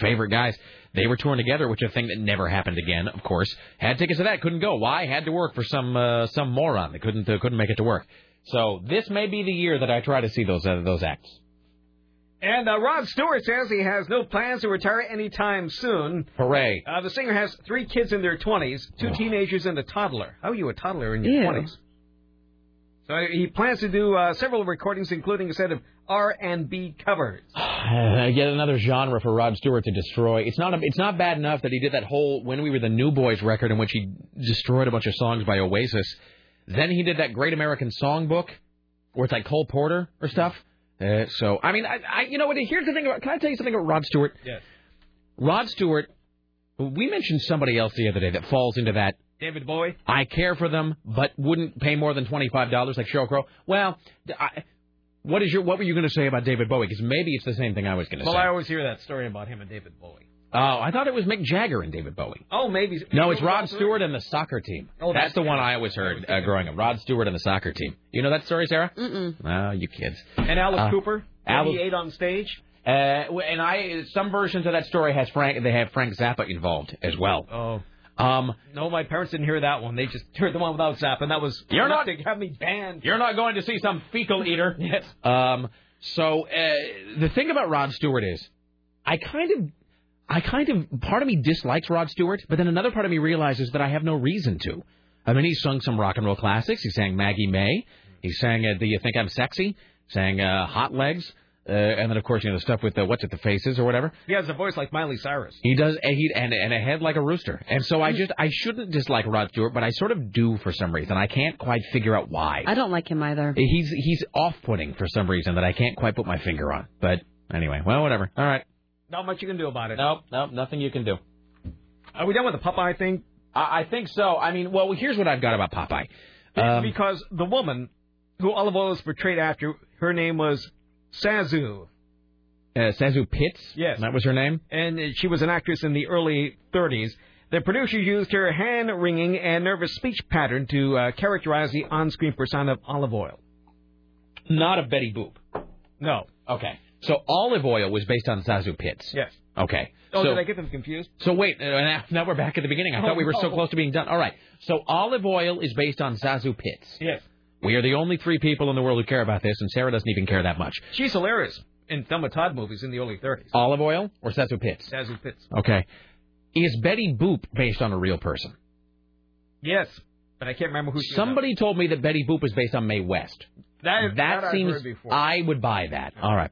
S5: favorite guys, they were touring together, which is a thing that never happened again. Of course, had tickets to that, couldn't go. Why? Had to work for some uh, some moron that couldn't uh, couldn't make it to work. So this may be the year that I try to see those uh, those acts.
S17: And uh, Rod Stewart says he has no plans to retire anytime soon.
S5: Hooray!
S17: Uh, the singer has three kids in their 20s, two teenagers and a toddler. How are you a toddler in your
S5: Ew.
S17: 20s? So he plans to do uh, several recordings, including a set of R&B covers.
S5: Uh, yet another genre for Rod Stewart to destroy. It's not a, it's not bad enough that he did that whole "When We Were the New Boys" record in which he destroyed a bunch of songs by Oasis. Then he did that Great American Songbook, where it's like Cole Porter or stuff. Uh, so I mean, I, I you know what? Here's the thing about. Can I tell you something about Rod Stewart?
S17: Yes.
S5: Rod Stewart. We mentioned somebody else the other day that falls into that
S17: David Bowie.
S5: I care for them, but wouldn't pay more than twenty five dollars, like Sheryl Crow. Well, I, what is your what were you going to say about David Bowie? Because maybe it's the same thing I was going to
S17: Well,
S5: say.
S17: I always hear that story about him and David Bowie.
S5: oh, I thought it was Mick Jagger and David Bowie.
S17: Oh, maybe.
S5: No, it's Rod Stewart and the soccer team.
S17: Oh,
S5: that's,
S17: that's-
S5: the one I always heard uh, growing up. Rod Stewart and the soccer team. You know that story, Sarah?
S6: Mm-mm.
S5: No, you kids.
S17: And Alice
S5: Uh,
S17: Cooper.
S5: Alice-
S17: He ate on stage.
S5: Uh, and I some versions of that story has Frank. They have Frank Zappa involved as well.
S17: Oh.
S5: Um,
S17: No, my parents didn't hear that one. They just heard the one without Zap, and that was.
S5: You're not-
S17: They have me banned.
S5: You're not going to see some fecal eater.
S17: yes.
S5: Um, so uh, the thing about Rod Stewart is, I kind of, I kind of, part of me dislikes Rod Stewart, but then another part of me realizes that I have no reason to. I mean, he's sung some rock and roll classics. He sang Maggie May. He sang uh, Do You Think I'm Sexy? Sang uh, Hot Legs. Uh, and then, of course, you know, the stuff with the What's It, the Faces or whatever.
S17: He has a voice like Miley Cyrus.
S5: He does, and, he, and, and a head like a rooster. And so I just, I shouldn't dislike Rod Stewart, but I sort of do for some reason. I can't quite figure out why.
S6: I don't like him either.
S5: He's he's off-putting for some reason that I can't quite put my finger on. But anyway, well, whatever. All right.
S17: Not much you can do about it.
S5: Nope, nope, nothing you can do.
S17: Are we done with the Popeye thing?
S5: I, I think so. I mean, well, here's what I've got about Popeye. Um,
S17: because the woman who Olive Oil is portrayed after, her name was Sazu,
S5: Uh, Sazu Pitts.
S17: Yes.
S5: that was her name.
S17: and she was an actress in the early 30s. The producers used her hand wringing and nervous speech pattern to uh, characterize the on screen persona of Olive Oil.
S5: Not a Betty Boop.
S17: No.
S5: Okay. So Olive Oil was based on Sazu Pitts.
S17: Yes.
S5: Okay.
S17: Oh,
S5: so,
S17: did I get them confused?
S5: so wait, uh, now, now we're back at the beginning. I
S17: Oh,
S5: thought we were so
S17: no.
S5: close to being done. All right. So Olive Oil is based on Sazu Pitts.
S17: Yes.
S5: We are the only three people in the world who care about this, and Sarah doesn't even care that much.
S17: She's hilarious in Thelma Todd movies in the early 30s.
S5: Olive Oil or Sazu Pitts?
S17: Sazu Pitts.
S5: Okay. Is Betty Boop based on a real person?
S17: Yes, but I can't remember who she was.
S5: Somebody told me that Betty Boop is based on Mae West.
S17: That, that I've
S5: seems
S17: heard before.
S5: I would buy that. All right.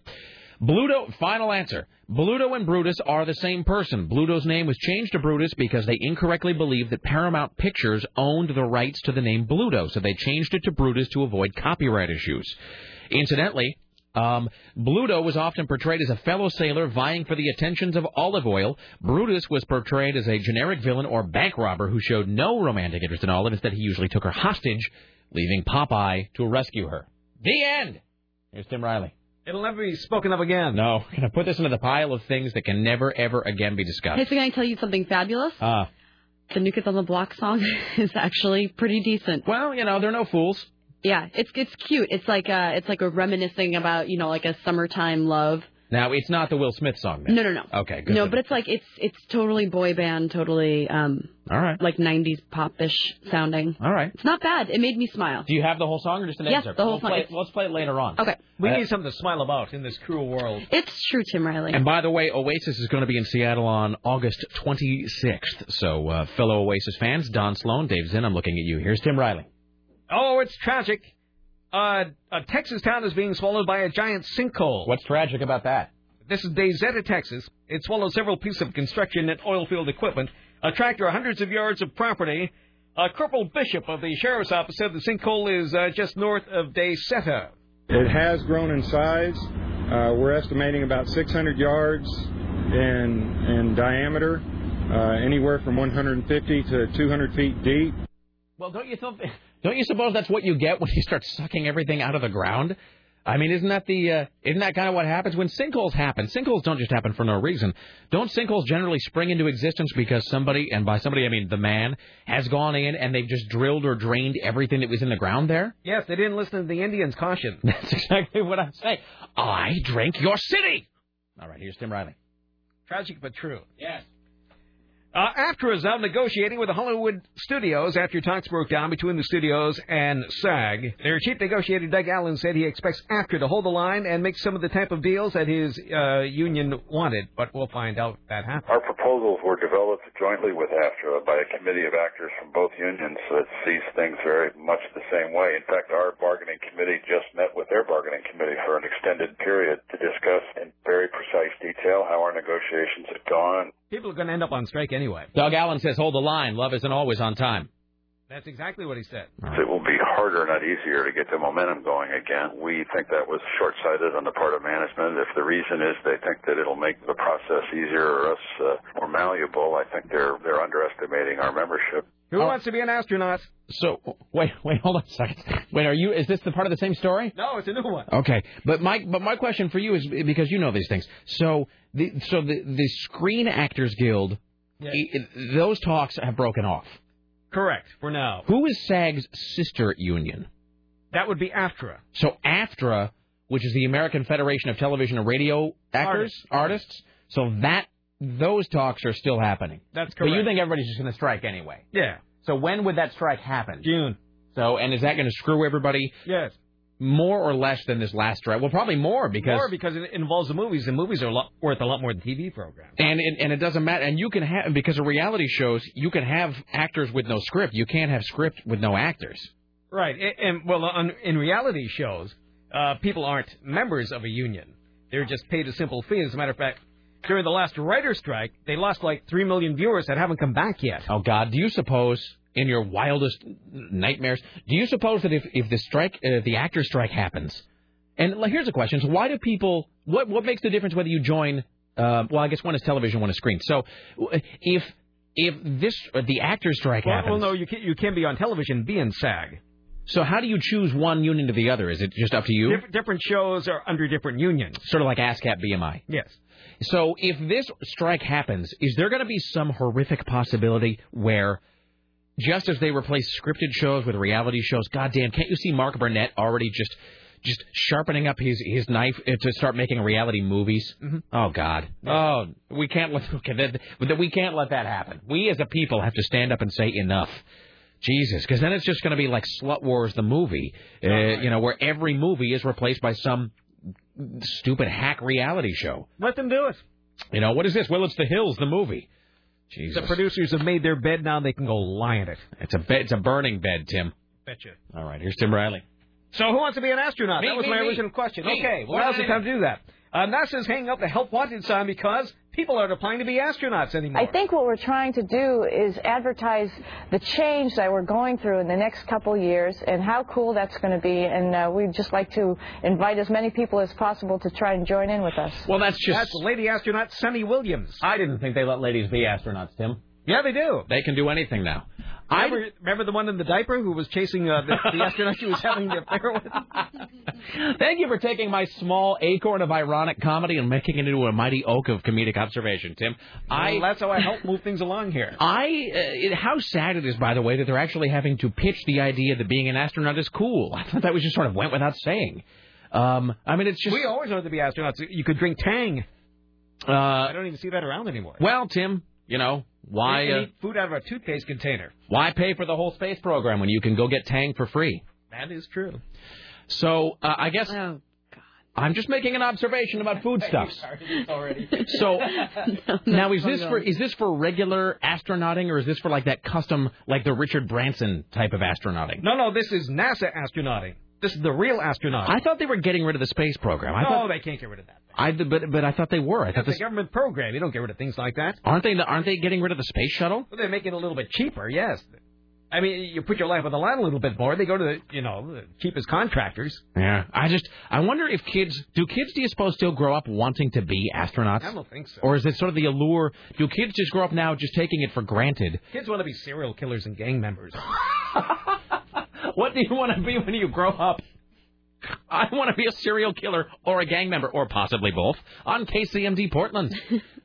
S5: Bluto, final answer. Bluto and Brutus are the same person. Bluto's name was changed to Brutus because they incorrectly believed that Paramount Pictures owned the rights to the name Bluto, so they changed it to Brutus to avoid copyright issues. Incidentally, um, Bluto was often portrayed as a fellow sailor vying for the attentions of olive oil. Brutus was portrayed as a generic villain or bank robber who showed no romantic interest in Olive. Instead, he usually took her hostage, leaving Popeye to rescue her. The end. Here's Tim Riley.
S17: It'll never be spoken of again.
S5: No, we're gonna put this into the pile of things that can never ever again be discussed.
S6: Hey, so can I tell you something fabulous?
S5: Uh,
S6: The New Kids on the Block song is actually pretty decent.
S5: Well, you know, they're no fools.
S6: Yeah, it's it's cute. It's like uh it's like a reminiscing about, you know, like a summertime love.
S5: now it's not the Will Smith song. Then.
S6: No, no, no.
S5: Okay, good.
S6: No,
S5: for
S6: but it's like it's it's totally boy band, totally um
S5: All right.
S6: like 90s pop-ish sounding.
S5: All right.
S6: It's not bad. It made me smile.
S5: Do you have the whole song or just an
S6: Yes,
S5: excerpt?
S6: the whole
S5: We'll
S6: song.
S5: play it-
S6: It's-
S5: let's play it later on.
S6: Okay.
S17: We
S5: Uh,
S17: need something to smile about in this cruel world.
S6: It's true, Tim Riley.
S5: And by the way, Oasis is going to be in Seattle on August 26th. So, uh, fellow Oasis fans, Don Sloan, Dave Zinn, I'm looking at you. Here's Tim Riley.
S17: Oh, it's tragic. Uh, a Texas town is being swallowed by a giant sinkhole.
S5: What's tragic about that?
S17: This is Dayzetta, Texas. It swallowed several pieces of construction and oil field equipment, a tractor, hundreds of yards of property. A corporal bishop of the sheriff's office said the sinkhole is uh, just north of Dayzetta.
S8: It has grown in size. Uh, we're estimating about 600 yards in, in diameter, uh, anywhere from 150 to 200 feet deep.
S5: Well, don't you think, don't you suppose that's what you get when you start sucking everything out of the ground? I mean, isn't that the uh, isn't that kind of what happens when sinkholes happen? Sinkholes don't just happen for no reason. Don't sinkholes generally spring into existence because somebody, and by somebody I mean the man, has gone in and they've just drilled or drained everything that was in the ground there?
S17: Yes, they didn't listen to the Indians' caution.
S5: That's exactly what I'm saying. I drank your city. All right, here's Tim Riley.
S17: Tragic but true.
S5: Yes.
S17: Uh, after is out negotiating with the Hollywood studios after talks broke down between the studios and SAG. Their chief negotiator, Doug Allen, said he expects after to hold the line and make some of the type of deals that his uh, union wanted, but we'll find out if that happens.
S10: Our proposals were developed jointly with AFTRA by a committee of actors from both unions that sees things very much the same way. In fact, our bargaining committee just met with their bargaining committee for an extended period to discuss in very precise detail how our negotiations had gone.
S17: People are going to end up on strike anyway.
S5: Doug Allen says, hold the line. Love isn't always on time.
S17: That's exactly what he said.
S10: It will be harder, not easier, to get the momentum going again. We think that was short-sighted on the part of management. If the reason is they think that it'll make the process easier or us uh, more malleable, I think they're they're underestimating our membership.
S17: Who wants to be an astronaut?
S5: Oh. So wait, wait, hold on a second. Wait, are you? Is this the part of the same story?
S17: No, it's a new one.
S5: Okay, but my but my question for you is because you know these things. So the so the the Screen Actors Guild, i- i- those talks have broken off.
S17: Correct, for now.
S5: Who is SAG's sister union?
S17: That would be AFTRA.
S5: So AFTRA, which is the American Federation of Television and Radio Actors, artists. So that those talks are still happening.
S17: That's
S5: But you
S17: correct.
S5: think everybody's just going to strike anyway?
S17: Yeah.
S5: So when would that strike happen?
S17: June.
S5: So and is that going to screw everybody
S17: Yes.
S5: more or less than this last strike? Well, probably more because
S17: More because it involves the movies, and movies are a lot, worth a lot more than TV programs.
S5: and it, and it doesn't matter. And you can have because of reality shows, you can have actors with no script. You can't have script with no actors.
S17: Right, a- and, well, on, in reality shows, uh, people aren't members of a union; they're just paid a simple fee. As a matter of fact, during the last writer strike, they lost like three million viewers that haven't come back yet.
S5: Oh God, do you suppose in your wildest nightmares, do you suppose that if if the strike, uh, the actor strike happens, and like, here's a question: So why do people? What what makes the difference whether you join? Uh, well, I guess one is television, one is screen. So w- if if this uh, the actor strike
S17: Well,
S5: happens,
S17: well, no, you can, you can be on television, be in SAG.
S5: so how do you choose one union to the other? Is it just up to you?
S17: Diff- different shows are under different unions.
S5: Sort of like ASCAP BMI.
S17: Yes.
S5: So if this strike happens, is there going to be some horrific possibility where, just as they replace scripted shows with reality shows, goddamn, can't you see Mark Burnett already just just sharpening up his his knife uh, to start making reality movies? Oh God. Oh, we can't let okay, that, that we can't let that happen. We as a people have to stand up and say enough. Jesus, because then it's just going to be like Slut Wars, the movie, uh, you know, where every movie is replaced by some stupid hack reality show.
S17: Let them do it.
S5: You know, what is this? Well, it's The Hills, the movie. Jesus.
S17: The producers have made their bed now; they can go lie in it.
S5: It's a bed. It's a burning bed, Tim.
S17: Betcha.
S5: All right, here's Tim Riley.
S17: So who wants to be an astronaut?
S7: Me,
S17: that was
S7: me,
S17: my
S7: me.
S17: original question.
S7: Me.
S17: Okay, well
S7: Why
S17: now's the
S7: not
S17: time to do that. Uh, NASA's hanging up the help wanted sign because people aren't applying to be astronauts anymore.
S11: I think what we're trying to do is advertise the change that we're going through in the next couple years and how cool that's going to be. And uh, we'd just like to invite as many people as possible to try and join in with us.
S5: Well, that's just
S17: that's lady astronaut Sunny Williams.
S5: I didn't think they let ladies be astronauts, Tim.
S17: Yeah, they do.
S5: They can do anything now.
S17: Remember, remember the one in the diaper who was chasing uh, the, the astronaut she was having the affair with?
S5: Thank you for taking my small acorn of ironic comedy and making it into a mighty oak of comedic observation, Tim. I
S17: Well, that's how I help move things along here.
S5: I uh, it, how sad it is, by the way, that they're actually having to pitch the idea that being an astronaut is cool. I thought that was just sort of went without saying. Um, I mean, it's just
S17: we always wanted to be astronauts. You could drink Tang.
S5: Uh,
S17: I don't even see that around anymore.
S5: well, Tim, you know why
S17: You can
S5: uh,
S17: eat food out of a toothpaste container.
S5: why pay for the whole space program when you can go get Tang for free?
S17: That is true.
S5: So uh, I guess I'm just making an observation about foodstuffs.
S17: already.
S5: So now is this for is this for regular astronauting or is this for like that custom like the Richard Branson type of astronauting?
S17: No, no, this is NASA astronauting. This is the real astronaut.
S5: I thought they were getting rid of the space program. I
S17: no,
S5: thought
S17: they can't get rid of that.
S5: I but but I thought they were. I thought
S17: That's
S5: this
S17: a government program. You don't get rid of things like that.
S5: aren't they aren't they getting rid of the space shuttle?
S17: Well, they make it a little bit cheaper, yes. I mean, you put your life on the line a little bit more. They go to the, you know, the cheapest contractors.
S5: Yeah. I just I wonder if kids do kids do you suppose still grow up wanting to be astronauts?
S17: I don't think so.
S5: Or is it sort of the allure? Do kids just grow up now just taking it for granted?
S17: Kids want to be serial killers and gang members.
S5: What do you want to be when you grow up? I want to be a serial killer or a gang member or possibly both on KCMD Portland.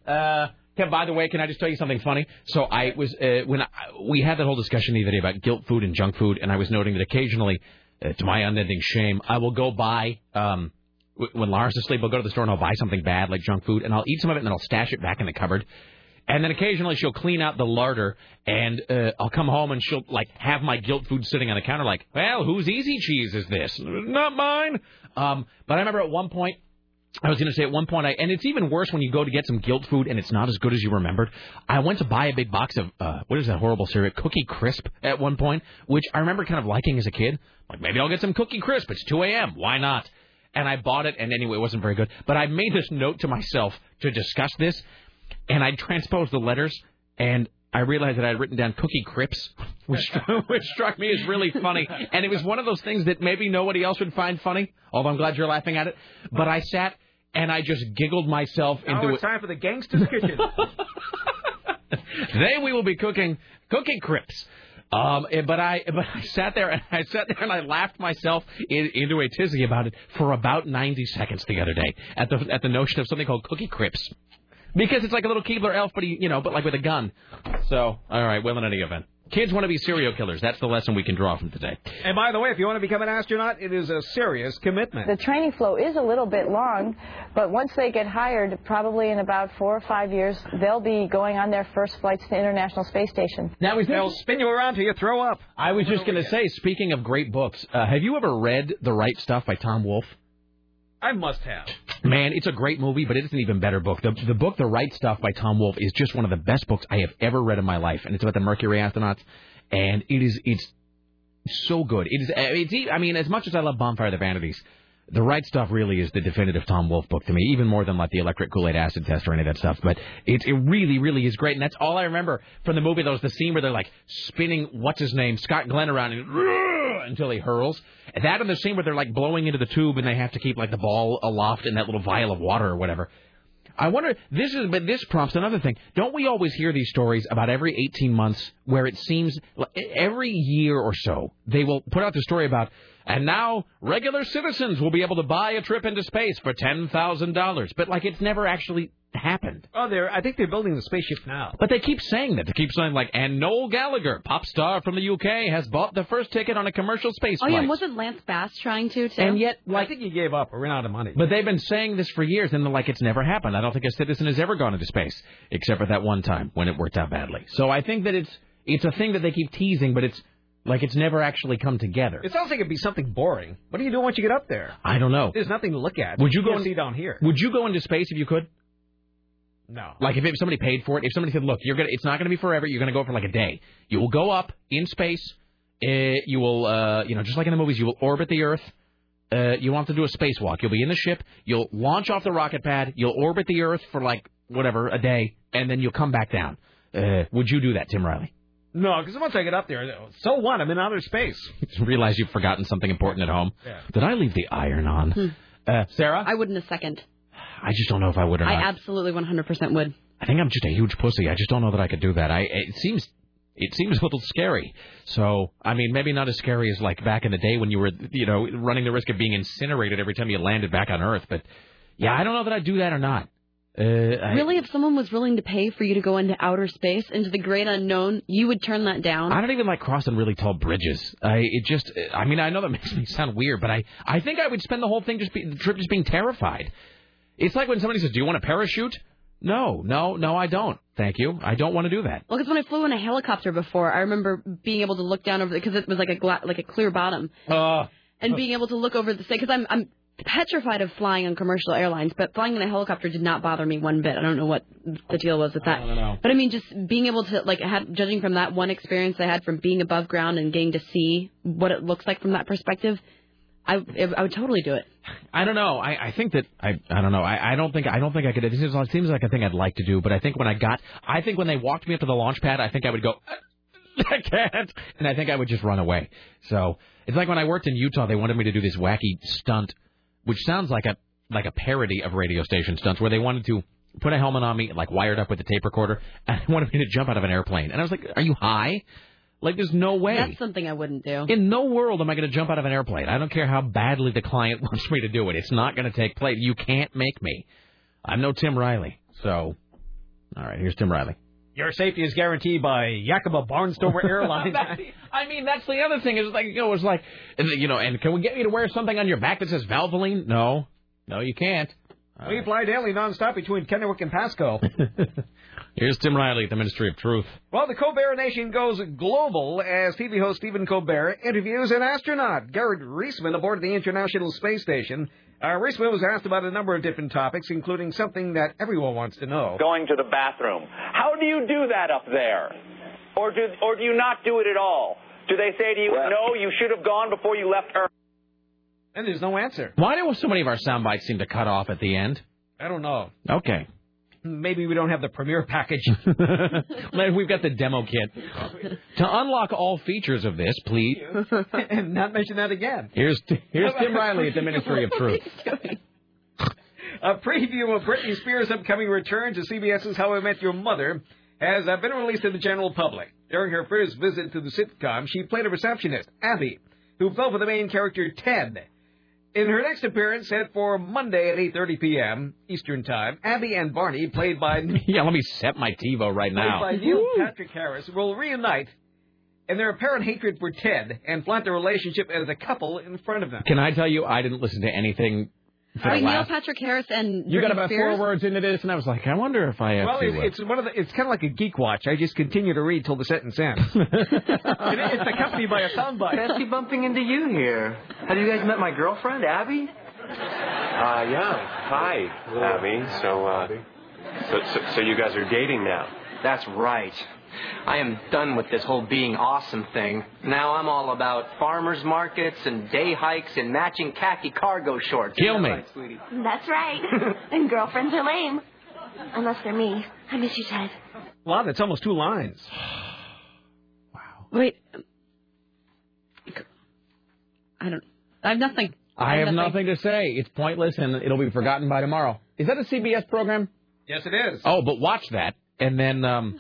S5: uh, Kev, by the way, can I just tell you something funny? So I was uh, when I, we had that whole discussion the other day about guilt food and junk food, and I was noting that occasionally, uh, to my unending shame, I will go buy. Um, w- when Lars is asleep, I'll go to the store and I'll buy something bad like junk food, and I'll eat some of it and then I'll stash it back in the cupboard. And then occasionally she'll clean out the larder, and uh, I'll come home and she'll like have my guilt food sitting on the counter, like, well, whose easy cheese is this? Not mine. Um, but I remember at one point. I was going to say at one point, I, and it's even worse when you go to get some guilt food and it's not as good as you remembered. I went to buy a big box of uh, what is that horrible cereal, Cookie Crisp, at one point, which I remember kind of liking as a kid. Like maybe I'll get some Cookie Crisp. It's 2 a.m. Why not? And I bought it, and anyway, it wasn't very good. But I made this note to myself to discuss this, and I transposed the letters, and I realized that I had written down Cookie Crips, which which struck me as really funny, and it was one of those things that maybe nobody else would find funny. Although I'm glad you're laughing at it, but I sat and I just giggled myself
S17: Now
S5: into
S17: Oh, it's
S5: it.
S17: time for the gangster's kitchen.
S5: Today we will be cooking cooking crips. Um, eh, but I but I sat there and I sat there and I laughed myself in, into a tizzy about it for about 90 seconds the other day at the at the notion of something called cookie crips. Because it's like a little Keebler elf, but he, you know, but like with a gun. So, all right. Well, in any event, kids want to be serial killers. That's the lesson we can draw from today.
S17: and by the way, if you want to become an astronaut, it is a serious commitment.
S11: The training flow is a little bit long, but once they get hired, probably in about four or five years, they'll be going on their first flights to International Space Station.
S5: Now is
S17: They'll spin you around till you throw up.
S5: I was just going to say, speaking of great books, uh, have you ever read The Right Stuff by Tom Wolfe?
S17: I must have.
S5: Man, it's a great movie, but it's an even better book. The, the book, The Right Stuff by Tom Wolfe, is just one of the best books I have ever read in my life, and it's about the Mercury astronauts, and it is it's so good. It is it's e- I mean, as much as I love Bonfire of the Vanities, The Right Stuff really is the definitive Tom Wolfe book to me, even more than like the Electric Kool Aid Acid Test or any of that stuff. But it it really really is great, and that's all I remember from the movie. Though is the scene where they're like spinning what's his name Scott Glenn around and until he hurls. That and the scene where they're like blowing into the tube and they have to keep like the ball aloft in that little vial of water or whatever. I wonder. This is, but this prompts another thing. Don't we always hear these stories about every 18 months, where it seems like every year or so they will put out the story about, and now regular citizens will be able to buy a trip into space for ten thousand dollars. But like it's never actually happened.
S17: Oh, they're. I think they're building the spaceship now.
S5: But they keep saying that. They keep saying like, and Noel Gallagher, pop star from the UK, has bought the first ticket on a commercial space
S6: Oh
S5: flight.
S6: yeah, and wasn't Lance Bass trying to too?
S5: And yet, like,
S17: I think he gave up or ran out of money.
S5: But they've been saying this for years, and they're like, it's never happened. I don't think a citizen has ever gone into space, except for that one time when it worked out badly. So I think that it's it's a thing that they keep teasing, but it's like it's never actually come together.
S17: It sounds like it'd be something boring. What do you do once you get up there?
S5: I don't know.
S17: There's nothing to look at.
S5: Would you go
S17: Can't
S5: in-
S17: see down here?
S5: Would you go into space if you could?
S17: No.
S5: Like if, if somebody paid for it, if somebody said, "Look, you're gonna, it's not gonna be forever. You're gonna go for like a day. You will go up in space. Uh, you will, uh, you know, just like in the movies, you will orbit the Earth. Uh, you want to do a spacewalk. You'll be in the ship. You'll launch off the rocket pad. You'll orbit the Earth for like whatever a day, and then you'll come back down. Uh, would you do that, Tim Riley?
S17: No, because once I get up there, so what? I'm in outer space.
S5: Realize you've forgotten something important at home.
S17: Yeah. Hmm.
S5: Did I leave the iron on? Uh, Sarah,
S6: I would in a second.
S5: I just don't know if I would or
S6: I
S5: not.
S6: absolutely 100% would.
S5: I think I'm just a huge pussy. I just don't know that I could do that. I it seems it seems a little scary. So I mean, maybe not as scary as like back in the day when you were you know running the risk of being incinerated every time you landed back on Earth. But yeah, I don't know that I'd do that or not. Uh, I,
S6: Really, if someone was willing to pay for you to go into outer space, into the great unknown, you would turn that down.
S5: I don't even like crossing really tall bridges. I it just I mean I know that makes me sound weird, but I I think I would spend the whole thing just be, the trip just being terrified. It's like when somebody says, "Do you want a parachute?" No, no, no, I don't. Thank you. I don't want to do that.
S6: Well, because when I flew in a helicopter before, I remember being able to look down over because it was like a gla- like a clear bottom,
S5: Uh,
S6: and being able to look over the because I'm I'm petrified of flying on commercial airlines, but flying in a helicopter did not bother me one bit. I don't know what the deal was with that.
S5: know.
S6: But I mean, just being able to like have, judging from that one experience I had from being above ground and getting to see what it looks like from that perspective, I I would totally do it.
S5: I don't know. I, I think that I I don't know. I, I don't think I don't think I could. This is, it seems like a thing I'd like to do, but I think when I got, I think when they walked me up to the launch pad, I think I would go, I can't, and I think I would just run away. So it's like when I worked in Utah, they wanted me to do this wacky stunt, which sounds like a like a parody of radio station stunts, where they wanted to put a helmet on me, like wired up with a tape recorder, and they wanted me to jump out of an airplane. And I was like, Are you high? Like, there's no way.
S6: That's something I wouldn't do.
S5: In no world am I going to jump out of an airplane. I don't care how badly the client wants me to do it. It's not going to take place. You can't make me. I'm no Tim Riley. So, all right, here's Tim Riley.
S17: Your safety is guaranteed by Yakima Barnstober Airlines.
S5: I mean, that's the other thing. Is like you know, it's like you know. And can we get you to wear something on your back that says Valvoline? No, no, you can't.
S17: We fly daily nonstop between Kennewick and Pasco.
S5: Here's Tim Riley, the Ministry of Truth.
S17: Well, the Colbert Nation goes global as TV host Stephen Colbert interviews an astronaut, Garrett Reisman, aboard the International Space Station. Uh, Reisman was asked about a number of different topics, including something that everyone wants to know.
S13: Going to the bathroom. How do you do that up there? Or do, or do you not do it at all? Do they say to you, no, you should have gone before you left Earth?
S17: And there's no answer.
S5: Why do so many of our sound bites seem to cut off at the end?
S17: I don't know.
S5: Okay.
S17: Maybe we don't have the premiere package.
S5: Like, We've got the demo kit. To unlock all features of this, please.
S17: and not mention that again.
S5: Here's here's Tim Riley at the Ministry of Truth.
S17: A preview of Britney Spears' upcoming return to CBS's How I Met Your Mother has uh, been released to the general public. During her first visit to the sitcom, she played a receptionist, Abby, who fell for the main character Ted. In her next appearance, set for Monday at 8:30 p.m. Eastern Time, Abby and Barney, played by
S5: yeah, let me set my TiVo right
S17: played
S5: now.
S17: by Neil Patrick Harris, will reunite in their apparent hatred for Ted and flaunt their relationship as a couple in front of them.
S5: Can I tell you, I didn't listen to anything for the
S6: Wait, Neil
S5: last.
S6: Patrick Harris and
S5: You got
S6: Britney
S5: about
S6: Spears?
S5: four words into this, and I was like, I wonder if I have
S17: Well,
S5: to.
S17: it,
S5: uh,
S17: it's one of the. It's kind of like a geek watch. I just continue to read till the sentence ends. It- it's accompanied by a soundbite.
S14: Fancy bumping into you here. Have you guys met my girlfriend, Abby?
S25: Uh, yeah. Hi, Abby. So, uh, so, so, so you guys are dating now?
S14: That's right. I am done with this whole being awesome thing. Now I'm all about farmers markets and day hikes and matching khaki cargo shorts.
S5: Kill me.
S14: Right, sweetie.
S26: That's right. and girlfriends are lame. Unless they're me. I miss you, Ted.
S17: Wow, that's almost two lines.
S6: wow. Wait. I don't. I have nothing.
S5: I have nothing to say. It's pointless, and it'll be forgotten by tomorrow. Is that a CBS program?
S17: Yes, it is.
S5: Oh, but watch that, and then um,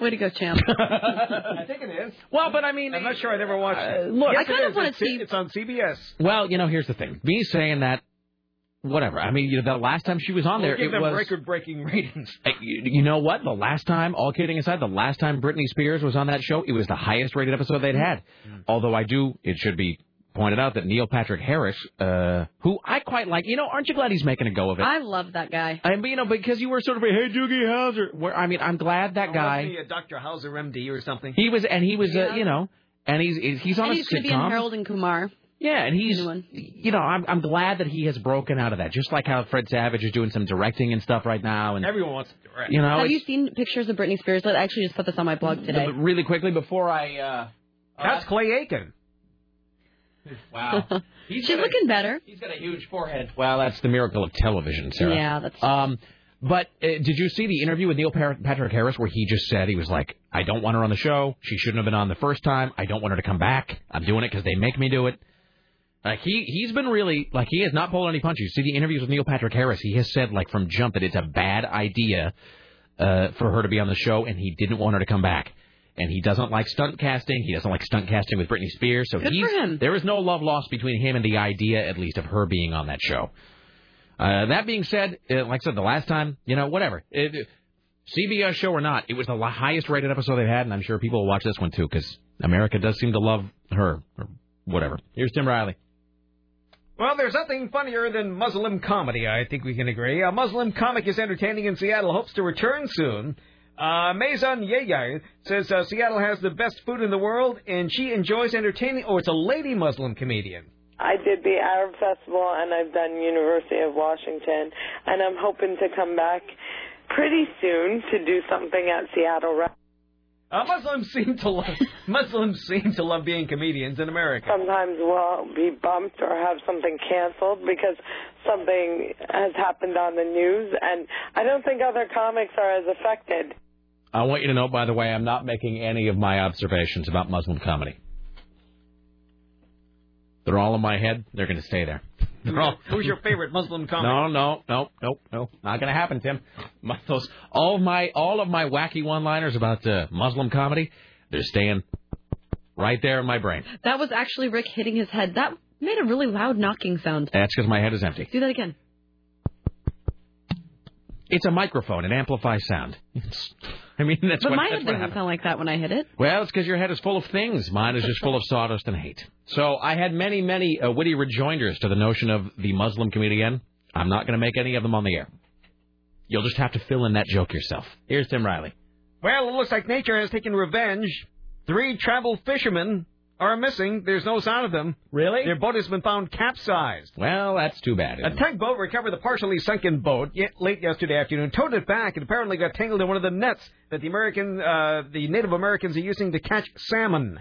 S6: Way to go, champ.
S17: I think it is.
S5: Well, but I mean,
S17: I'm not sure. I never watched it.
S5: look-
S17: Yes,
S5: I kind
S17: it
S5: of
S17: is.
S5: wanna
S17: It's-
S5: see-
S17: It's on CBS.
S5: Well, you know, here's the thing. Me saying that, whatever. I mean, you know, the last time she was on there,
S17: We'll give
S5: it
S17: them
S5: was.
S17: record-breaking ratings.
S5: Uh, You you know what? The last time, all kidding aside, the last time Britney Spears was on that show, it was the highest rated episode they'd had.
S6: Mm-hmm.
S5: Although I do, it should be pointed out that Neil Patrick Harris, uh, who I quite like, you know, aren't you glad he's making a go of it?
S6: I love that guy.
S5: I mean, you know, because you were sort of a hey Doogie Howser. Where I mean, I'm glad that guy.
S17: Wasn't he a Dr. Hauser MD or something.
S5: He was, and he was, uh,
S6: uh, Yeah.
S5: you know, and he's he's, he's on
S6: and
S5: a
S6: he's
S5: sitcom.
S6: gonna be in Harold and Kumar.
S5: Yeah, and he's
S6: Anyone.
S5: you know I'm I'm glad that he has broken out of that. Just like how Fred Savage is doing some directing and stuff right now, and
S17: everyone wants to direct.
S5: You know,
S6: have
S5: it's-
S6: you seen pictures of Britney Spears? I actually just put this on my blog today.
S5: But really quickly before I. Uh,
S17: That's Clay Aiken.
S5: Wow.
S6: She's looking better.
S5: He's got a huge forehead. Well, that's the miracle of television, Sarah.
S6: Yeah, that's.
S5: Um, but uh, did you see the interview with Neil Par- Patrick Harris where he just said he was like, "I don't want her on the show. She shouldn't have been on the first time. I don't want her to come back. I'm doing it because they make me do it." Like he he's been really like he has not pulled any punches. See the interviews with Neil Patrick Harris. He has said like from jump that it's a bad idea uh, for her to be on the show, and he didn't want her to come back. And he doesn't like stunt casting. He doesn't like stunt casting with Britney Spears. So
S6: Good for
S5: he's,
S6: him.
S5: there is no love lost between him and the idea, at least, of her being on that show. Uh, that being said, uh, like I said the last time, you know, whatever. It, CBS show or not, it was the li- highest rated episode they've had, and I'm sure people will watch this one too because America does seem to love her or whatever. Here's Tim Riley.
S17: Well, there's nothing funnier than Muslim comedy, I think we can agree. A Muslim comic is entertaining in Seattle, hopes to return soon. Uh, Maison Yeyar says uh, Seattle has the best food in the world, and she enjoys entertaining. Oh, it's a lady Muslim comedian.
S27: I did the Arab Festival and I've done University of Washington and I'm hoping to come back pretty soon to do something at Seattle Rep.
S17: Uh, Muslims seem to love Muslims seem to love being comedians in America.
S27: Sometimes we'll be bumped or have something canceled because something has happened on the news and I don't think other comics are as affected.
S5: I want you to know, by the way, I'm not making any of my observations about Muslim comedy. They're all in my head. They're going to stay there. They're all
S17: Who's your favorite Muslim
S6: Oh.
S17: comic?
S5: No, no, no, no, no. Not going to happen, Tim. My, those, all of my all of my wacky one-liners about uh, Muslim comedy, they're staying right there in my brain.
S6: That was actually Rick hitting his head. That made a really loud knocking sound.
S5: That's because my head is empty.
S6: Do that again.
S5: It's a microphone. It amplifies sound. It's, I mean, that's
S6: but
S5: what,
S6: my
S5: that's
S6: head
S5: what
S6: doesn't
S5: happens.
S6: sound like that when I hit it.
S5: Well, it's because your head is full of things. Mine is just full of sawdust and hate. So I had many, many uh, witty rejoinders to the notion of the Muslim comedian. I'm not going to make any of them on the air. You'll just have to fill in that joke yourself. Here's Tim Riley.
S17: Well, it looks like nature has taken revenge. Three travel fishermen are missing. There's no sign of them.
S5: Really?
S17: Their boat has been found capsized.
S5: Well, that's too bad.
S17: A tugboat recovered the partially sunken boat ye- late yesterday afternoon, towed it back, and apparently got tangled in one of the nets that the American, uh, the Native Americans are using to catch salmon.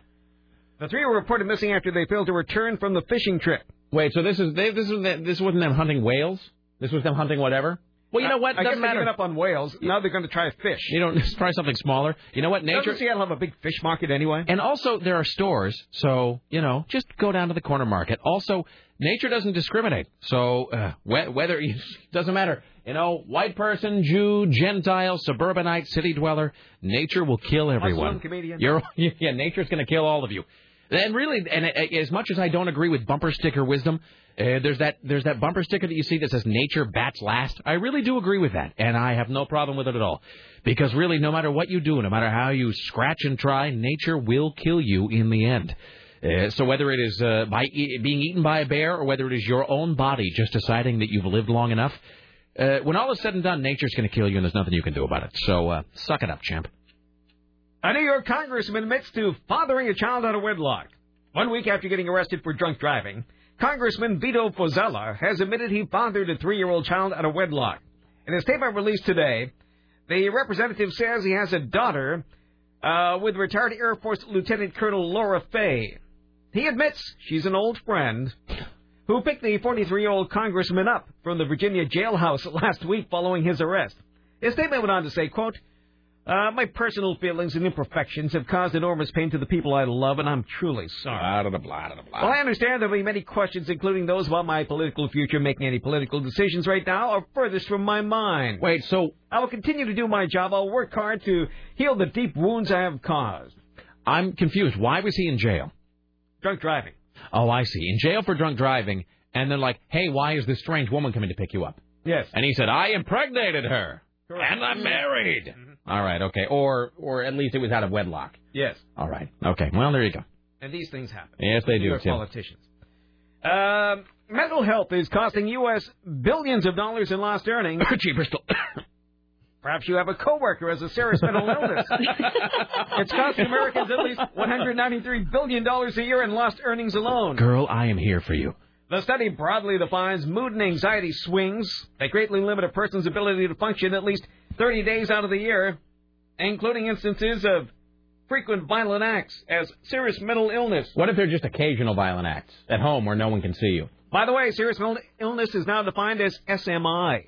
S17: The three were reported missing after they failed to return from the fishing trip.
S5: Wait, so this is they, this is this wasn't them hunting whales. This was them hunting whatever. Well, you know what?
S17: I guess
S5: Doesn't
S17: they've
S5: matter.
S17: given up on whales. Now they're going to try fish.
S5: You don't try something smaller. You know what? Nature.
S17: Doesn't Seattle have a big fish market anyway?
S5: And also, there are stores, so you know, just go down to the corner market. Also, nature doesn't discriminate, so uh, whe- whether you doesn't matter. You know, white person, Jew, Gentile, suburbanite, city dweller, nature will kill everyone.
S17: Muslim, comedian.
S5: You're yeah, nature's going to kill all of you. And really, and uh, as much as I don't agree with bumper sticker wisdom, uh, there's that there's that bumper sticker that you see that says "Nature bats last." I really do agree with that, and I have no problem with it at all, because really, no matter what you do, no matter how you scratch and try, nature will kill you in the end. Uh, so whether it is uh, by e- being eaten by a bear or whether it is your own body just deciding that you've lived long enough, uh, when all is said and done, nature's going to kill you, and there's nothing you can do about it. So uh, suck it up, champ.
S17: A New York congressman admits to fathering a child out of wedlock. One week after getting arrested for drunk driving, Congressman Vito Fozella has admitted he fathered a three year old child out of wedlock. In a statement released today, the representative says he has a daughter uh, with retired Air Force Lieutenant Colonel Laura Fay. He admits she's an old friend who picked the 43 year old congressman up from the Virginia jailhouse last week following his arrest. His statement went on to say, quote, uh, my personal feelings and imperfections have caused enormous pain to the people I love, and I'm truly sorry. Well, I understand there will be many questions, including those about my political future. Making any political decisions right now are furthest from my mind.
S5: Wait, so
S17: I will continue to do my job. I'll work hard to heal the deep wounds I have caused.
S5: I'm confused. Why was he in jail?
S17: Drunk driving.
S5: Oh, I see. In jail for drunk driving, and they're like, hey, why is this strange woman coming to pick you up?
S17: Yes.
S5: And he said, I impregnated her. And I'm married.
S17: Mm-hmm.
S5: All right, okay. Or or at least it was out of wedlock.
S17: Yes.
S5: All right. Okay. Well, there you go.
S17: And these things happen.
S5: Yes, they do,
S17: They're
S5: Tim.
S17: politicians. Um, mental health is costing U.S. billions of dollars in lost earnings.
S5: Gee, Bristol.
S17: Perhaps you have a coworker as a serious mental illness. it's costing Americans at least 193 billion dollars a year in lost earnings alone.
S5: Girl, I am here for you.
S17: The study broadly defines mood and anxiety swings that greatly limit a person's ability to function at least 30 days out of the year, including instances of frequent violent acts as serious mental illness.
S5: What if they're just occasional violent acts at home where no one can see you?
S17: By the way, serious mental illness is now defined as SMI.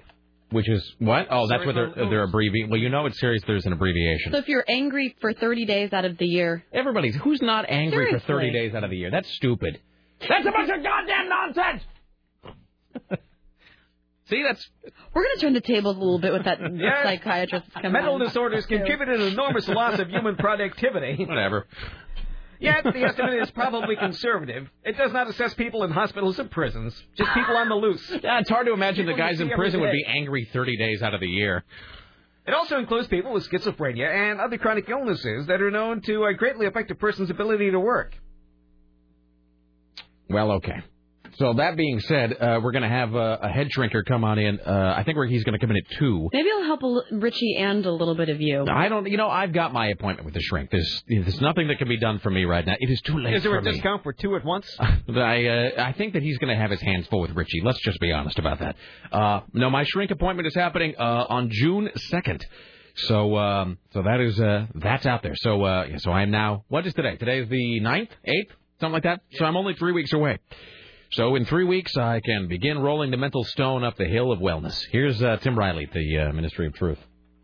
S5: Which is what? Oh, that's what they're
S17: Cerebral
S5: they're abbreviating. Well, you know it's serious. There's an abbreviation.
S6: So if you're angry for 30 days out of the year,
S5: Everybody's who's not angry for 30
S6: Seriously.
S5: days out of the year. That's stupid. That's a bunch of goddamn nonsense. See, that's
S6: we're going to turn the tables a little bit with that
S17: Yes.
S6: psychiatrist that's coming
S17: Mental
S6: on.
S17: disorders contribute an enormous loss of human productivity.
S5: whatever.
S17: Yet the estimate is probably conservative. It does not assess people in hospitals and prisons, just people on the loose.
S5: Yeah, it's hard to imagine the
S17: People you
S5: guys in
S17: see every
S5: prison would
S17: day.
S5: be angry 30 days out of the year.
S17: It also includes people with schizophrenia and other chronic illnesses that are known to uh, greatly affect a person's ability to work.
S5: Well, okay. So that being said, uh, we're going to have uh, a head shrinker come on in. Uh, I think we're, he's going to come in at two.
S6: Maybe it'll help a li- Richie and a little bit of you.
S5: I don't, you know, I've got my appointment with the shrink. There's, there's nothing that can be done for me right now. It is too late
S17: Is there
S5: for
S17: a
S5: me.
S17: discount for two at once?
S5: But I, uh, I think that he's going to have his hands full with Richie. Let's just be honest about that. Uh, no, my shrink appointment is happening uh, on June second. So, um, so that is uh, that's out there. So, uh, yeah, so I am now. What is today? Today is the 9th, eighth, something like that. So I'm only three weeks away. So in three weeks, I can begin rolling the mental stone up the hill of wellness. Here's uh, Tim Riley, the uh, Ministry of Truth.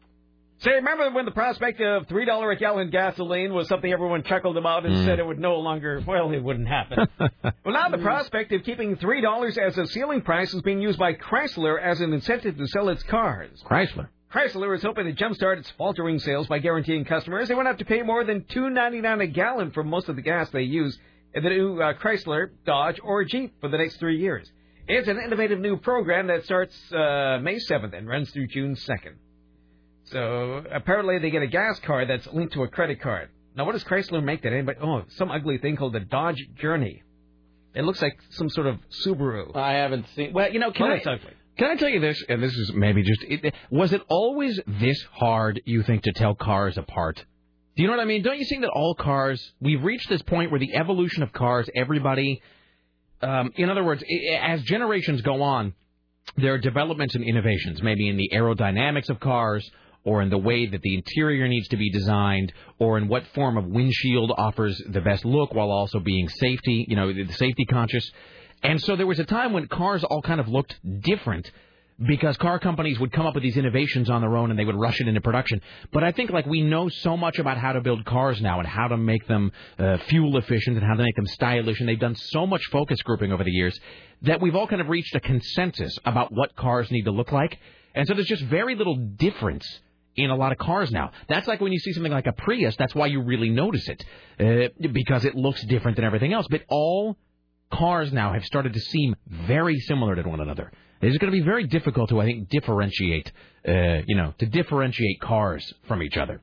S17: Say, remember when the prospect of three dollar a gallon gasoline was something everyone chuckled about and
S5: Mm.
S17: said it would no longer, well, it wouldn't happen. well, now the prospect of keeping three dollars as a ceiling price is being used by Chrysler as an incentive to sell its cars.
S5: Chrysler.
S17: Chrysler is hoping to jumpstart its faltering sales by guaranteeing customers they won't have to pay more than two ninety nine a gallon for most of the gas they use in the new uh, Chrysler, Dodge, or Jeep for the next three years. It's an innovative new program that starts uh, May seventh and runs through June second. So apparently they get a gas card that's linked to a credit card. Now what does Chrysler make that anybody? Oh, some ugly thing called the Dodge Journey. It looks like some sort of Subaru.
S5: I haven't seen. Well, you know, can
S17: Well,
S5: I?
S17: it's ugly.
S5: Can I tell you this? And this is maybe just it, was it always this hard? You think to tell cars apart? Do you know what I mean? Don't you think that all cars we've reached this point where the evolution of cars, everybody, um, in other words, i- as generations go on, there are developments and innovations, maybe in the aerodynamics of cars, or in the way that the interior needs to be designed, or in what form of windshield offers the best look while also being safety, you know, the- the safety conscious. And so there was a time when cars all kind of looked different because car companies would come up with these innovations on their own and they would rush it into production. But I think like we know so much about how to build cars now and how to make them uh, fuel efficient and how to make them stylish and they've done so much focus grouping over the years that we've all kind of reached a consensus about what cars need to look like. And so there's just very little difference in a lot of cars now. That's like when you see something like a Prius, that's why you really notice it uh, because it looks different than everything else. But all cars now have started to seem very similar to one another. It's going to be very difficult to, I think, differentiate, uh, you know, to differentiate cars from each other.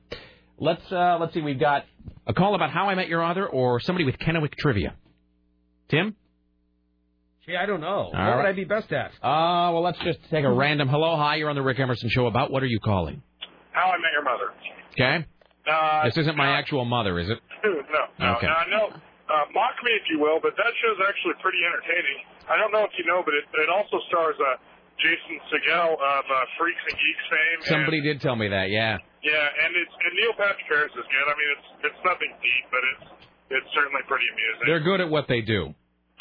S5: Let's uh, let's see. We've got a call about How I Met Your Mother or somebody with Kennewick trivia. Tim.
S17: Gee, I don't know. what
S5: All
S17: would
S5: right.
S17: I be best at?
S5: Uh, well, let's just take a random hello. Hi, you're on the Rick Emerson show. About what are you calling?
S8: How I Met Your Mother.
S5: Okay.
S8: Uh,
S5: This isn't my actual mother, is it?
S8: no, no,
S5: Okay.
S8: no, no. Uh, mock me if you will, but that show's actually pretty entertaining. I don't know if you know, but it, it also stars uh, Jason Segel of uh, Freaks and Geeks fame.
S5: Somebody did tell me that. Yeah.
S8: And, yeah, and it's and Neil Patrick Harris is good. I mean, it's it's nothing deep, but it's it's certainly pretty amusing.
S5: They're good at what they do.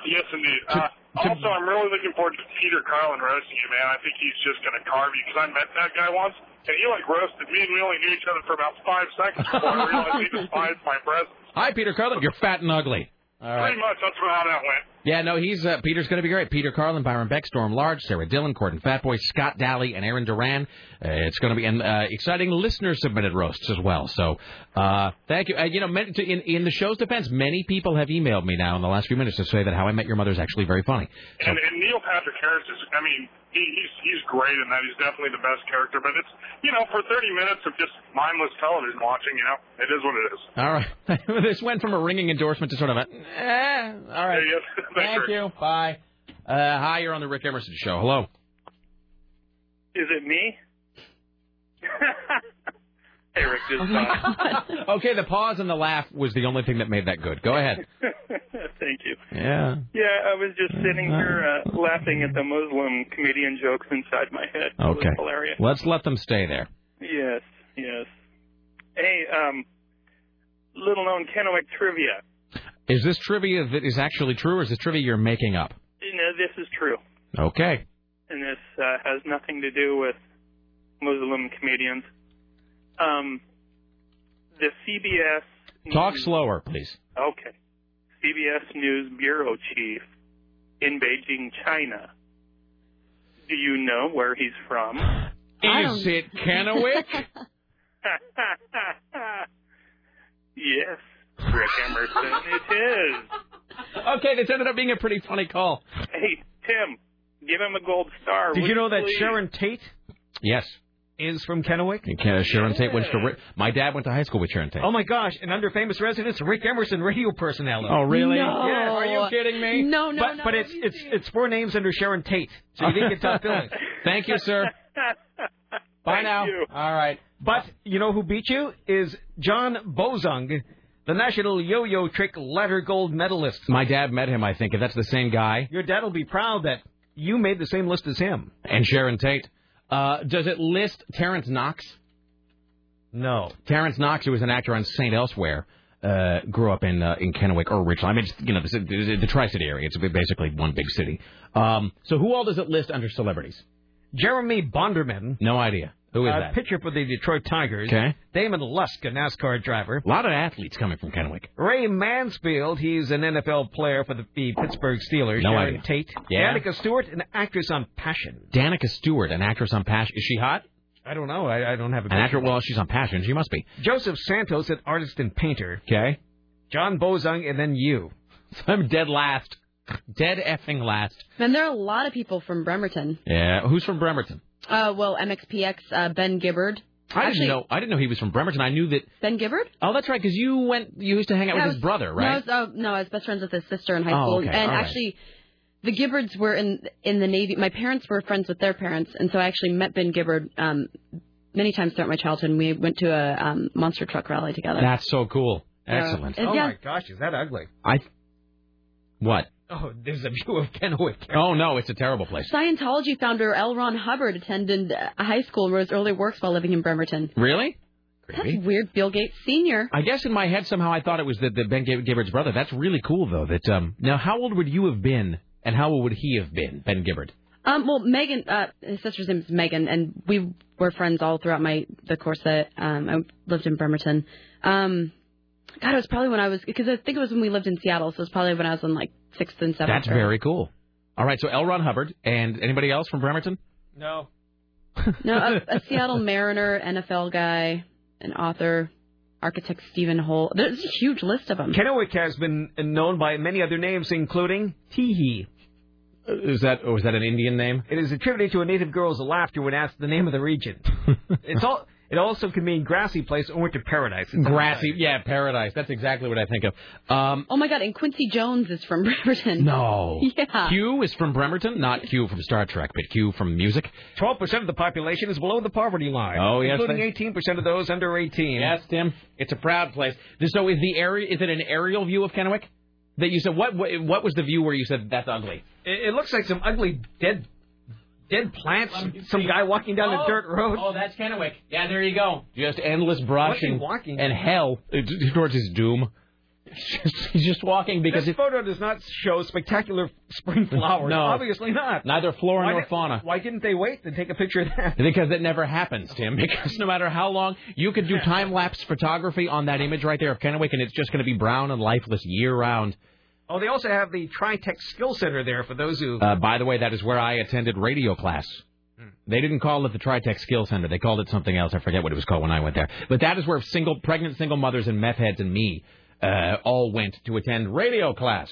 S8: Yes, indeed. Uh, also, I'm really looking forward to Peter Carlin roasting you, man. I think he's just going to carve you because I met that guy once, and he like roasted me, and we only knew each other for about five seconds before I realized he despised my presence.
S5: Hi, Peter Carlin. You're fat and ugly. All right.
S8: Pretty much, that's about how that went.
S5: Yeah, no, he's uh, Peter's going to be great. Peter Carlin, Byron Beck, Storm Large, Sarah Dillon, Corden Fatboy, Scott Daly, and Aaron Duran. Uh, it's going to be an uh, exciting listener submitted roasts as well. So uh, thank you. Uh, you know, many, to, in in the show's defense, many people have emailed me now in the last few minutes to say that How I Met Your Mother is actually very funny. So
S8: And, and Neil Patrick Harris is, I mean, he, he's he's great in that. He's definitely the best character. But it's you know, for 30 minutes of just mindless television watching, you know, it is what it is.
S5: all right, this went from a ringing endorsement to sort of a Eh, all right. thank you. Bye. Uh, hi, you're on the Rick Emerson show. Hello.
S28: Is it me? hey, Rick,
S5: Oh
S28: this is Tom.
S5: okay, the pause and the laugh was the only thing that made that good. Go ahead.
S28: Thank you.
S5: Yeah.
S28: Yeah, I was just sitting here uh, laughing at the Muslim comedian jokes inside my head. It was
S5: Okay.
S28: hilarious.
S5: Let's let them stay there.
S28: Yes, yes. Hey, um, little known Kennewick trivia.
S5: Is this trivia that is actually true, or is this trivia you're making up?
S28: You know, this is true,
S5: Okay.
S28: and this uh, has nothing to do with Muslim comedians. Um, the CBS.
S5: Talk slower, please.
S28: Okay. CBS News bureau chief in Beijing, China. Do you know where he's from?
S5: Is it Kennewick?
S28: yes, Rick Emerson, it is.
S5: okay, this ended up being a pretty funny call.
S28: Hey, Tim, give him a gold star.
S17: Did
S28: would
S17: you know that
S28: please?
S17: Sharon Tate
S5: Yes.
S17: is from Kennewick?
S5: And Ken- uh, Sharon Tate went to. Ri- My dad went to high school with Sharon Tate.
S17: Oh my gosh! And under famous residence, Rick Emerson, radio personality.
S5: Oh, really?
S17: Yeah.
S5: No.
S17: Are you kidding me?
S5: No, no,
S17: But,
S5: no,
S17: but it's it's it's four names under Sharon Tate, so you didn't get top billing.
S5: Thank you, sir. Bye now. All right.
S17: But you know who beat you is John Bozung, the national yo-yo trick ladder gold medalist.
S5: My dad met him, I think, if that's the same guy.
S17: Your dad will be proud that you made the same list as him.
S5: And Sharon Tate. Uh, does it list Terrence Knox?
S17: No.
S5: Terrence Knox, who was an actor on St. Elsewhere, uh, grew up in uh, in Kennewick or Richland. I mean, it's, you know, the, the tri-city area. It's basically one big city. Um, so who all does it list under celebrities?
S17: Jeremy Bonderman.
S5: No idea. Who is
S17: uh,
S5: that?
S17: Pitcher for the Detroit Tigers.
S5: Okay.
S17: Damon Lusk, a NASCAR driver.
S5: A lot of athletes coming from Kennewick.
S17: Ray Mansfield, he's an NFL player for the, the Pittsburgh Steelers.
S5: No
S17: Sharon
S5: idea.
S17: Tate.
S5: Yeah.
S17: Danica Stewart, an actress on Passion.
S5: Danica Stewart, an actress on Passion. Is she hot?
S17: I don't know. I, I don't have a
S5: An actress? Well, she's on Passion. She must be.
S17: Joseph Santos, an artist and painter.
S5: Okay.
S17: John Bozung, and then you.
S5: I'm dead last. Dead effing last.
S6: And there are a lot of people from Bremerton.
S5: Yeah. Who's from Bremerton?
S6: Uh, well, MXPX, uh, Ben Gibbard.
S5: I
S6: Actually,
S5: didn't know. I didn't know he was from Bremerton. I knew that.
S6: Ben Gibbard?
S5: Oh, that's right. Because you went. You used to hang out
S6: Yeah, I was-
S5: with his brother,
S6: No, I
S5: right?
S6: was, oh, no, I was best friends with his sister in high
S5: Oh,
S6: school.
S5: okay,
S6: And
S5: all right.
S6: actually, the Gibbards were in in the Navy. My parents were friends with their parents, and so I actually met Ben Gibbard um, many times throughout my childhood. and We went to a um, monster truck rally together.
S5: That's so cool.
S6: Yeah.
S5: Excellent.
S6: Uh,
S17: Oh
S6: yeah.
S17: my gosh, is that ugly?
S5: I. What?
S17: Oh, there's a view of Kenwood.
S5: Oh no, it's a terrible place.
S6: Scientology founder L. Ron Hubbard attended uh, high school and wrote his early works while living in Bremerton.
S5: Really?
S6: That's weird. Bill Gates Sr.
S5: I guess in my head somehow I thought it was the, the Ben Gib- Gibbard's brother. That's really cool though. That um. Now, how old would you have been, and how old would he have been, Ben Gibbard?
S6: Um, well, Megan, uh, his sister's name is Megan, and we were friends all throughout my the course that um, I lived in Bremerton. Um, God, it was probably when I was because I think it was when we lived in Seattle, so it was probably when I was in like sixth and seventh.
S5: That's
S6: or-
S5: very cool. All right, so L. Ron Hubbard and anybody else from Bremerton?
S17: No.
S6: No, a, a Seattle Mariner, NFL guy, an author, architect Stephen Hole. There's a huge list of them.
S17: Kennewick has been known by many other names, including Teehee.
S5: Is that or is that an Indian name?
S17: It is attributed to a native girl's laughter when asked the name of the region. it's all. It also can mean grassy place or to paradise. It's
S5: Grassy, yeah, paradise. That's exactly what I think of. Um,
S6: Oh my God! And Quincy Jones is from Bremerton.
S5: no.
S6: Yeah.
S5: Q is from Bremerton, not Q from Star Trek, but Q from music.
S17: Twelve percent of the population is below the poverty line.
S5: Oh yes,
S17: including
S5: they-
S17: eighteen percent of those under eighteen.
S5: Yes, Tim. It's a proud place. So is the area? Is it an aerial view of Kennewick? That you said what? What, what was the view where you said that's ugly?
S17: It, it looks like some ugly dead, dead plants. Some guy walking down a dirt
S5: Um,
S17: road.
S5: Oh, that's Kennewick. Yeah, there you go. Just endless brush
S17: What's he
S5: and,
S17: walking?
S5: and hell It- towards his doom. He's just walking because
S17: this photo does not show spectacular spring flowers.
S5: No.
S17: obviously not.
S5: Neither flora
S17: Why
S5: nor
S17: did-
S5: fauna.
S17: Why didn't they wait to take a picture of that?
S5: Because that never happens, Tim. Because no matter how long you could do time lapse photography on that image right there of Kennewick, and it's just going to be brown and lifeless year round.
S17: Oh, they also have the Tritech Skill Center there for those who.
S5: Uh, by the way, that is where I attended radio class. They didn't call it the Tritech Skill Center. They called it something else. I forget what it was called when I went there. But that is where single, pregnant single mothers and meth heads and me uh, all went to attend radio class.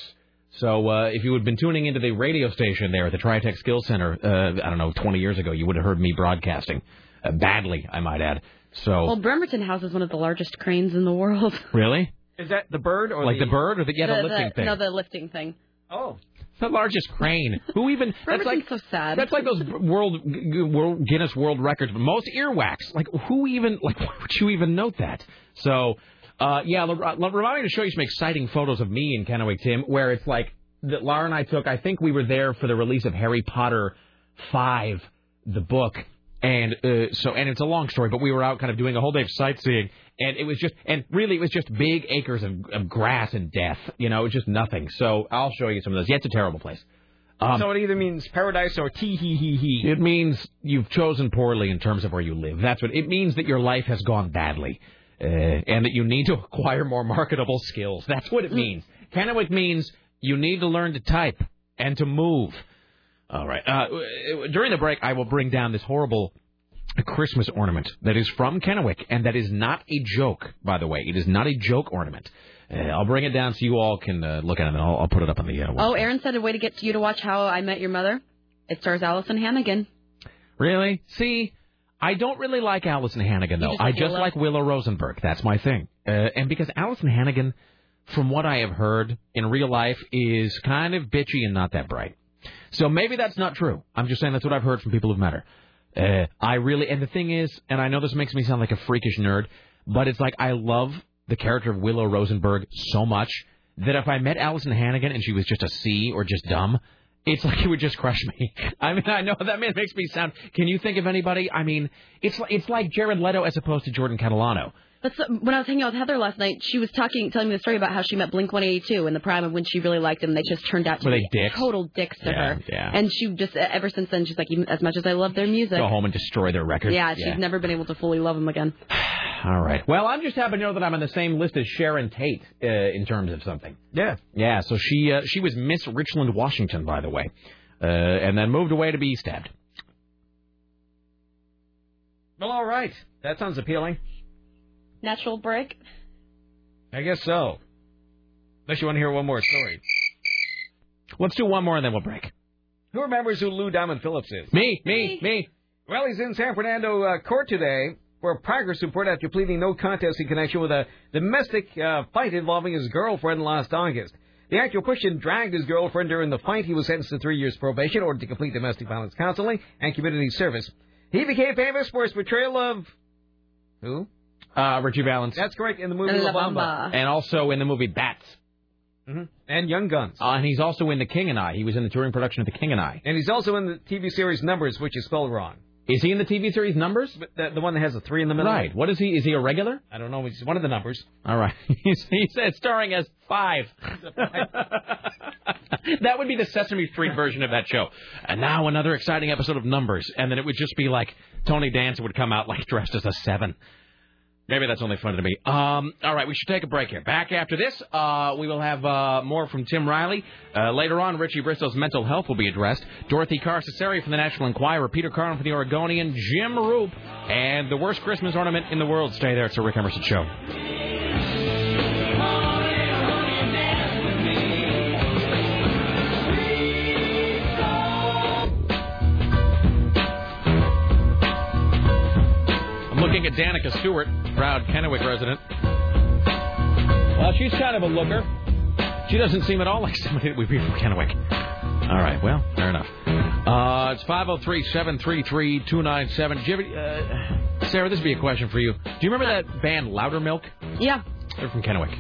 S5: So uh, if you had been tuning into the radio station there at the Tritech Skill Center, uh, I don't know, 20 years ago, you would have heard me broadcasting uh, badly, I might add. So
S6: Well, Bremerton houses one of the largest cranes in the world.
S5: really,
S17: Is that the bird or
S5: like the, bird or the yeah the, lifting thing?
S6: No, the lifting thing.
S17: Oh.
S5: The largest crane. Who even? That's like
S6: so sad.
S5: That's like those world, g- g- world Guinness World Records. But most earwax. Like who even? Like why would you even note that? So, uh, yeah. Le- uh, Le- remind me to show you some exciting photos of me and Kennewick Tim, where it's like that. Laura and I took. I think we were there for the release of Harry Potter Five, the book. And uh, so, and it's a long story, but we were out kind of doing a whole day of sightseeing, and it was just, and really, it was just big acres of, of grass and death. You know, it was just nothing. So I'll show you some of those. Yeah, it's a terrible place. Um,
S17: so it either means paradise or tee hee hee hee.
S5: it means you've chosen poorly in terms of where you live. That's what it means that your life has gone badly, uh, and that you need to acquire more marketable skills. That's what it means. Kennewick means you need to learn to type and to move. All right. Uh, w- during the break, I will bring down this horrible Christmas ornament that is from Kennewick, and that is not a joke, by the way. It is not a joke ornament. Uh, I'll bring it down so you all can uh, look at it, and I'll, I'll put it up on the uh,
S6: Oh, Aaron said a way to get you to watch How I Met Your Mother. It stars Allison Hannigan.
S5: Really? See, I don't really like Allison Hannigan though.
S6: just
S5: I
S6: like
S5: just
S6: Willow?
S5: like Willow Rosenberg. That's my thing. Uh, and because Allison Hannigan, from what I have heard in real life, is kind of bitchy and not that bright. So maybe that's not true. I'm just saying that's what I've heard from people who've met her. Uh, I really, and the thing is, and I know this makes me sound like a freakish nerd, but it's like I love the character of Willow Rosenberg so much that if I met Allison Hannigan and she was just a C or just dumb, it's like it would just crush me. I mean, I know that man makes me sound. Can you think of anybody? I mean, it's like, it's like Jared Leto as opposed to Jordan Catalano.
S6: But so, when I was hanging out with Heather last night, she was talking, telling me the story about how she met Blink 182 in the prime of when she really liked him. They just turned out to
S5: Were they
S6: be
S5: dicks?
S6: total dicks to
S5: Yeah,
S6: her.
S5: yeah.
S6: And she just e, ever since then, she's like, even as much as I love their music,
S5: Go home and destroy their record.
S6: yeah, she's never been able to fully love him again.
S5: All right. Well, I'm just happy to know that I'm on the same list as Sharon Tate uh, in terms of something.
S17: Yeah.
S5: Yeah. So she uh, she was Miss Richland, Washington, by the way, uh, and then moved away to be stabbed.
S17: Well, all right. That sounds appealing.
S6: Natural break.
S17: I guess so. Unless you want to hear one more story.
S5: Let's do one more and then we'll break.
S17: Who remembers who Lou Diamond Phillips is?
S5: Me, me, me.
S17: Well, he's in San Fernando uh, court today for a progress report after pleading no contest in connection with a domestic uh, fight involving his girlfriend last August. The actor pushed and dragged his girlfriend during the fight. He was sentenced to three years probation, ordered to complete domestic violence counseling and community service. He became famous for his portrayal of who?
S5: Uh, Richie Valens.
S17: That's correct in the movie La Bamba.
S5: And also in the movie Bats.
S17: hmm And Young Guns.
S5: Uh, and he's also in The King and I. He was in the touring production of The King and I.
S17: And he's also in the TV series Numbers, which is spelled wrong.
S5: Is he in the TV series Numbers?
S17: The, the one that has a three in the middle.
S5: Right. What is he? Is he a regular?
S17: I don't know. He's one of the numbers.
S5: All right. He's- he said starring as five. that would be the Sesame Street version of that show. And now another exciting episode of Numbers. And then it would just be like Tony Danza would come out like dressed as a seven. Maybe that's only funny to me. Um, all right, we should take a break here. Back after this, uh, we will have uh, more from Tim Riley. Uh, later on, Richie Bristol's mental health will be addressed. Dorothy Carcasseri from the National Enquirer, Peter Carlin from the Oregonian, Jim Roop, and the worst Christmas ornament in the world. Stay there. It's the Rick Emerson Show. I'm looking at Danica Stewart, proud Kennewick resident. Well, she's kind of a looker. She doesn't seem at all like somebody that would be from Kennewick. All right, well, fair enough. Uh, it's 503-733-297. Do you ever- uh, Sarah, this would be a question for you. Do you remember that band Loudermilk?
S6: Yeah.
S5: They're from Kennewick.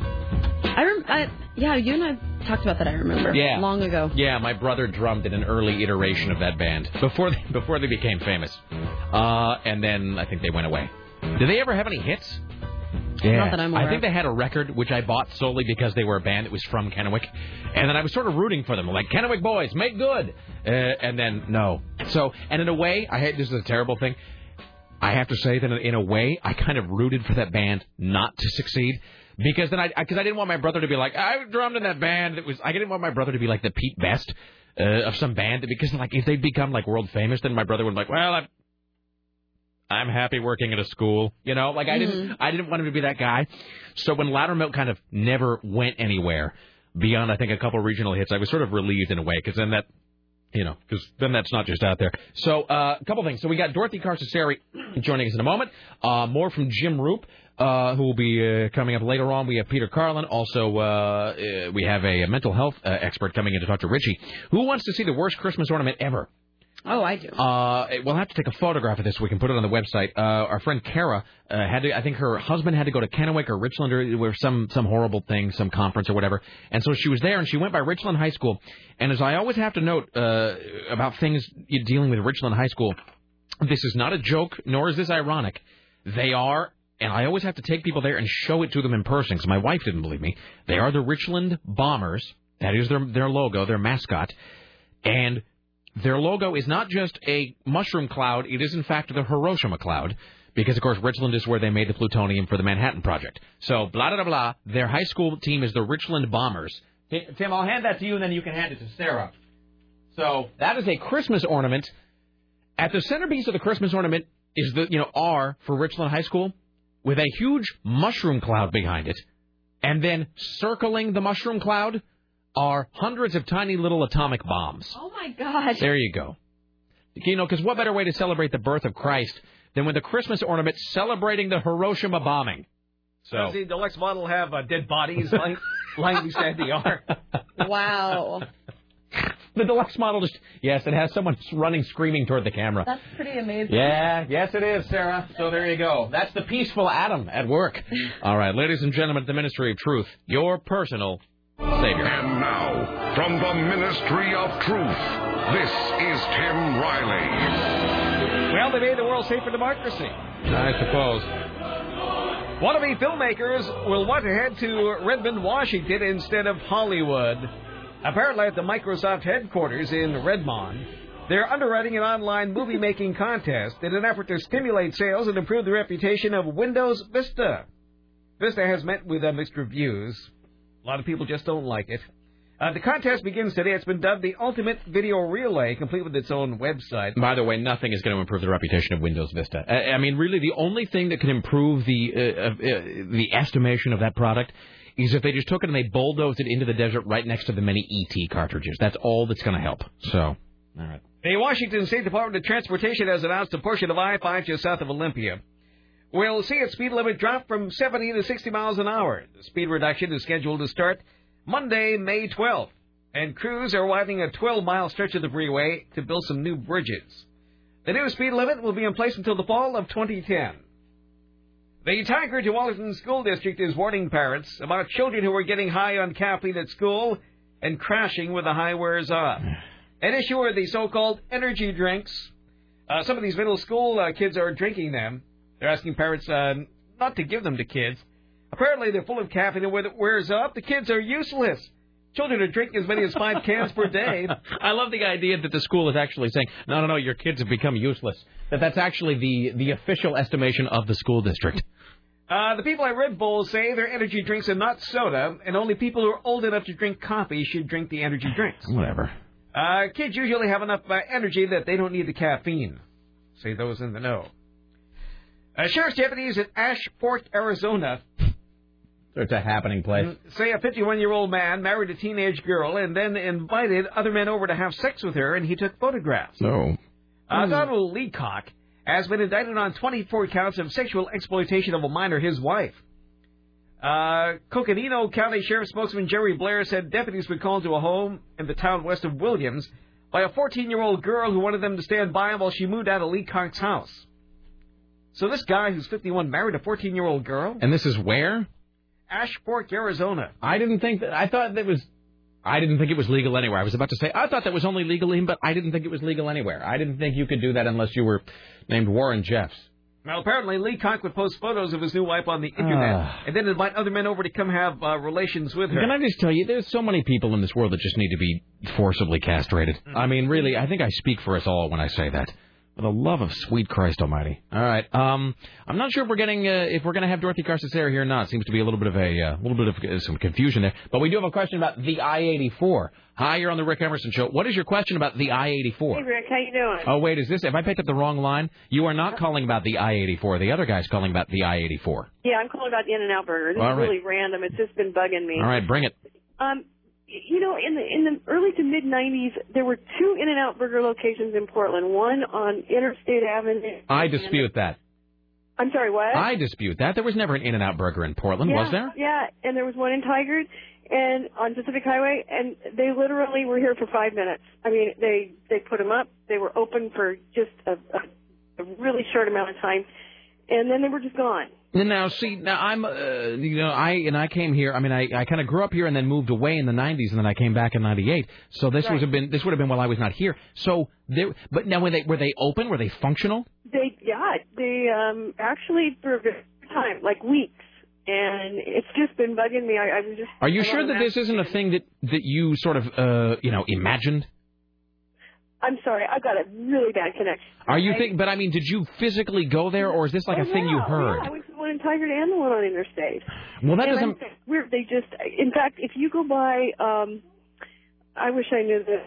S6: I, rem- I yeah, you and I talked about that. I remember.
S5: Yeah.
S6: Long ago.
S5: Yeah, my brother drummed in an early iteration of that band before they, before they became famous. Uh, and then I think they went away. Did they ever have any hits?
S6: Not that I'm aware
S5: I think
S6: of.
S5: they had a record which I bought solely because they were a band that was from Kennewick, and then I was sort of rooting for them, like Kennewick boys, make good. Uh, and then no. So, and in a way, I hate this is a terrible thing. I have to say that in a way, I kind of rooted for that band not to succeed because then I because I, didn't want my brother to be like I drummed in that band that was I didn't want my brother to be like the Pete Best uh, of some band because like if they'd become like world famous, then my brother would be like, well, I I'm happy working at a school. You know, like I didn't I didn't want him to be that guy. So when Loudermilk kind of never went anywhere beyond I think a couple regional hits, I was sort of relieved in a way because then that you know, because then that's not just out there. So, uh, a couple things. So we got Dorothy Carcasseri joining us in a moment. Uh, more from Jim Roop, uh, who will be uh, coming up later on. We have Peter Carlin. Also, uh, uh, we have a mental health uh, expert coming in to talk to Richie. Who wants to see the worst Christmas ornament ever?
S6: Oh, I do.
S5: Uh, we'll have to take a photograph of this. so We can put it on the website. Uh, our friend Kara uh, had to. I think her husband had to go to Kennewick or Richland or where some some horrible thing, some conference or whatever. And so she was there, and she went by Richland High School. And as I always have to note uh, about things you- dealing with Richland High School, this is not a joke, nor is this ironic. They are. And I always have to take people there and show it to them in person because my wife didn't believe me. They are the Richland Bombers. That is their their logo, their mascot. And their logo is not just a mushroom cloud, it is in fact the Hiroshima cloud, because of course Richland is where they made the plutonium for the Manhattan Project. So blah blah blah. blah. Their high school team is the Richland Bombers. Ti- Tim, I'll hand that to you, and then you can hand it to Sarah. So that is a Christmas ornament. At the centerpiece of the Christmas ornament is the you know R for Richland High School, with a huge mushroom cloud behind it, and then circling the mushroom cloud are hundreds of tiny little atomic bombs.
S6: Oh my God.
S5: There you go. You know, because what better way to celebrate the birth of Christ than with a Christmas ornament celebrating the Hiroshima bombing? So
S17: Does the deluxe model have uh, dead bodies lying, lying beside the R?
S6: Wow.
S5: the deluxe model just yes, it has someone running screaming toward the camera.
S6: That's pretty amazing.
S5: Yeah, yes it is, Sarah. So there you go. That's the peaceful Adam at work. All right, ladies and gentlemen, at the Ministry of Truth, your personal savior.
S4: And now, from the Ministry of Truth, this is Tim Riley.
S17: Well, they made the world safe for democracy.
S5: I suppose.
S17: Wannabe filmmakers will want to head to Redmond, Washington instead of Hollywood. Apparently, at the Microsoft headquarters in Redmond, they're underwriting an online movie making contest in an effort to stimulate sales and improve the reputation of Windows Vista. Vista has met with uh, mixed reviews. A lot of people just don't like it. Uh, the contest begins today. It's been dubbed the Ultimate Video Relay, complete with its own website.
S5: By the way, nothing is going to improve the reputation of Windows Vista. I, I mean, really, the only thing that could improve the uh, uh, the estimation of that product is if they just took it and they bulldozed it into the desert right next to the many ET cartridges. That's all that's going to help. So, all right.
S17: The Washington State Department of Transportation has announced a portion of I 5 just south of Olympia will see its speed limit drop from 70 to 60 miles an hour. The speed reduction is scheduled to start Monday, May 12th, and crews are widening a 12 mile stretch of the freeway to build some new bridges. The new speed limit will be in place until the fall of 2010. The Tiger Tualatin School District is warning parents about children who are getting high on caffeine at school and crashing when the high wears off. An issue are the so-called energy drinks. Uh, some of these middle school uh, kids are drinking them. They're asking parents uh, not to give them to kids. Apparently, they're full of caffeine, and when it wears off, the kids are useless. Children are drinking as many as five cans per day.
S5: I love the idea that the school is actually saying, no, no, no, your kids have become useless. That that's actually the, the official estimation of the school district.
S17: Uh, the people at Red Bull say their energy drinks are not soda, and only people who are old enough to drink coffee should drink the energy drinks.
S5: Whatever.
S17: Uh, kids usually have enough uh, energy that they don't need the caffeine. Say those in the know. Uh, sheriff's deputies in Ashport, Arizona,
S5: So it's a happening place.
S17: say a 51 year old man married a teenage girl and then invited other men over to have sex with her, and he took photographs.
S5: No.
S17: Uh,
S5: Hmm.
S17: Donald Leacock has been indicted on 24 counts of sexual exploitation of a minor, his wife. Uh, Coconino County Sheriff spokesman Jerry Blair said deputies were called to a home in the town west of Williams by a 14 year old girl who wanted them to stand by while she moved out of Leacock's house. So this guy who's 51 married a 14 year old girl?
S5: And this is where?
S17: Ash Fork, Arizona.
S5: I didn't think that. I thought that was. I didn't think it was legal anywhere. I was about to say I thought that was only legal in, but I didn't think it was legal anywhere. I didn't think you could do that unless you were named Warren Jeffs.
S17: Now, apparently, Leacock would post photos of his new wife on the internet
S5: Ah.
S17: and then invite other men over to come have uh, relations with her.
S5: Can I just tell you, there's so many people in this world that just need to be forcibly castrated. I mean, really, I think I speak for us all when I say that. For the love of sweet Christ Almighty! All right, um, I'm not sure if we're getting uh, if we're going to have Dorothy Carcassera here or not. Seems to be a little bit of a uh, little bit of uh, some confusion there. But we do have a question about the I-84. Hi, you're on the Rick Emerson show. What is your question about the
S29: Hey,
S5: I-84?
S29: Rick, how you doing?
S5: Oh wait, is this? Have I picked up the wrong line? You are not calling about the I-84. The other guy's calling about the I-84. All
S29: Yeah, I'm calling about In and Out Burger. This
S5: All
S29: is
S5: right.
S29: really random. It's just been bugging me.
S5: right, bring it.
S29: Um, y- you know, in the in the early to mid '90s, there were two In and Out Burger locations in Portland. One on Interstate Avenue.
S5: I dispute that.
S29: I'm sorry, what?
S5: Uh, I dispute that. There was never an In-N-Out burger in Portland,
S29: yeah,
S5: was there?
S29: Yeah, and there was one in Tigard and on Pacific Highway, and they literally were here for five minutes. I mean, they they put them up. They were open for just a, a, a really short amount of time, and then they were just gone.
S5: Now, see, now I'm, uh, you know, I and I came here. I mean, I, I kind of grew up here and then moved away in the '90s, and then I came back in '98. So this
S29: Right.
S5: would have been this would have been while I was not here. So there, but now were they were they open? Were they functional?
S29: They yeah, they um actually for a very long time, like weeks. And it's just been bugging me. I, I was just
S5: Are you
S29: I
S5: sure
S29: don't
S5: that
S29: know.
S5: this isn't a thing that that you sort of, uh, you know, imagined?
S29: I'm sorry, I've got a really bad connection.
S5: Are you
S29: I-
S5: think? But I mean, did you physically go there, or is this like
S29: Oh,
S5: a thing you
S29: yeah,
S5: heard?
S29: Yeah, I went to the one in Tigard and the one on Interstate.
S5: Well, that
S29: And
S5: doesn't-
S29: I'm weird. They just in fact if you go by um I wish I knew the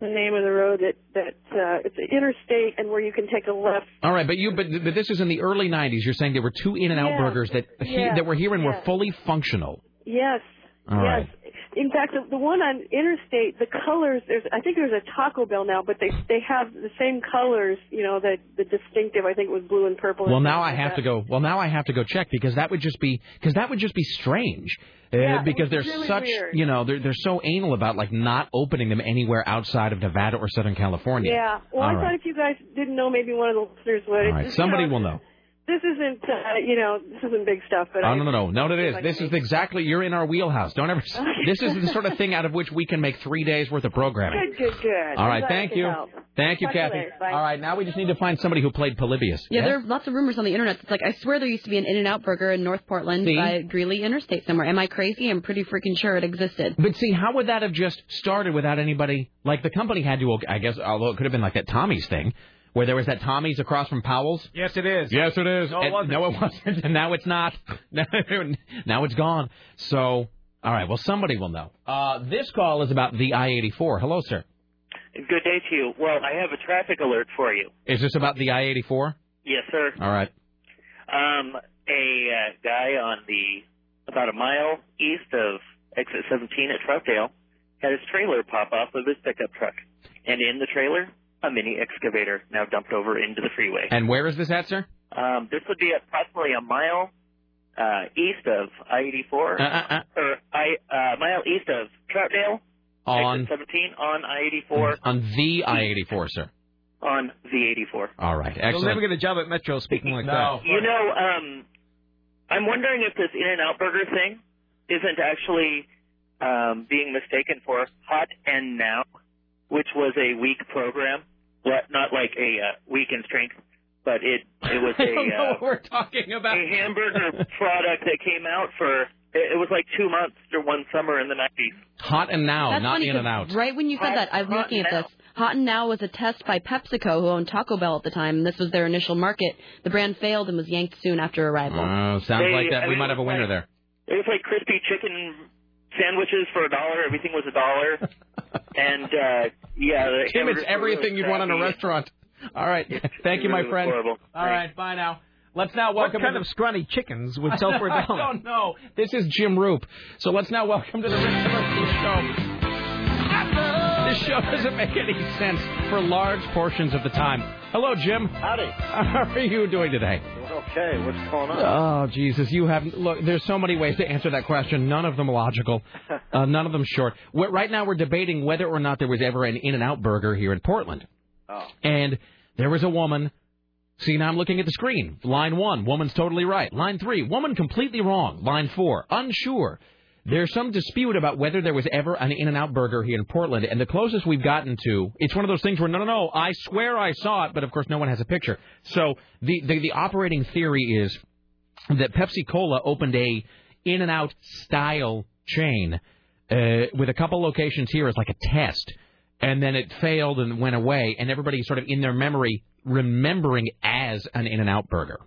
S29: the name of the road that that uh it's interstate and where you can take a left
S5: All right, but you but, but this is in the early '90s. You're saying there were two In-N-Out
S29: Yeah.
S5: burgers that he,
S29: Yeah.
S5: that were here and were
S29: Yeah.
S5: fully functional.
S29: Yes.
S5: All
S29: yes.
S5: right.
S29: In fact, the, the one on Interstate, the colors. There's, I think there's a Taco Bell now, but they they have the same colors. You know, the the distinctive. I think it was blue and purple.
S5: Well,
S29: and
S5: now
S29: something
S5: I
S29: like
S5: have
S29: that.
S5: to go. Well, now I have to go check because that would just be because that would just be strange. Uh,
S29: Yeah, it was
S5: because they're
S29: really
S5: such,
S29: weird.
S5: you know, they're they're so anal about like not opening them anywhere outside of Nevada or Southern California.
S29: Yeah. Well,
S5: All
S29: I
S5: right.
S29: thought if you guys didn't know, maybe one of the listeners would.
S5: All
S29: It's
S5: right.
S29: just,
S5: Somebody
S29: you know,
S5: will know.
S29: This isn't, uh, you know, this isn't big stuff, but
S5: Oh,
S29: I,
S5: no, no, no, no! It is.
S29: Like
S5: This
S29: me.
S5: is exactly you're in our wheelhouse. Don't ever. This is the sort of thing out of which we can make three days worth of programming.
S29: Good, good, good.
S5: All
S29: I'm
S5: right,
S29: glad I
S5: thank
S29: could
S5: you,
S29: help.
S5: thank you,
S29: Talk to you
S5: Kathy.
S29: later. Bye.
S5: All right, now we just need to find somebody who played Polybius.
S6: Yeah,
S5: Yes?
S6: there are lots of rumors on the internet. It's like I swear there used to be an In and Out Burger in North Portland
S5: See?
S6: by Greeley Interstate somewhere. Am I crazy? I'm pretty freaking sure it existed.
S5: But see, how would that have just started without anybody? Like the company had to, I guess, although it could have been like that Tommy's thing, where there was that Tommy's across from Powell's.
S17: Yes, it is.
S5: Yes, it is.
S17: No, it
S5: And-
S17: wasn't.
S5: No, it wasn't. And now it's not. now it's gone. So, all right. Well, somebody will know. Uh, this call is about the I-84. Hello, sir.
S30: Good day to you. Well, I have a traffic alert for you.
S5: Is this about the I-84? All
S30: Yes, sir.
S5: right.
S30: Um, a uh, guy on the about a mile east of exit 17 at Troutdale had his trailer pop off of his pickup truck, and in the trailer, a mini excavator now dumped over into the freeway.
S5: And where is this at, sir?
S30: Um, this would be approximately a mile uh, east of I-84,
S5: Uh, uh,
S30: or I, uh, mile east of Troutdale,
S5: On,
S30: 17 on I-84,
S5: on the I 84, sir.
S30: on the 84.
S5: All right.
S17: You'll never
S5: Excellent.
S17: get a job at Metro speaking like that.
S30: You know, um, I'm wondering if this In-N-Out Burger thing isn't actually um, being mistaken for Hot and Now, which was a weak program, what not like a uh, weak in strength, but it it was
S5: I don't
S30: a
S5: know
S30: uh,
S5: what we're talking about.
S30: a hamburger product that came out for it, it was like two months or one summer in the 90s.
S5: Hot and now,
S6: That's
S5: not
S6: funny
S5: in
S6: 'cause
S5: and out.
S6: Right when you said that, I was
S30: Hot
S6: looking at
S30: Now.
S6: this. Hot and Now was a test by PepsiCo, who owned Taco Bell at the time, and this was their initial market. The brand failed and was yanked soon after arrival.
S5: Oh, sounds
S30: They-
S5: like
S30: I
S5: that. We
S30: mean,
S5: might have a winner there.
S30: It was like crispy chicken sandwiches for a dollar. Everything was a dollar. and uh, yeah, the
S5: Tim, it's
S30: hamburger
S5: everything
S30: was
S5: you'd want in a
S30: crappy.
S5: restaurant. All right. Thank you, my
S30: really
S5: friend.
S30: horrible.
S5: All right. Bye now. Let's now
S17: What
S5: welcome.
S17: kind
S5: to
S17: of scrawny chickens
S5: the...
S17: would sell for
S5: I
S17: a dollar?
S5: don't know. This is Jim Roop. So let's now welcome to the Rick Emerson Show. This show doesn't make any sense for large portions of the time. Hello, Jim.
S23: Howdy.
S5: How are you doing today?
S23: Okay, what's going on?
S5: Oh Jesus! You have look. There's so many ways to answer that question. None of them logical. Uh, none of them short. we right now, we're debating whether or not there was ever an In-N-Out Burger here in Portland.
S23: Oh.
S5: And there was a woman. See, now I'm looking at the screen. Line one, woman's totally right. Line three, woman completely wrong. Line four, unsure. There's some dispute about whether there was ever an In-N-Out Burger here in Portland, and the closest we've gotten to, it's one of those things where no, no, no, I swear I saw it, but of course no one has a picture. So the the, the operating theory is that Pepsi Cola opened a in and out style chain uh, with a couple locations here as like a test, and then it failed and went away, and everybody sort of in their memory remembering as an in and out burger.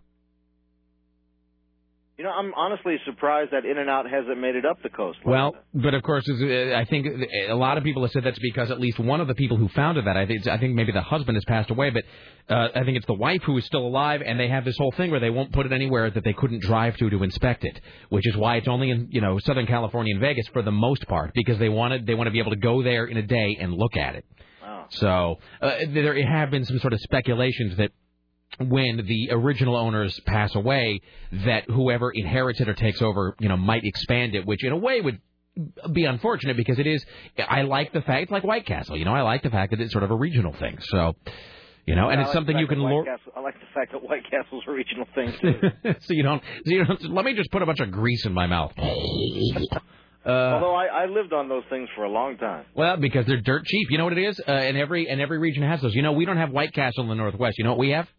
S23: You know, I'm honestly surprised that In-N-Out hasn't made it up the coast.
S5: Well, but of course, it's, uh, I think a lot of people have said that's because at least one of the people who founded that, I think, it's- I think maybe the husband has passed away, but uh, I think it's the wife who is still alive, and they have this whole thing where they won't put it anywhere that they couldn't drive to to inspect it, which is why it's only in you know Southern California and Vegas for the most part because they wanted they want to be able to go there in a day and look at it. So uh, there have been some sort of speculations that when the original owners pass away, that whoever inherits it or takes over, you know, might expand it, which in a way would be unfortunate because it is. I like the fact, like White Castle, you know, I like the fact that it's sort of a regional thing. So, you know, and
S23: I
S5: it's
S23: like
S5: something
S23: the
S5: you
S23: fact
S5: can
S23: that White
S5: lure.
S23: Castle- I like the fact that White Castle's a regional thing
S5: so
S23: too.
S5: you don't. So you don't. Let me just put a bunch of grease in my mouth. Uh,
S23: Although I, I lived on those things for a long time.
S5: Well, because they're dirt cheap. You know what it is? Uh, and every and every region has those. You know, we don't have White Castle in the Northwest. You know what we have?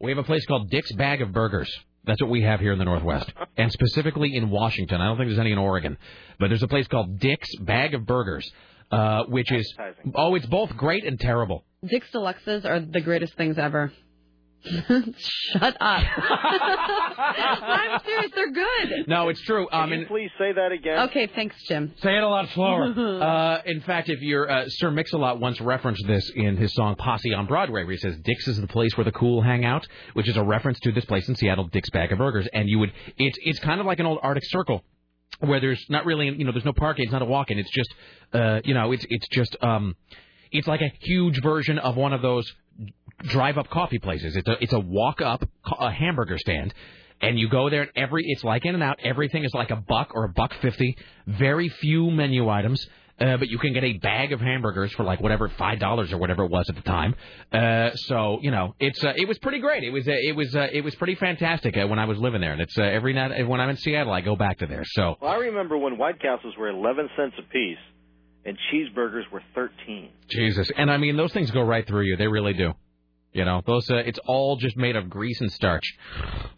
S5: We have a place called Dick's Bag of Burgers. That's what we have here in the Northwest, and specifically in Washington. I don't think there's any in Oregon, but there's a place called Dick's Bag of Burgers, uh, which is oh, it's both great and terrible.
S6: Dick's Deluxes are the greatest things ever. Shut up. I'm serious. They're good.
S5: No, it's true. Um, and-
S23: Please say that again.
S6: Okay, thanks, Jim.
S5: Say it a lot slower. uh, in fact, if you're uh, Sir Mix-a-Lot once referenced this in his song Posse on Broadway, where he says Dick's is the place where the cool hang out, which is a reference to this place in Seattle, Dick's Bag of Burgers. And you would, it's it's kind of like an old Arctic Circle. Where there's not really, you know, there's no parking. It's not a walk-in. It's just, uh, you know, it's it's just, um, it's like a huge version of one of those drive-up coffee places. It's a it's a walk-up co- a hamburger stand, and you go there and every it's like In and Out. Everything is like a buck or a buck fifty. Very few menu items. Uh, but you can get a bag of hamburgers for like whatever five dollars or whatever it was at the time. Uh, so you know it's uh, it was pretty great. It was uh, it was uh, it was pretty fantastic uh, when I was living there. And it's uh, every night when I'm in Seattle, I go back to there. So
S23: Well, I remember when White Castles were 11 cents a piece and cheeseburgers were 13.
S5: Jesus, and I mean those things go right through you. They really do. You know, those uh, it's all just made of grease and starch.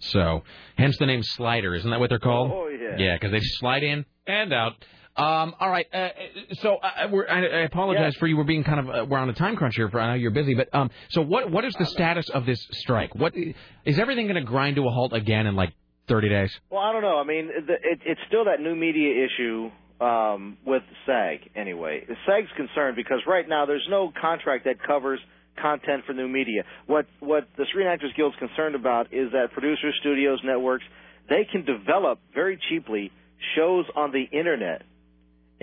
S5: So, hence the name slider. Isn't that what they're called?
S23: Oh, yeah.
S5: Yeah, because they just slide in and out. Um, all right. Uh, so I, I- we're, I, I apologize for you. We're being kind of uh, we're on a time crunch here. For I know you're busy, but um, so what what is the status of this strike? What is everything going to grind to a halt again in like 30 days?
S23: Well, I don't know. I mean, the, it, it's still that new media issue um, with SAG, anyway. SAG's concerned because right now there's no contract that covers content for new media. What what the Screen Actors Guild's concerned about is that producers, studios, networks, they can develop very cheaply shows on the internet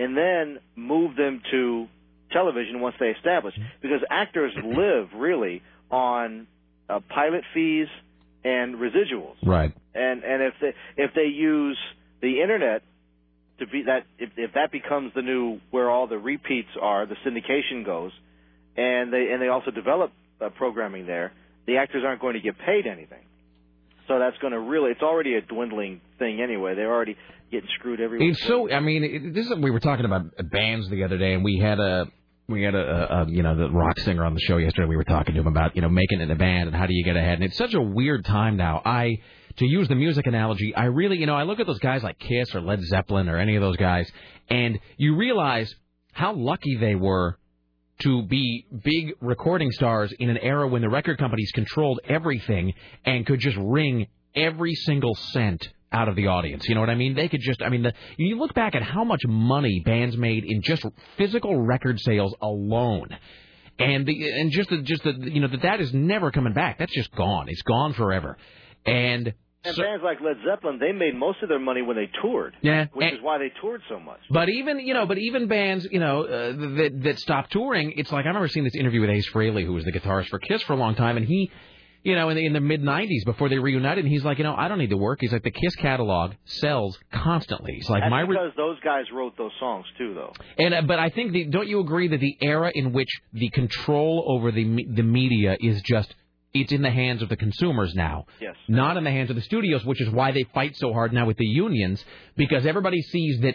S23: and then move them to television once they establish because actors live really on uh, pilot fees and residuals.
S5: Right.
S23: Uh, and and if they if they use the internet to be that if if that becomes the new where all the repeats are, the syndication goes, and they and they also develop uh, programming there, the actors aren't going to get paid anything. So that's going to really it's already a dwindling thing anyway. They're already getting screwed everywhere.
S5: It's so. I mean, it, this is we were talking about bands the other day, and we had a we had a, a, a you know the rock singer on the show yesterday. We were talking to him about you know making it in a band and how do you get ahead. And it's such a weird time now. I to use the music analogy, I really you know I look at those guys like Kiss or Led Zeppelin or any of those guys, and you realize how lucky they were to be big recording stars in an era when the record companies controlled everything and could just wring every single cent out of the audience. You know what I mean? They could just, I mean, the, you look back at how much money bands made in just physical record sales alone. And the and just the, just the you know that that is never coming back. That's just gone. It's gone forever. And
S23: And bands like Led Zeppelin, they made most of their money when they toured,
S5: yeah,
S23: which is why they toured so much.
S5: But even you know, but even bands you know uh, that that stop touring, it's like I remember seeing this interview with Ace Frehley, who was the guitarist for Kiss for a long time, and he, you know, in the, in the mid '90s before they reunited, he's like, you know, I don't need to work. He's like, the Kiss catalog sells constantly. He's like,
S23: That's
S5: my re-
S23: because those guys wrote those songs too, though.
S5: and uh, but I think the, don't you agree that the era in which the control over the me- the media is just it's in the hands of the consumers now,
S23: Yes.
S5: not in the hands of the studios, which is why they fight so hard now with the unions because everybody sees that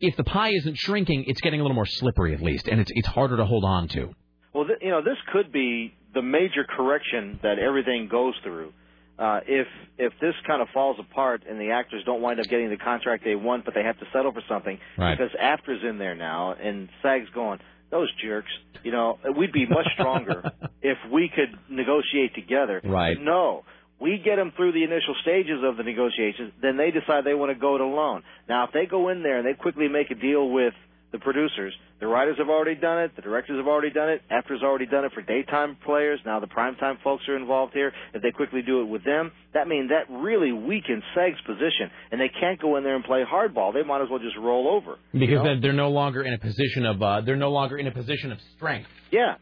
S5: if the pie isn't shrinking, it's getting a little more slippery at least, and it's it's harder to hold on to.
S23: Well, th- you know, this could be the major correction that everything goes through. Uh, if if this kind of falls apart and the actors don't wind up getting the contract they want, but they have to settle for something
S5: Right.
S23: because AFTRA's in there now and SAG's going, those jerks. You know, we'd be much stronger if we could negotiate together.
S5: Right.
S23: No. We get them through the initial stages of the negotiations, then they decide they want to go it alone. Now, if they go in there and they quickly make a deal with the producers, the writers have already done it, the directors have already done it, actors already done it for daytime players. Now the primetime folks are involved here. If they quickly do it with them, that means that really weakens SAG's position, and they can't go in there and play hardball. They might as well just roll over.
S5: Because they're, they're no longer in a position of uh, they're no longer in a position of strength.
S23: Yeah.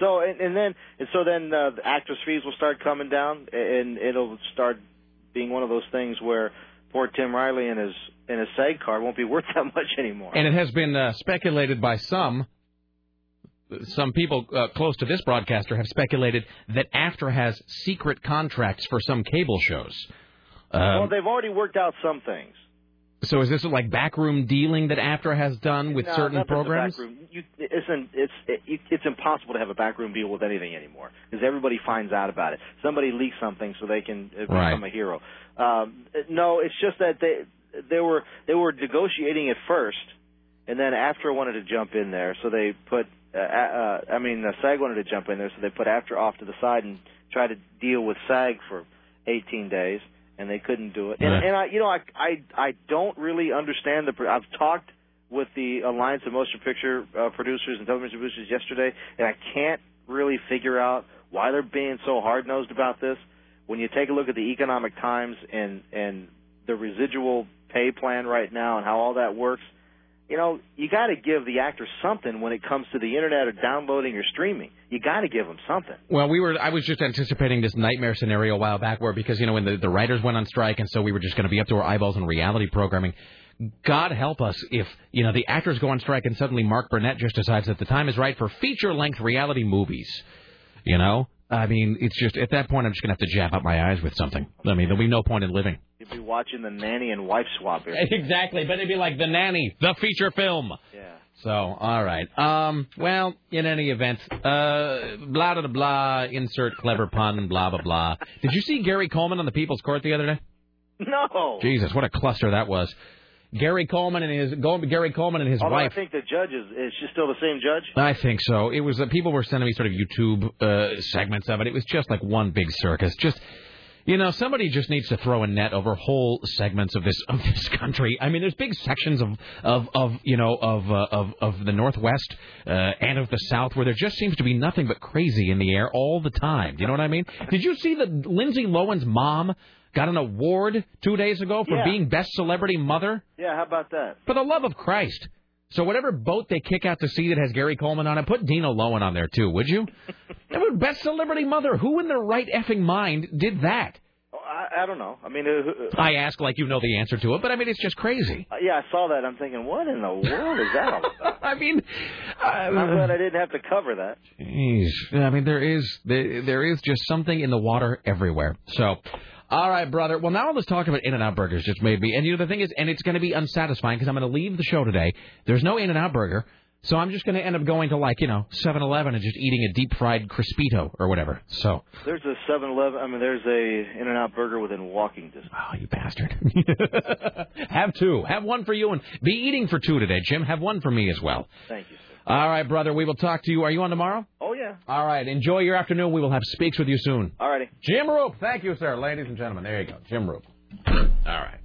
S23: So and, and then and so then uh, the actors' fees will start coming down, and it'll start being one of those things where poor Tim Riley and his and his SAG card won't be worth that much anymore.
S5: And it has been uh, speculated by some, some people uh, close to this broadcaster have speculated that AFTRA has secret contracts for some cable shows. Um,
S23: well, they've already worked out some things.
S5: so is this like backroom dealing that AFTRA has done with
S23: No,
S5: certain
S23: nothing's a
S5: programs?
S23: backroom. You, it's, an, it's, it, it's impossible to have a backroom deal with anything anymore because everybody finds out about it. Somebody leaks something so they can uh,
S5: Right.
S23: become a hero. Um, no, it's just that they they were they were negotiating at first, and then after wanted to jump in there, so they put uh, uh, I mean uh, SAG wanted to jump in there, so they put after off to the side and tried to deal with SAG for 18 days, and they couldn't do it. And,
S9: Right.
S23: and I you know I I I don't really understand the. pr- I've talked with the Alliance of Motion Picture uh, Producers and Television Producers yesterday, and I can't really figure out why they're being so hard nosed about this. When you take a look at the economic times and and the residual pay plan right now and how all that works, you know you got to give the actors something when it comes to the internet or downloading or streaming. You got to give them something.
S5: Well, we were. I was just anticipating this nightmare scenario a while back, where because you know when the, the writers went on strike, and so we were just going to be up to our eyeballs in reality programming. God help us if you know the actors go on strike, and suddenly Mark Burnett just decides that the time is right for feature length reality movies. You know, I mean, it's just at that point I'm just going to have to jab up my eyes with something. I mean, there'll be no point in living.
S23: You'd be watching the nanny and wife swap here.
S5: Exactly, but it'd be like the nanny, the feature film.
S23: Yeah.
S5: So, all right. Um, well, in any event, uh, blah blah blah. Insert clever pun. Blah blah blah. Did you see Gary Coleman on the People's Court the other day?
S23: No.
S5: Jesus, what a cluster that was. Gary Coleman and his go- Gary Coleman and his
S23: Although
S5: wife.
S23: I think the judge is is she still the same judge?
S5: I think so. It was uh, people were sending me sort of YouTube uh, segments of it. It was just like one big circus. Just you know, somebody just needs to throw a net over whole segments of this of this country. I mean, there's big sections of of of you know of uh, of of the Northwest uh, and of the South where there just seems to be nothing but crazy in the air all the time. Do you know what I mean? Did you see that Lindsay Lohan's mom got an award two days ago for
S23: Yeah.
S5: being best celebrity mother?
S23: Yeah. How about that?
S5: For the love of Christ. So whatever boat they kick out to sea that has Gary Coleman on it, put Dino Lowen on there too, would you? that would best celebrity mother. Who in their right effing mind did that?
S23: I, Oh, I, I don't know. I mean, uh,
S5: I ask like you know the answer to it, but I mean it's just crazy.
S23: uh, yeah, I saw that. I'm thinking, what in the world is that all about?
S5: I mean, uh,
S23: I'm glad I didn't have to cover that.
S5: Jeez. I mean there is there, there is just something in the water everywhere. So, all right, brother. Well, now all this talk about In-N-Out burgers just made me. And you know the thing is, and it's going to be unsatisfying because I'm going to leave the show today. There's no In-N-Out burger. So I'm just going to end up going to like you know 7-Eleven and just eating a deep fried crispito or whatever. So
S23: There's a 7-Eleven. I mean, there's a In-N-Out Burger within walking distance.
S5: Oh, you bastard! have two, have one for you, and be eating for two today, Jim. Have one for me as well.
S23: Thank you.
S5: All right, brother. We will talk to you. Are you on tomorrow?
S23: Oh yeah.
S5: All right. Enjoy your afternoon. We will have speaks with you soon.
S23: All righty.
S5: Jim Roop. Thank you, sir. Ladies and gentlemen, there you go. Jim Roop. All right.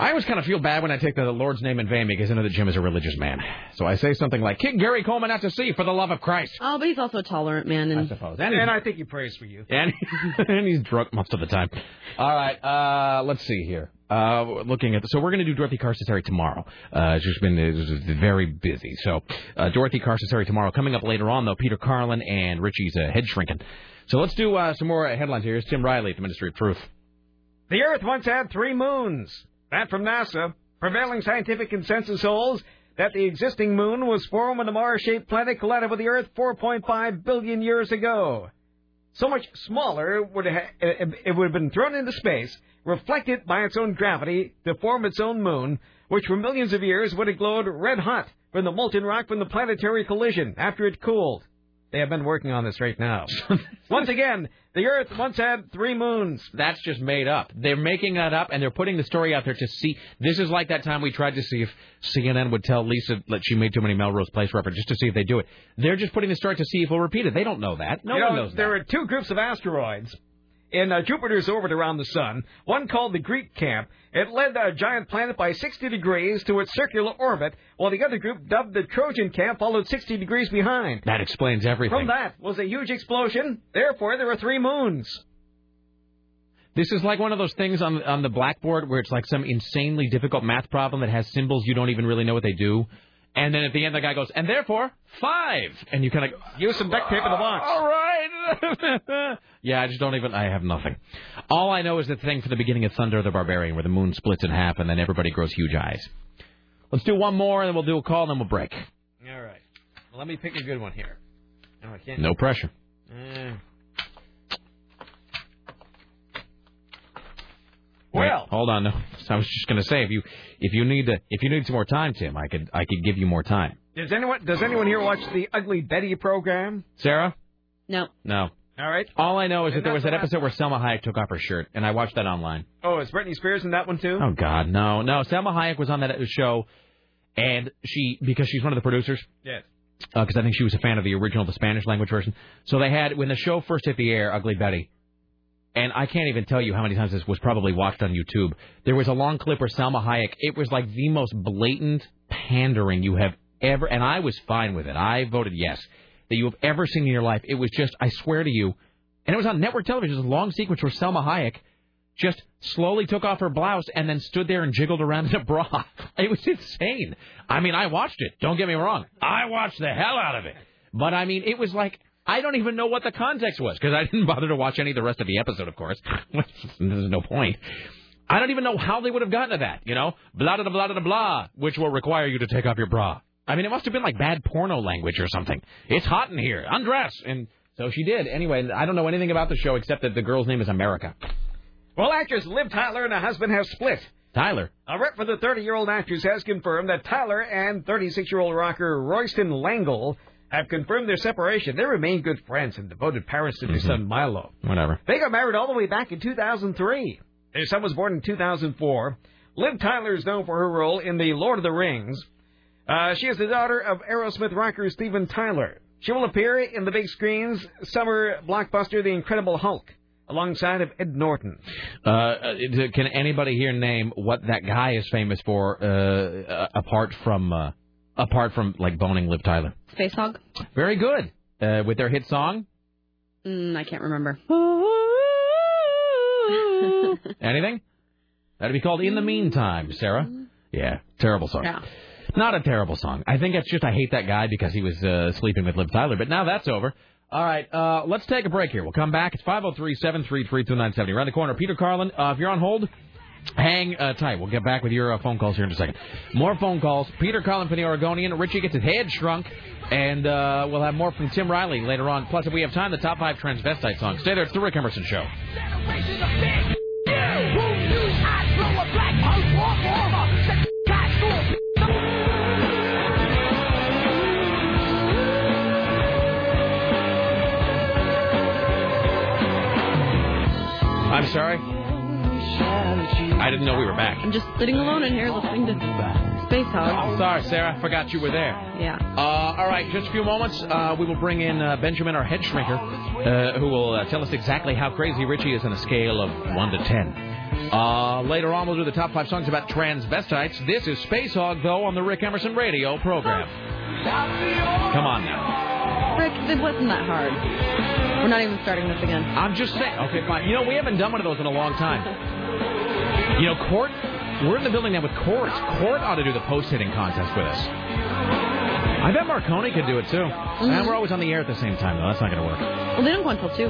S5: I always kind of feel bad when I take the Lord's name in vain because I know that Jim is a religious man. So I say something like, kick Gary Coleman out to sea for the love of Christ.
S6: Oh, but he's also a tolerant man. And... I
S5: suppose.
S17: And, and I think he prays for you.
S5: And, and he's drunk most of the time. All right, uh, let's see here. Uh, looking at so we're going to do Dorothy Carcassari tomorrow. Uh, she's been uh, very busy. So uh, Dorothy Carcassari tomorrow. Coming up later on though, Peter Carlin and Richie's uh, head shrinking. So let's do uh, some more uh, headlines here. Here's Tim Riley at the Ministry of Truth.
S17: The Earth once had three moons. That from NASA. Prevailing scientific consensus holds that the existing moon was formed when the Mars-shaped planet collided with the Earth 4.5 billion years ago. So much smaller would ha- eh, it would have been thrown into space, reflected by its own gravity to form its own moon, which for millions of years would have glowed red hot from the molten rock from the planetary collision after it cooled. They have been working on this right now. once again, the Earth once had three moons.
S5: That's just made up. They're making that up and they're putting the story out there to see. This is like that time we tried to see if CNN would tell Lisa that she made too many Melrose Place references just to see if they do it. They're just putting the story to see if we'll repeat it. They don't know that. No
S17: You
S5: one
S17: know,
S5: knows that.
S17: There are two groups of asteroids in uh, Jupiter's orbit around the sun. One called the Greek Camp. It led a giant planet by 60 degrees to its circular orbit, while the other group, dubbed the Trojan Camp, followed 60 degrees behind.
S5: That explains everything.
S17: From that was a huge explosion. Therefore, there were three moons.
S5: This is like one of those things on on the blackboard where it's like some insanely difficult math problem that has symbols you don't even really know what they do, and then at the end the guy goes, and therefore five, and you kind of
S17: use some duct tape in the box.
S5: All right. yeah, I just don't even. I have nothing. All I know is the thing for the beginning of Thunder the Barbarian where the moon splits in half and then everybody grows huge eyes. Let's do one more and then we'll do a call and then we'll break.
S17: All right. Well, let me pick a good one here. No, I can't.
S5: No pressure.
S17: Uh,
S5: Well, hold on. No, I was just going to say if you if you need to, if you need some more time, Tim, I could I could give you more time.
S17: does anyone does anyone here watch the Ugly Betty program?
S5: Sarah?
S6: No.
S5: No.
S17: All right.
S5: All I know is that
S17: And
S5: there was that
S17: that's the last
S5: episode where Selma Hayek took off her shirt, and I watched that online.
S17: Oh, is Britney Spears in that one too?
S5: Oh God, no, no. Selma Hayek was on that show, and she because she's one of the producers.
S17: Yes.
S5: Because uh, I think she was a fan of the original, the Spanish language version. So they had when the show first hit the air, Ugly Betty. And I can't even tell you how many times this was probably watched on YouTube. There was a long clip where Selma Hayek. It was like the most blatant pandering you have ever, and I was fine with it. I voted yes that you have ever seen in your life. It was just, I swear to you, and it was on network television. It was a long sequence where Selma Hayek just slowly took off her blouse and then stood there and jiggled around in a bra. It was insane. I mean, I watched it. Don't get me wrong. I watched the hell out of it. But I mean, it was like I don't even know what the context was because I didn't bother to watch any of the rest of the episode, of course. There's no point. I don't even know how they would have gotten to that, you know, blah da da blah da da blah, which will require you to take off your bra. I mean, it must have been like bad porno language or something. It's hot in here, undress, and so she did. Anyway, I don't know anything about the show except that the girl's name is America.
S17: Well, actress Liv Tyler and her husband have split.
S5: Tyler.
S17: A rep for the 30 year old actress has confirmed that Tyler and 36 year old rocker Royston Langle have confirmed their separation. They remain good friends and devoted parents to their son Milo.
S5: Whatever.
S17: They got married all the way back in 2003. Their son was born in 2004. Liv Tyler is known for her role in The Lord of the Rings. Uh, she is the daughter of Aerosmith rocker Steven Tyler. She will appear in the big screen's summer blockbuster The Incredible Hulk alongside of Ed Norton.
S5: Uh, uh, can anybody here name what that guy is famous for? Uh, uh, apart from uh, apart from like boning Liv Tyler.
S6: Space Hog?
S5: Very good uh, with their hit song.
S6: Mm, I can't remember.
S5: Anything? That'd be called In the Meantime, Sarah. Yeah, terrible song.
S6: Yeah.
S5: Not a terrible song. I think it's just I hate that guy because he was uh, sleeping with Liv Tyler. But now that's over. All right, uh, let's take a break here. We'll come back. It's 503-733-2970. Around the corner, Peter Carlin. Uh, if you're on hold, hang uh, tight. We'll get back with your uh, phone calls here in a second. More phone calls. Peter Carlin from the Oregonian. Richie gets his head shrunk. And uh, we'll have more from Tim Riley later on. Plus, if we have time, the top five transvestite songs. Stay there. It's the Rick Emerson Show. I'm sorry. I didn't know we were back.
S6: I'm just sitting alone in here listening to Space Hog.
S5: Sorry, Sarah. I forgot you were there.
S6: Yeah.
S5: Uh, all right, just a few moments. Uh, we will bring in uh, Benjamin, our head shrinker, uh, who will uh, tell us exactly how crazy Richie is on a scale of 1 to 10. Uh, later on, we'll do the top five songs about transvestites. This is Space Hog, though, on the Rick Emerson radio program. Come on now.
S6: Rick, it wasn't that hard. We're not even starting this again.
S5: I'm just saying. Okay, fine. You know, we haven't done one of those in a long time. You know, Court, we're in the building now with Court. Court ought to do the post hitting contest with us. I bet Marconi could do it, too. And we're always on the air at the same time, though. That's not going to work.
S6: Well, they don't go until 2.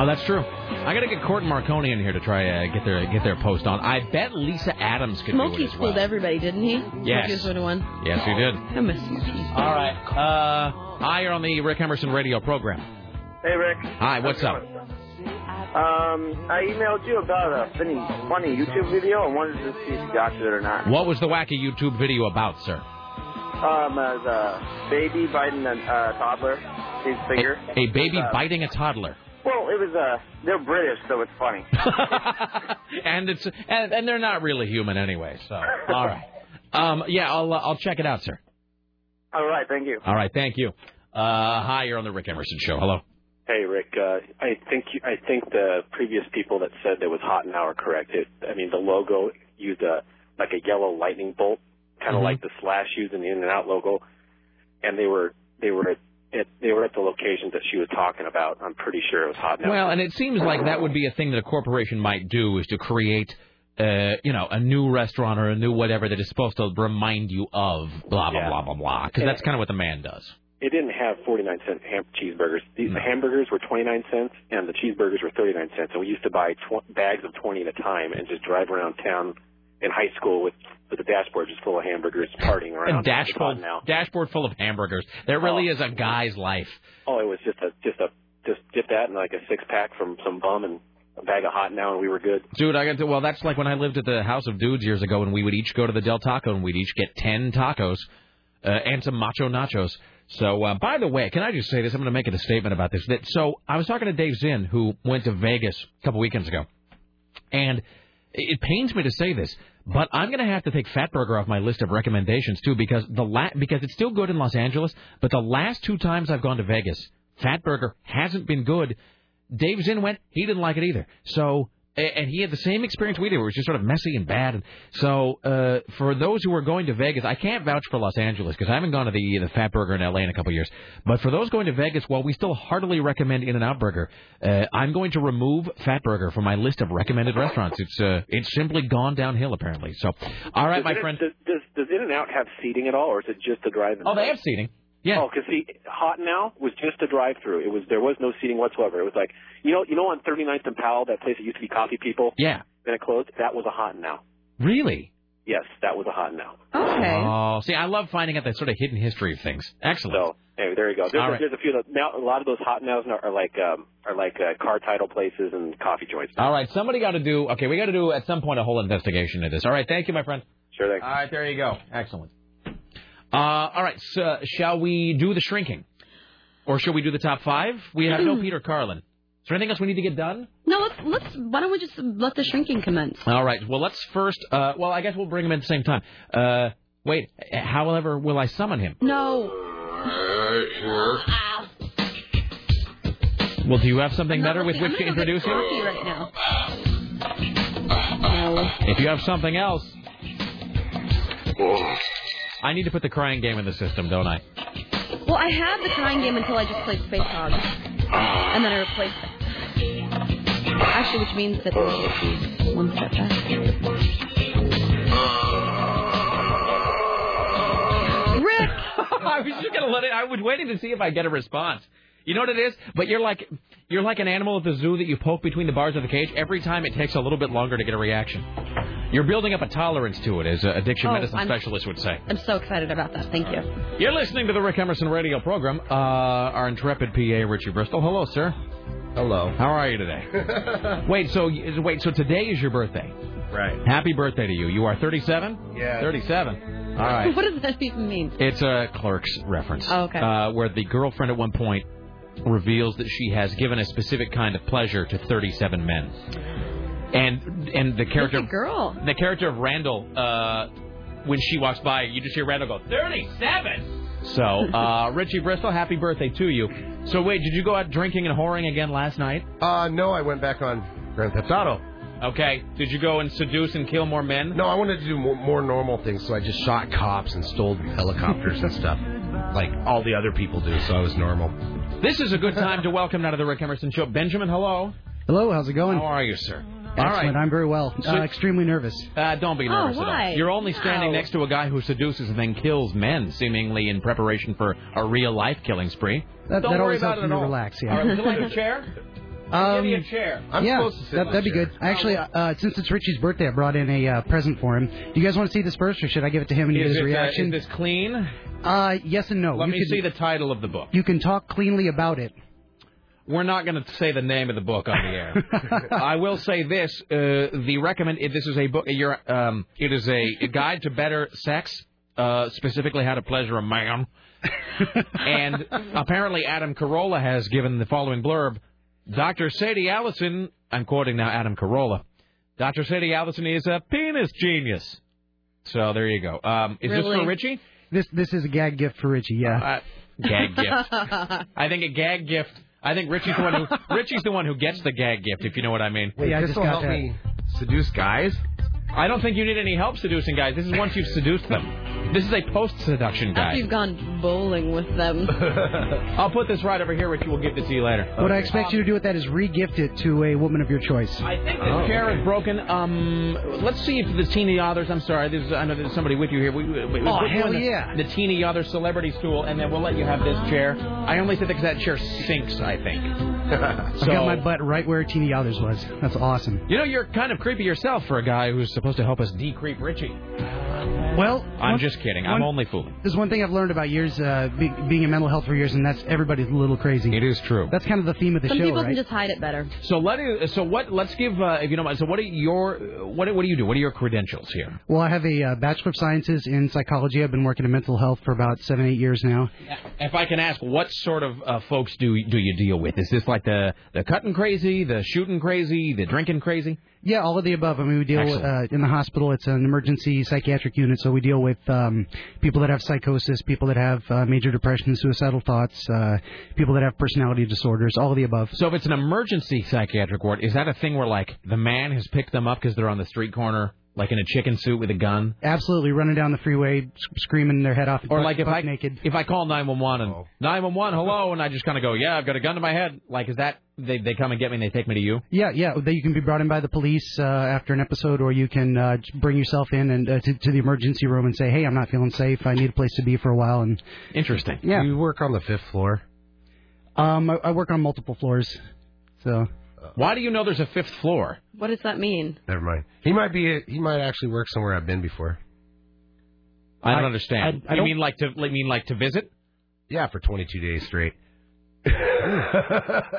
S5: Oh, that's true. I got to get Court and Marconi in here to try uh, get their get their post on. I bet Lisa Adams could do
S6: Smokey
S5: it as well.
S6: schooled everybody, didn't he?
S5: Yes.
S6: Smokey was one of one.
S5: Yes, we did.
S6: I miss Smokey.
S5: All right. Uh, I are on the Rick Emerson radio program.
S9: Hey, Rick.
S5: Hi, what's up?
S9: Um, I emailed you about a funny, funny YouTube video and wanted to see if you got to it or not.
S5: What was the wacky YouTube video about, sir?
S9: Um, as a baby biting a uh, toddler, his finger.
S5: A baby
S9: Uh,
S5: biting a toddler.
S9: Well, it was uh, they're British, so it's funny.
S5: and it's and, and they're not really human anyway. So all right, um, yeah, I'll uh, I'll check it out, sir.
S9: All right, thank you.
S5: All right, thank you. Uh, hi, you're on the Rick Emerson show. Hello.
S31: Hey Rick, uh, I think you, I think the previous people that said there was hot now are correct. It, I mean the logo used a like a yellow lightning bolt, kind
S18: Mhm.
S31: of
S5: Mm-hmm.
S31: like the slash used in the In and Out logo, and they were they were at they were at the locations that she was talking about. I'm pretty sure it was hot now.
S5: Well, and it seems like that would be a thing that a corporation might do is to create, uh, you know, a new restaurant or a new whatever that is supposed to remind you of blah blah blah blah blah. Because that's kind of what the man does.
S31: It didn't have 49 cent ham- cheeseburgers. The the hamburgers were 29 cents, and the cheeseburgers were 39 cents. And we used to buy tw- bags of 20 at a time and just drive around town in high school with with the dashboard just full of hamburgers, partying around.
S5: And dashboard dashboard full of hamburgers. There really is a guy's life.
S31: Oh, it was just a just a just get that and like a six pack from some bum and a bag of hot now, and we were good.
S5: Dude, I got to. Well, that's like when I lived at the House of Dudes years ago, and we would each go to the Del Taco, and we'd each get ten tacos uh, and some macho nachos. So, uh, by the way, can I just say this? I'm going to make it a statement about this. That so, I was talking to Dave Zinn, who went to Vegas a couple weekends ago, and it pains me to say this, but I'm going to have to take Fatburger off my list of recommendations too, because the la- because it's still good in Los Angeles, but the last two times I've gone to Vegas, Fatburger hasn't been good. Dave Zinn went, he didn't like it either. So, a- and he had the same experience we did, where it was just sort of messy and bad. And so, uh, for those who are going to Vegas, I can't vouch for Los Angeles because I haven't gone to the the Fat Burger in L.A. in a couple of years. But for those going to Vegas, while we still heartily recommend In-N-Out Burger, uh, I'm going to remove Fat Burger from my list of recommended restaurants. It's uh, it's simply gone downhill apparently. So, all
S31: Does
S5: right, my
S31: In-
S5: friend.
S31: Does, does, does In and Out have seating at all, or is it just a drive-in?
S5: Oh, they have seating. Yeah.
S31: Oh, because see, Hot Now was just a drive-through. It was there was no seating whatsoever. It was like you know you know on 39th and Powell that place that used to be Coffee People.
S5: Yeah.
S31: Then it closed. That was a Hot Now.
S5: Really?
S31: Yes, that was a Hot Now.
S5: Oh, see, I love finding out that sort of hidden history of things. Excellent.
S31: Anyway, there you go. There's,
S5: All
S31: a,
S5: right.
S31: there's a few of those. Now a lot of those Hot Nows now are like um, are like uh, car title places and coffee joints.
S5: All right, somebody got to do. Okay, we got to do at some point a whole investigation of this. All right, thank you, my friend.
S31: Sure thing.
S5: All right, there you go. Excellent. Uh, all right, so shall we do the shrinking, or shall we do the top five? We have no Peter Carlin. Is there anything else we need to get done?
S6: No, let's let's. Why don't we just let the shrinking commence?
S5: All right. Well, let's first. Uh, well, I guess we'll bring him in at the same time. Uh, wait. However, will I summon him?
S6: No.
S5: Well, do you have something better with
S6: I'm
S5: which to
S6: gonna go get
S5: introduce him?
S6: coffee right now.
S5: If you have something else. I need to put the crying game in the system, don't I?
S6: Well, I had the crying game until I just played Space Hog, and then I replaced it. Actually, which means that we should be one step back.
S5: Rick! I was just gonna let it. I was waiting to see if I get a response. You know what it is? But you're like you're like an animal at the zoo that you poke between the bars of the cage. Every time it takes a little bit longer to get a reaction. You're building up a tolerance to it, as an addiction
S6: Oh,
S5: medicine
S6: I'm-
S5: specialist would say.
S6: I'm so excited about that. Thank you.
S5: You're listening to the Rick Emerson radio program. Uh, our intrepid PA, Richie Bristol. Hello, sir. Hello. How are you today? wait, so wait, so today is your birthday. Right. Happy birthday to you. You are 37.
S6: Yes.
S5: 37. All right.
S6: What does that even mean?
S5: It's a Clerks reference.
S6: Oh, okay.
S5: Uh, where the girlfriend at one point reveals that she has given a specific kind of pleasure to 37 men. And and the character
S6: It's a girl.
S5: the character of Randall uh, when she walks by, you just hear Randall go 37. So uh, Richie Bristol, happy birthday to you. So wait, did you go out drinking and whoring again last night?
S21: Uh, no, I went back on Grand Theft Auto.
S5: Okay. Did you go and seduce and kill more men?
S21: No, I wanted to do more, more normal things, so I just shot cops and stole helicopters and stuff, like all the other people do. So I was normal.
S5: This is a good time to welcome now to the Rick Emerson Show, Benjamin. Hello.
S24: Hello, how's it going?
S5: How are you, sir? All
S24: Excellent.
S5: right.
S24: I'm very well.
S5: So-
S24: uh, extremely nervous.
S5: Uh, don't be
S24: Oh,
S5: nervous at
S24: why?
S5: all. You're only standing
S24: No.
S5: next to a guy who seduces and then kills men, seemingly in preparation for a real life killing spree.
S24: That,
S5: don't
S24: that
S5: worry
S24: always helps
S5: about it at
S24: me
S5: all.
S24: relax. Yeah.
S5: All right, would you like a chair? I'll
S24: Um,
S5: give you a chair.
S24: yeah, that, that'd be good. Actually, uh, since it's Richie's birthday, I brought in a uh, present for him. Do you guys want to see this first, or should I give it to him and get
S5: is
S24: his
S5: it, uh,
S24: reaction?
S5: is this clean?
S24: Uh, yes and no.
S5: Let
S24: you
S5: me
S24: can,
S5: see the title of the book.
S24: You can talk cleanly about it.
S5: We're not going to say the name of the book on the air. I will say this: uh, the recommend. This is a book. You're, um, it is a, a guide to better sex, uh, specifically how to pleasure a man. and apparently, Adam Carolla has given the following blurb: Dr. Sadie Allison. I'm quoting now Adam Carolla. Dr. Sadie Allison is a penis genius. So there you go. Um, is this
S24: Really?
S5: for Richie? Uh,
S24: This this is a gag gift for Richie. Yeah.
S5: Gag gift. I think a gag gift. I think Richie's the one who Richie's the one who gets the gag gift, if you know what I mean.
S21: Wait, this will help me seduce guys.
S5: I don't think you need any help seducing guys. This is once you've seduced them. This is a post seduction
S6: After
S5: guy.
S6: you've gone bowling with them.
S5: I'll put this right over here, Richie. We'll give this to you later.
S24: What I expect you to do with that is re-gift it to a woman of your choice.
S5: I think The chair is broken. Um, let's see if the teeny others. I'm sorry, there's, I know there's somebody with you here. We, we, we-
S24: Oh,
S5: we're
S24: hell
S5: doing the,
S24: yeah.
S5: The teeny other celebrity stool, and then we'll let you have this chair. I only said that 'cause that chair sinks. I think.
S24: I
S5: so,
S24: got my butt right where Teeny Others was. That's awesome.
S5: you know, you're kind of creepy yourself for a guy who's supposed to help us de-creep Richie.
S24: Well,
S5: I'm just kidding. I'm
S24: one-
S5: only fooling.
S24: There's one thing I've learned about years uh, be, being in mental health for years, and that's everybody's a little crazy. It
S5: is true.
S24: That's kind of the theme of the
S6: Some
S24: show,
S6: people
S24: right?
S6: can just hide it better.
S5: So let so what let's give uh, if you don't mind. So what are your what what do you do? What are your credentials here?
S24: Well, I have a uh, Bachelor of Sciences in Psychology. I've been working in mental health for about seven, eight years now.
S5: If I can ask, what sort of uh, folks do do you deal with? Is this like the the cutting crazy, the shooting crazy, the drinking crazy?
S24: Yeah, all of the above. I mean, we deal with, uh,
S5: Excellent.
S24: in the hospital. It's an emergency psychiatric unit, so we deal with um, people that have psychosis, people that have uh, major depression, suicidal thoughts, uh, people that have personality disorders, all of the above.
S5: So if it's an emergency psychiatric ward, is that a thing where like the man has picked them up because they're on the street corner, like in a chicken suit with a gun?
S24: Absolutely, running down the freeway, s- screaming their head off.
S5: Or
S24: buck-
S5: like if
S24: buck
S5: I
S24: naked.
S5: if I call 911 and 911 hello and I just kind of go yeah I've got a gun to my head like is that they they come and get me and they take me to you?
S24: Yeah, yeah. That you can be brought in by the police uh, after an episode, or you can uh, j- bring yourself in and uh, to, to the emergency room and say, "Hey, I'm not feeling safe. I need a place to be for a while." And
S5: Interesting.
S24: Yeah.
S21: You work on the fifth floor.
S24: um, I, I work on multiple floors, so
S5: Why do you know there's a fifth floor?
S6: What does that mean?
S21: Uh, Never mind. He might be. He might actually work somewhere I've been before.
S5: I don't understand.
S21: I
S5: you
S21: don't-
S5: mean like to you mean like to visit?
S21: Yeah, for 22 days straight.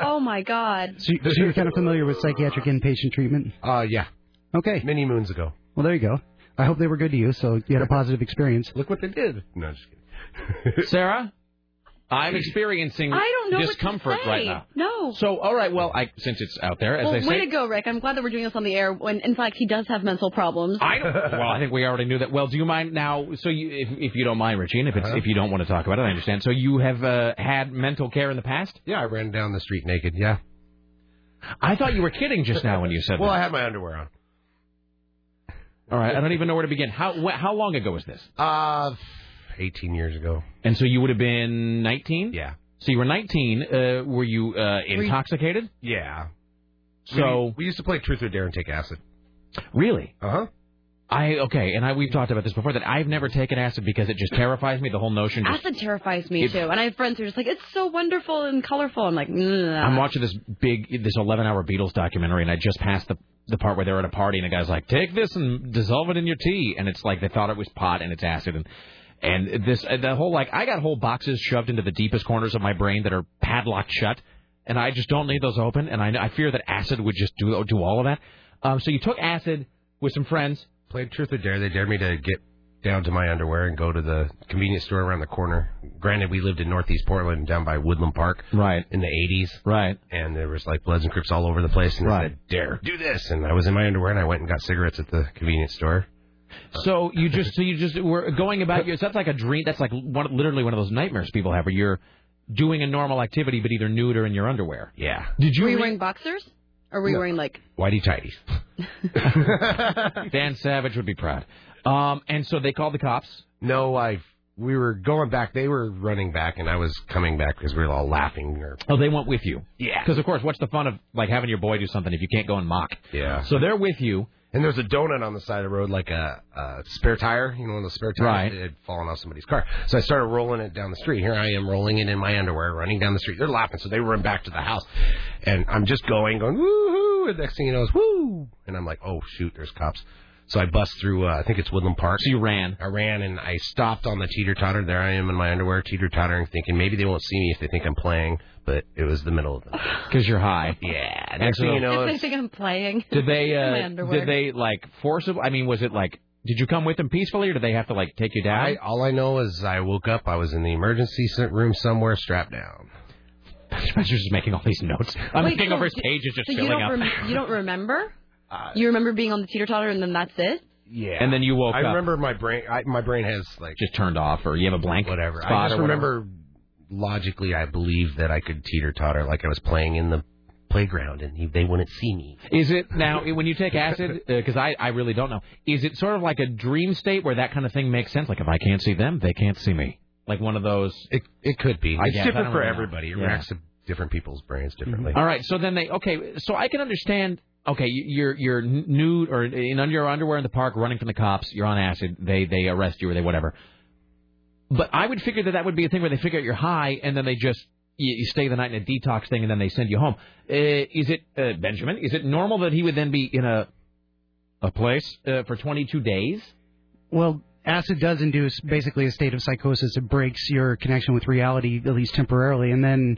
S6: Oh my God.
S24: so, you- so you're kind of familiar with psychiatric inpatient treatment.
S21: Uh, yeah.
S24: Okay.
S21: Many moons ago.
S24: Well, there you go. I hope they were good to you, so you had a positive experience.
S21: Look what they did. No, just kidding.
S5: Sarah, I'm experiencing
S6: I don't know what to
S5: discomfort
S6: say.
S5: right now.
S6: No.
S5: So, all right, well, I since it's out there, as
S6: well,
S5: they
S6: way to
S5: say.
S6: go, Rick. I'm glad that we're doing this on the air. When in fact he does have mental problems.
S5: I don't. Well, I think we already knew that. Well, do you mind now? So, you, if if you don't mind, Richie, and if it's
S21: Uh-huh.
S5: if you don't want to talk about it, I understand. So, you have uh, had mental care in the past?
S21: Yeah, I ran down the street naked. Yeah.
S5: I thought you were kidding just now when you said
S21: Well,
S5: that.
S21: I had my underwear on.
S5: All right, I don't even know where to begin. How wh- how long ago was this?
S21: Uh, 18 years ago.
S5: And so you would have been 19. Yeah. So you were 19. Uh, were you uh, intoxicated?
S21: Yeah.
S5: So-
S21: we, we used to play Truth or Dare and take acid.
S5: Really?
S21: Uh huh.
S5: I okay, and I we've talked about this before that I've never taken acid because it just terrifies me. The whole notion. Just,
S6: Acid terrifies me
S5: It's-
S6: too, and I have friends who are just like, "It's so wonderful and colorful." I'm like, "Mm, nah.
S5: I'm watching this big this 11 hour Beatles documentary, and I just passed the the part where they're at a party, and a guy's like, "Take this and dissolve it in your tea," and it's like they thought it was pot, and it's acid, and and this the whole like I got whole boxes shoved into the deepest corners of my brain that are padlocked shut, and I just don't need those open, and I I fear that acid would just do do all of that. Um, so you took acid with some friends.
S21: Played truth or dare. They dared me to get down to my underwear and go to the convenience store around the corner. Granted, we lived in Northeast Portland, down by Woodland Park,
S5: right,
S21: in the '80s,
S5: right,
S21: and there was like Bloods and Crips all over the place, and
S5: Right.
S21: I said, "Dare, do this," and I was in my underwear and I went and got cigarettes at the convenience store.
S5: So you just so you just were going about your. That's like a dream. That's like one literally one of those nightmares people have where you're doing a normal activity but either nude or in your underwear.
S21: Yeah.
S5: Did you
S6: were you
S5: read-
S6: wearing boxers? Or were you wearing like?
S21: Whitey tighties.
S5: Dan Savage would be proud. Um, and so they called the cops.
S21: No, I. We were going back. They were running back, and I was coming back because we were all laughing. Or
S5: Oh, they went with you.
S21: Yeah.
S5: Because of course, what's the fun of like having your boy do something if you can't go and mock?
S21: Yeah.
S5: So they're with you.
S21: And there's a donut on the side of the road, like a, a spare tire, you know, one of those spare tires
S5: Right.
S21: that had fallen off somebody's car. So I started rolling it down the street. Here I am rolling it in my underwear, running down the street. They're laughing, so they run back to the house. And I'm just going, going, woohoo. And next thing you know is, woo. And I'm like, oh, shoot, there's cops. So I bust through, uh, I think it's Woodland Park. So
S5: you ran.
S21: I ran and I stopped on the teeter totter. There I am in my underwear, teeter tottering, thinking maybe they won't see me if they think I'm playing. But it was the middle of the night.
S5: Because you're high.
S21: Yeah.
S5: And
S21: Next
S5: so-
S21: thing you know,
S6: If they
S21: it's-
S6: think I'm playing.
S5: Did they?
S6: in my
S5: Uh,
S6: underwear.
S5: did they like forcible? I mean, was it like? Did you come with them peacefully, or did they have to like take you down?
S21: I, all I know is I woke up. I was in the emergency s- room somewhere, strapped down.
S5: Spencer's just making all these notes. I'm
S6: Wait,
S5: looking
S6: so
S5: over his
S6: d-
S5: page is just
S6: so you
S5: filling
S6: don't
S5: up. Uh,
S6: rem- you don't remember? you remember being on the teeter totter and then that's it?
S21: Yeah.
S5: And then you woke
S21: I
S5: up.
S21: remember my brain. I, my brain has like
S5: just turned off, or you have a blank,
S21: whatever.
S5: spot
S21: I just
S5: or whatever.
S21: remember logically. I believed that I could teeter totter like I was playing in the playground, and he, they wouldn't see me.
S5: Is it now when you take acid? Because I I really don't know. Is it sort of like a dream state where that kind of thing makes sense? Like if I can't see them, they can't see me. Like one of those.
S21: It it could be.
S5: I
S21: it's
S5: guess. I
S21: different
S5: don't
S21: for
S5: really know.
S21: everybody. It
S5: Yeah.
S21: reacts to different people's brains differently.
S5: All right, so then they okay, so I can understand. Okay, you're you're nude or in under your underwear in the park, running from the cops. You're on acid. They they arrest you or they whatever. But I would figure that that would be a thing where they figure out you're high and then they just you, you stay the night in a detox thing and then they send you home. Uh, is it uh, Benjamin? Is it normal that he would then be in a a place uh, for 22 days?
S24: Well, acid does induce basically a state of psychosis. It breaks your connection with reality, at least temporarily. And then,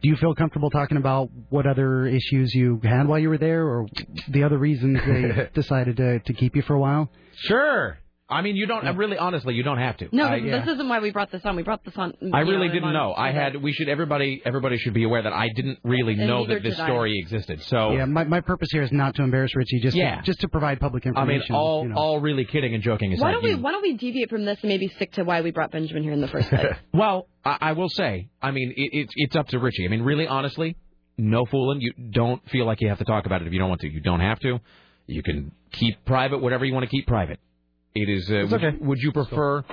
S24: do you feel comfortable talking about what other issues you had while you were there or the other reasons they decided to, to keep you for a while?
S5: Sure. I mean, you don't really honestly, you don't have to.
S6: No,
S5: I-
S6: this, this isn't why we brought this on. We brought this on.
S5: Uh, I
S6: you
S5: really
S6: in
S5: didn't
S6: one-
S5: know. I had we should everybody everybody should be aware that I didn't really
S6: And
S5: know
S6: neither
S5: that this
S6: did I.
S5: story existed. So
S24: Yeah, my, my purpose here is not to embarrass Richie, just,
S5: Oh. Yeah.
S24: to, just to provide public
S5: I mean,
S24: information.
S5: all all really kidding and joking aside.
S6: Why don't we
S5: you-
S6: Why don't we deviate from this and maybe stick to why we brought Benjamin here in the first place?
S5: well, I, I will say, I mean, it, it's it's up to Richie. I mean, really, honestly, no fooling. You don't feel like you have to talk about it if you don't want to. You don't have to. You can keep private whatever you want to keep private. It is. Uh, would, would you prefer?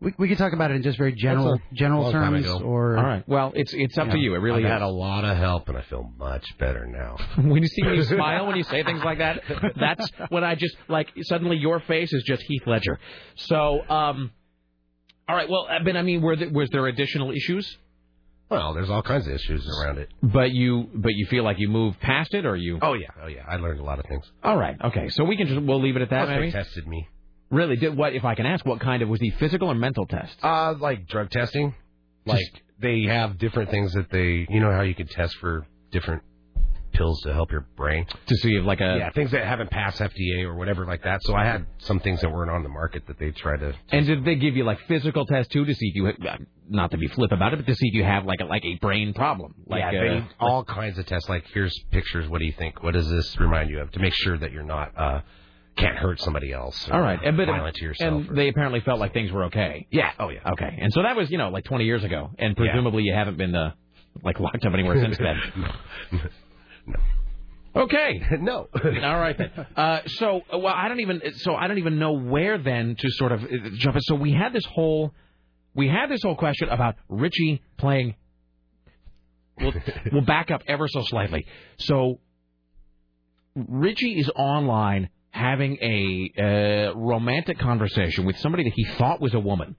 S24: We, we could talk about it in just very general
S5: That's a
S24: general
S5: long time
S24: terms,
S5: ago.
S24: or
S5: All right. Well, it's it's up to you. It
S21: I've
S5: really is.
S21: had a lot of help, and I feel much better now.
S5: when you see when you smile when you say things like that that's when i just like suddenly your face is just heath ledger so um all right well but i mean were there, was there additional issues
S21: Well, there's all kinds of issues around it.
S5: but you but you feel like you moved past it or you
S21: Oh yeah, oh yeah. I learned a lot of things.
S5: all right okay so we can just we'll leave it at that
S21: Plus, they
S5: maybe
S21: tested me.
S5: really did what if i can ask what kind of was the physical or mental test
S21: Uh, like drug testing. Like they have different things that they, you know, how you could test for different pills to help your brain.
S5: to see if like a
S21: yeah, things that haven't passed FDA or whatever like that. So I had some things that weren't on the market that they tried to.
S5: and did they give you like physical tests too to see if you uh, not to be flip about it but to see if you have like a like a brain problem like
S21: yeah,
S5: uh,
S21: they, all kinds of tests. Like here's pictures. What do you think? What does this remind you of? To make sure that you're not uh, can't hurt somebody else. Or
S5: All right, and but
S21: violent uh, to yourself.
S5: and they apparently felt like things were okay.
S21: Yeah. Oh yeah.
S5: Okay, and so that was you know like 20 years ago, and presumably you haven't been uh, like locked up anywhere since then. Okay.
S21: no.
S5: All right then. Uh, so well, I don't even so I don't even know where then to sort of uh, jump in. So we had this whole we had this whole question about Richie playing. We'll we'll back up ever so slightly. So Richie is online having a uh, romantic conversation with somebody that he thought was a woman.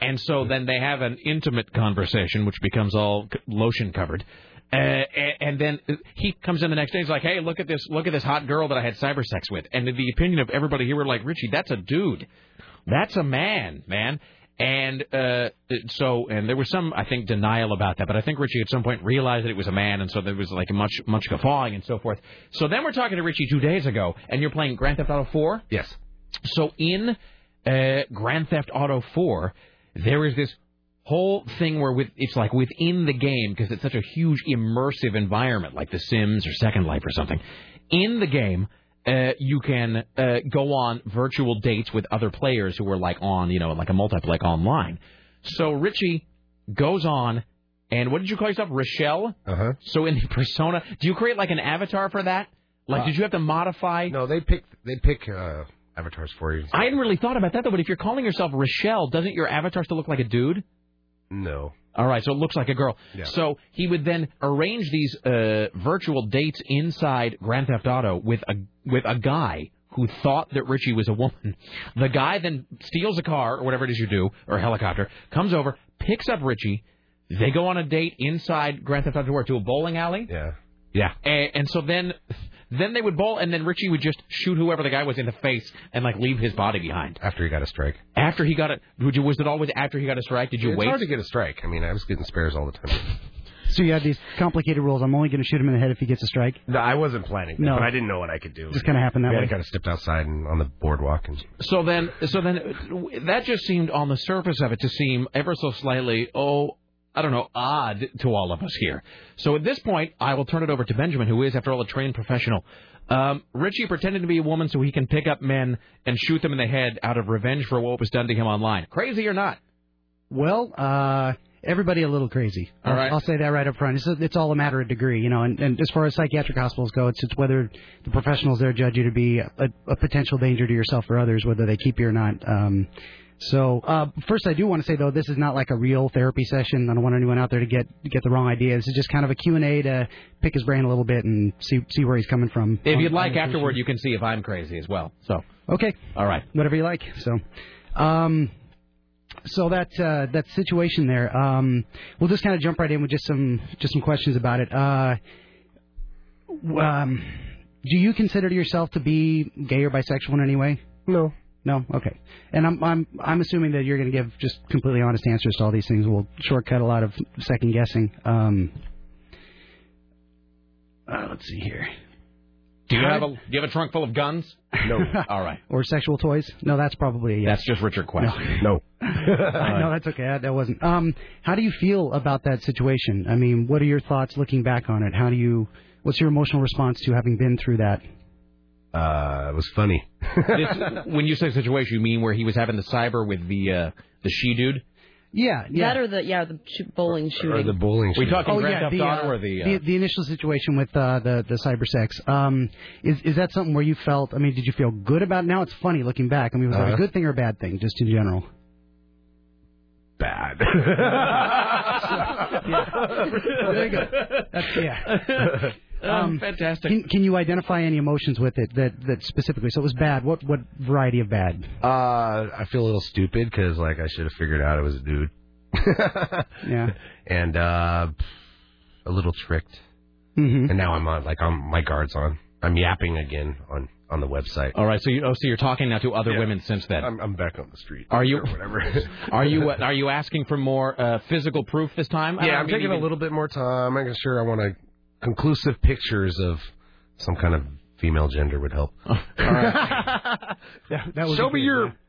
S5: And so then they have an intimate conversation, which becomes all c- lotion covered. Uh, a- and then he comes in the next day. He's like, "Hey, look at this! Look at this hot girl that I had cyber sex with." And in the opinion of everybody here, we're like, "Richie, that's a dude. That's a man, man." And uh, so, and there was some, I think, denial about that. But I think Richie at some point realized that it was a man, and so there was like much, much guffawing and so forth. So then we're talking to Richie two days ago, and you're playing Grand Theft Auto 4.
S21: Yes.
S5: So in uh, Grand Theft Auto 4, there is this whole thing where with it's like within the game because it's such a huge immersive environment, like The Sims or Second Life or something. In the game, uh, you can uh, go on virtual dates with other players who are like on, you know, like a multiplayer like online. So Richie goes on. And what did you call yourself, Rochelle?
S21: Uh-huh.
S5: So in the persona, do you create like an avatar for that? Like,
S21: Uh,
S5: did you have to modify?
S21: No, they pick they pick uh, avatars for you.
S5: I hadn't really thought about that though. But if you're calling yourself Rochelle, doesn't your avatar still look like a dude?
S21: No.
S5: All right, so it looks like a girl.
S21: Yeah.
S5: So he would then arrange these uh, virtual dates inside Grand Theft Auto with a with a guy who thought that Richie was a woman. The guy then steals a car or whatever it is you do or a helicopter, comes over, picks up Richie. They go on a date inside Grand Theft Auto where, to a bowling alley.
S21: Yeah.
S5: Yeah. And, and so then then they would bowl and then Richie would just shoot whoever the guy was in the face and like leave his body behind.
S21: After he got a strike.
S5: After he got it, would you, was it always after he got a strike? Did you
S21: it's
S5: wait?
S21: hard to get a strike. I mean, I was getting spares all the time.
S24: So you have these complicated rules. I'm only going to shoot him in the head if he gets a strike.
S21: no, I wasn't planning, that,
S24: No.
S21: but I didn't know what I could do.
S24: Just kinda happened that
S21: we
S24: way.
S21: I kind of stepped outside and on the boardwalk and
S5: So then, so then, that just seemed on the surface of it to seem ever so slightly, oh, I don't know, odd to all of us here. So at this point, I will turn it over to Benjamin, who is, after all, a trained professional. Um, Richie pretended to be a woman so he can pick up men and shoot them in the head out of revenge for what was done to him online. Crazy or not?
S24: Well, uh, everybody a little crazy.
S5: All right.
S24: I'll, I'll say that right up front. It's, it's all a matter of degree, you know. And, and as far as psychiatric hospitals go, it's, it's whether the professionals there judge you to be a, a potential danger to yourself or others, whether they keep you or not. Um, so uh, first, I do want to say though, this is not like a real therapy session. I don't want anyone out there to get get the wrong idea. This is just kind of a Q and A to pick his brain a little bit and see see where he's coming from.
S5: If you'd like, afterward, you can see if I'm crazy as well. So,
S24: Okay.
S5: All right.
S24: Whatever you like. So, um, so that uh, that situation there. Um, we'll just kind of jump right in with just some just some questions about it. Uh, w- um, do you consider yourself to be gay or bisexual in any way?
S21: No.
S24: No. Okay. And I'm I'm I'm assuming that you're going to give just completely honest answers to all these things. We'll shortcut a lot of second guessing. Um, uh, let's see here.
S5: do you have a do you have a trunk full of guns? No. all right.
S24: Or sexual toys? No, that's probably a yes.
S5: That's just Richard question.
S21: No.
S24: no, that's okay. That, that wasn't. Um, how do you feel about that situation? I mean, what are your thoughts looking back on it? How do you? What's your emotional response to having been through that?
S21: uh, it was funny.
S5: This- when you say situation, you mean where he was having the cyber with the uh, the she dude?
S24: Yeah,
S6: That or the yeah the sh- bowling shooting.
S21: bowling.
S5: We talking
S24: oh,
S5: Grand
S24: yeah,
S5: Theft
S24: the,
S5: Auto
S24: uh,
S5: or the? Uh,
S24: the the initial situation with uh, the the cyber sex. Um, is is that something where you felt? I mean, did you feel good about? It? Now it's funny looking back. I mean, was that
S21: Uh-huh.
S24: a good thing or a bad thing, just in general?
S21: Bad.
S24: There you go. That's, yeah. Um,
S5: Fantastic.
S24: Can, can you identify any emotions with it that, that specifically? So it was bad. What what variety of bad?
S21: Uh, I feel a little stupid because like I should have figured out it was a dude.
S24: yeah.
S21: And uh, a little tricked.
S24: Mm-hmm.
S21: And now I'm on like on my guards on. I'm yapping again on on the website.
S5: all right, so you oh, so you're talking now to other women since then.
S21: I'm, I'm back on the street.
S5: Are you?
S21: Or whatever.
S5: are you? uh, Are you asking for more uh, physical proof this time? I don't
S21: yeah, I'm
S5: mean
S21: taking a
S5: even-
S21: little bit more time. I'm sure I want to conclusive pictures of some kind of female gender would help.
S24: That was Show me your.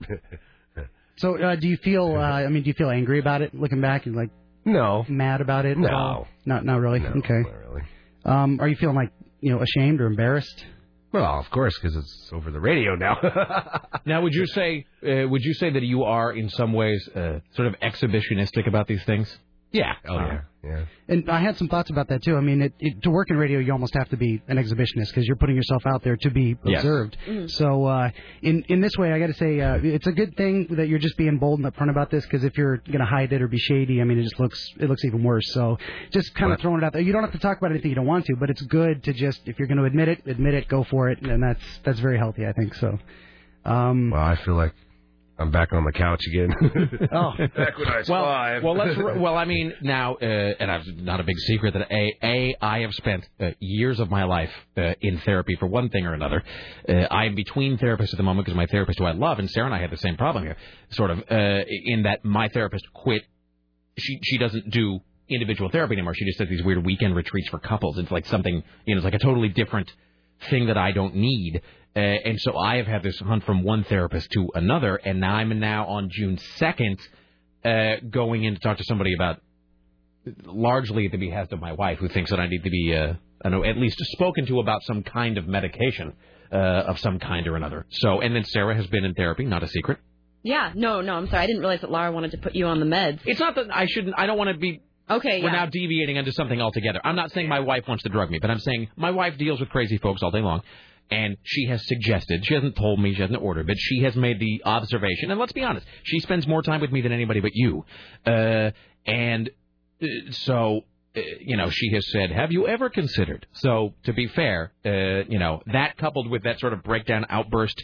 S24: So uh, do you feel? Uh, I mean, do you feel angry about it looking back? And like,
S21: no,
S24: mad about it? at
S21: No.
S24: all? not not really. okay. Not
S21: really.
S24: Um, are you feeling like you know ashamed or embarrassed?
S21: Well, of course, because it's over the radio now.
S5: Now, would you say? Uh, would you say that you are in some ways uh, sort of exhibitionistic about these things?
S21: Yeah. Oh yeah. Yeah.
S24: And I had some thoughts about that too. I mean, it, it, to work in radio, you almost have to be an exhibitionist because you're putting yourself out there to be
S8: Yes.
S24: observed. So uh, in in this way, I got to say uh, it's a good thing that you're just being bold and upfront about this because if you're going to hide it or be shady, I mean, it just looks it looks even worse. So just kind of throwing it out there. You don't have to talk about anything you don't want to, but it's good to just if you're going to admit it, admit it, go for it, and that's that's very healthy, I think. So. Um,
S21: well, I feel like I'm back on the couch again.
S24: oh,
S21: back when I was
S5: well,
S21: five.
S5: well, let's. re- Well, I mean, now, uh, and I've not a big secret that a a I have spent uh, years of my life uh, in therapy for one thing or another. Uh, I am between therapists at the moment because my therapist, who I love, and Sarah and I had the same problem here, sort of, uh, in that my therapist quit. She she doesn't do individual therapy anymore. She just does these weird weekend retreats for couples. It's like something, you know, it's like a totally different thing that I don't need. Uh, and so I have had this hunt from one therapist to another, and now I'm now on June 2nd uh, going in to talk to somebody about largely at the behest of my wife, who thinks that I need to be, uh, I don't know, at least spoken to about some kind of medication uh, of some kind or another. So, and then Sarah has been in therapy, not a secret.
S6: Yeah, no, no, I'm sorry. I didn't realize that Laura wanted to put you on the meds.
S5: It's not that I shouldn't. I don't want to be.
S6: Okay,
S5: We're
S6: yeah.
S5: now deviating into something altogether. I'm not saying my wife wants to drug me, but I'm saying my wife deals with crazy folks all day long. And she has suggested, she hasn't told me, she hasn't ordered, but she has made the observation. And let's be honest, she spends more time with me than anybody but you. Uh, and uh, so, uh, you know, she has said, Have you ever considered? So, to be fair, uh, you know, that coupled with that sort of breakdown outburst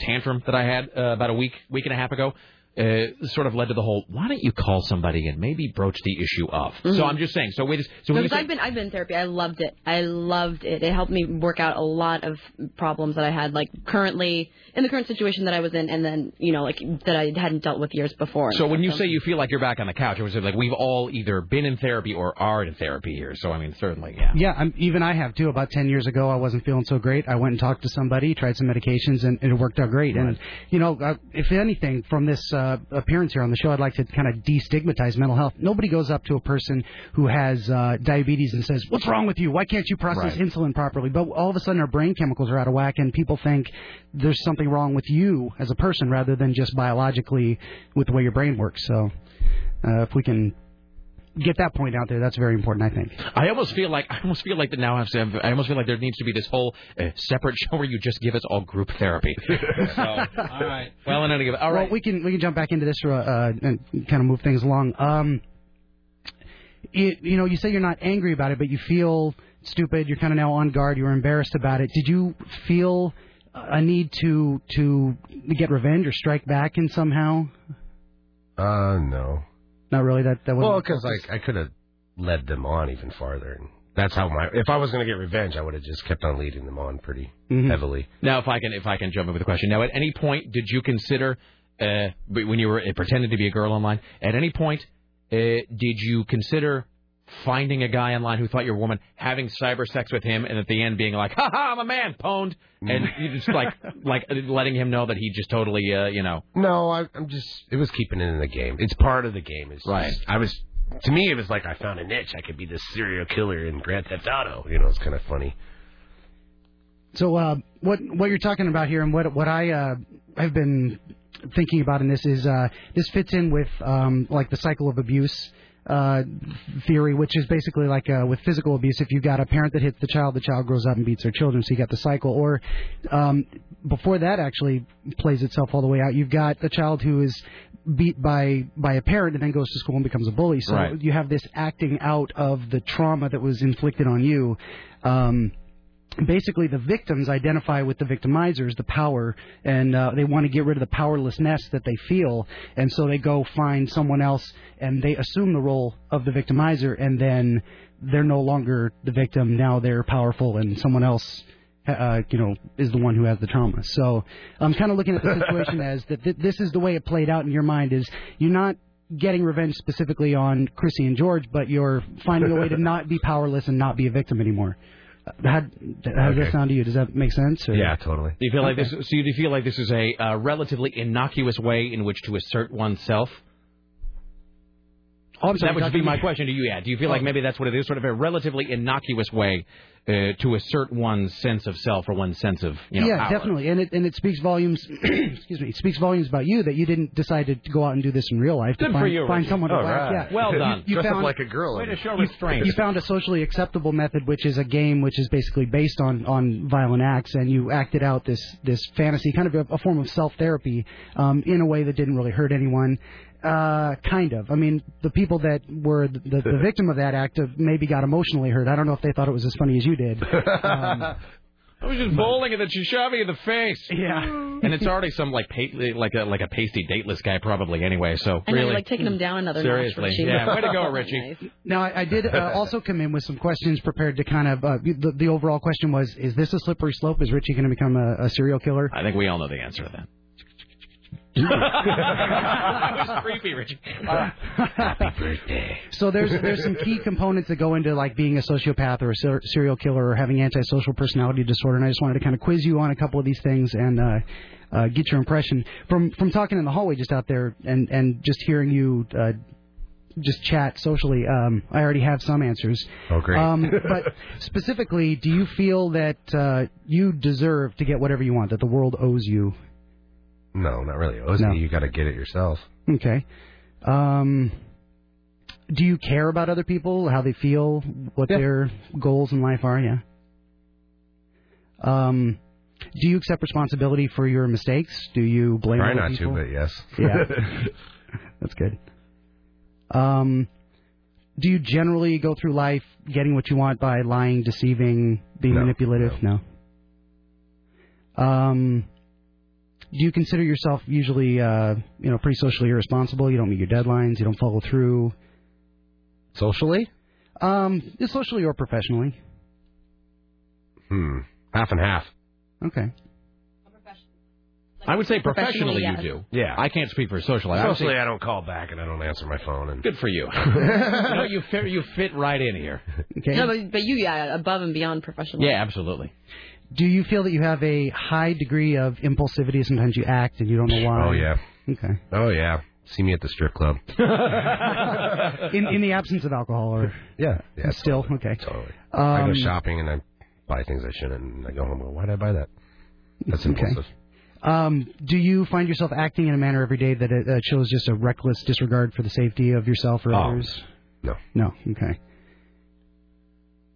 S5: tantrum that I had uh, about a week, week and a half ago, uh, sort of led to the whole, why don't you call somebody and maybe broach the issue of? So I'm just saying. So wait, so when you
S6: Because
S5: say,
S6: I've been I've been in therapy. I loved it. I loved it. It helped me work out a lot of problems that I had, like currently in the current situation that I was in, and then you know like that I hadn't dealt with years before.
S5: so when you say you feel like you're back on the couch, it was like we've all either been in therapy or are in therapy here. So I mean, certainly, yeah.
S24: Yeah, I'm, even I have too. About ten years ago, I wasn't feeling so great. I went and talked to somebody, tried some medications, and it worked out great. And you know, uh, if anything, from this uh, appearance here on the show, I'd like to kind of destigmatize mental health. Nobody goes up to a person who has uh, diabetes and says, "What's wrong with you? Why can't you process
S8: Right.
S24: insulin properly?" But all of a sudden, our brain chemicals are out of whack, and people think there's something wrong with you as a person, rather than just biologically with the way your brain works. So, uh, if we can get that point out there, that's very important, I think.
S5: I almost feel like I almost feel like that now I've said- I almost feel like there needs to be this whole uh, separate show where you just give us all group therapy. so, all right. Well, in any event, all
S24: well,
S5: right.
S24: we can we can jump back into this uh, uh, and kind of move things along. Um, it, you know, you say you're not angry about it, but you feel stupid. You're kind of now on guard. You're embarrassed about it. Did you feel a need to to get revenge or strike back in somehow?
S21: Uh, no.
S24: Not really. That that wasn't.
S21: Well, because like I could have led them on even farther. And that's how my. If I was going to get revenge, I would have just kept on leading them on pretty heavily.
S5: Now, if I can, if I can jump in with a question. Now, at any point, did you consider, uh, b- when you were uh, pretended to be a girl online, at any point, uh, did you consider finding a guy online who thought you were a woman, having cyber sex with him, and at the end being like, "Ha ha, I'm a man, pwned," and you just like, like letting him know that he just totally, uh, you know.
S21: No, I, I'm just. It was keeping it in the game. It's part of the game. It's right. I was. To me, it was like I found a niche. I could be this serial killer in Grand Theft Auto. You know, it's kind of funny.
S24: So uh, what what you're talking about here, and what what I uh, have been thinking about in this is uh, this fits in with um, like the cycle of abuse uh, theory, which is basically like uh, with physical abuse. If you got a parent that hits the child, the child grows up and beats their children, so you got the cycle. Or um, before that actually plays itself all the way out, you've got a child who is beat by by a parent and then goes to school and becomes a bully. So
S8: Right.
S24: you have this acting out of the trauma that was inflicted on you. Um, basically the victims identify with the victimizers the power and uh, they want to get rid of the powerlessness that they feel and so they go find someone else and they assume the role of the victimizer and then they're no longer the victim now they're powerful and someone else uh, you know is the one who has the trauma so i'm kind of looking at the situation as that th- this is the way it played out in your mind is you're not getting revenge specifically on chrissy and george but you're finding a way to not be powerless and not be a victim anymore how, how does that
S5: Okay.
S24: sound to you? Does that make sense? Or?
S21: Yeah, totally.
S5: Do you feel like
S24: Okay.
S5: this? So you do you feel like this is a uh, relatively innocuous way in which to assert oneself?
S24: Oh, I'm sorry,
S5: that would
S24: Dr.
S5: be my
S24: Lee. Oh.
S5: question to you. Yeah, do you feel like maybe that's what it is, sort of a relatively innocuous way uh, to assert one's sense of self or one's sense of you know
S24: yeah,
S5: power?
S24: definitely, and it and it speaks volumes. excuse me, it speaks volumes about you that you didn't decide to go out and do this in real life. to
S5: Good
S24: find,
S5: for you,
S24: Find
S5: Richie.
S24: someone to
S5: All
S24: laugh.
S5: right.
S24: Yeah.
S5: Well
S24: You-
S5: done.
S24: You,
S5: Dress up
S24: found,
S5: like a girl. Way to show
S24: you-
S5: restraint.
S24: You, found a socially acceptable method, which is a game which is basically based on on violent acts, and you acted out this this fantasy, kind of a, a form of self therapy, um, in a way that didn't really hurt anyone. Uh, kind of. I mean, the people that were the, the, the victim of that act of maybe got emotionally hurt. I don't know if they thought it was as funny as you did. Um,
S5: I was just bowling and then she shot me in the face.
S24: Yeah.
S5: and it's already some like pa- like a like a pasty dateless guy probably anyway. So
S6: And
S5: really,
S6: you're like taking him down another
S5: seriously,
S6: notch. Richie.
S5: yeah. Way to go, Richie.
S24: Now, I, I did uh, also come in with some questions prepared to kind of. Uh, the, the overall question was: Is this a slippery slope? Is Richie going to become a, a serial killer?
S5: I think we all know the answer to that. that was creepy, Richie. Happy birthday.
S24: So there's there's some key components that go into like being a sociopath or a ser- serial killer or having antisocial personality disorder, and I just wanted to kind of quiz you on a couple of these things and uh, uh, get your impression from from talking in the hallway just out there and and just hearing you. Uh, just chat socially. Um, I already have some answers.
S21: Oh, great.
S24: Um, but specifically, do you feel that uh, you deserve to get whatever you want, that the world owes you?
S21: No, not really. OCD,
S24: No.
S21: you got to get it yourself.
S24: Okay. Um, do you care about other people, how they feel, what their goals in life are? Yeah. Um, do you accept responsibility for your mistakes? Do you blame
S21: Try
S24: other
S21: not
S24: people?
S21: to, but yes.
S24: Yeah. That's good. Um, do you generally go through life getting what you want by lying, deceiving, being manipulative? No. Um, do you consider yourself usually, uh, you know, pretty socially irresponsible? You don't meet your deadlines. You don't follow through.
S21: Socially?
S24: Um, socially or professionally.
S21: Hmm. Half and half.
S24: Okay.
S5: I would say professionally,
S21: Professionally,
S5: you
S21: yes.
S5: do. Yeah. I can't speak for socially. I would
S21: Socially,
S5: say-
S21: I don't call back and I don't answer my phone. And
S5: Good for you. no, you fit, you fit right in here.
S6: No, but, but you, yeah, above and beyond professional.
S5: Yeah, absolutely.
S24: Do you feel that you have a high degree of impulsivity? Sometimes you act and you don't know why.
S21: Oh yeah.
S24: Okay.
S21: Oh yeah. See me at the strip club.
S24: in in the absence of alcohol or
S21: yeah, yeah
S24: still okay
S21: totally I
S24: um,
S21: go shopping and I buy things I shouldn't, and I go home. Well, why did I buy that? That's
S24: Okay.
S21: impulsive.
S24: um, do you find yourself acting in a manner every day that uh, shows just a reckless disregard for the safety of yourself or others
S21: no
S24: no okay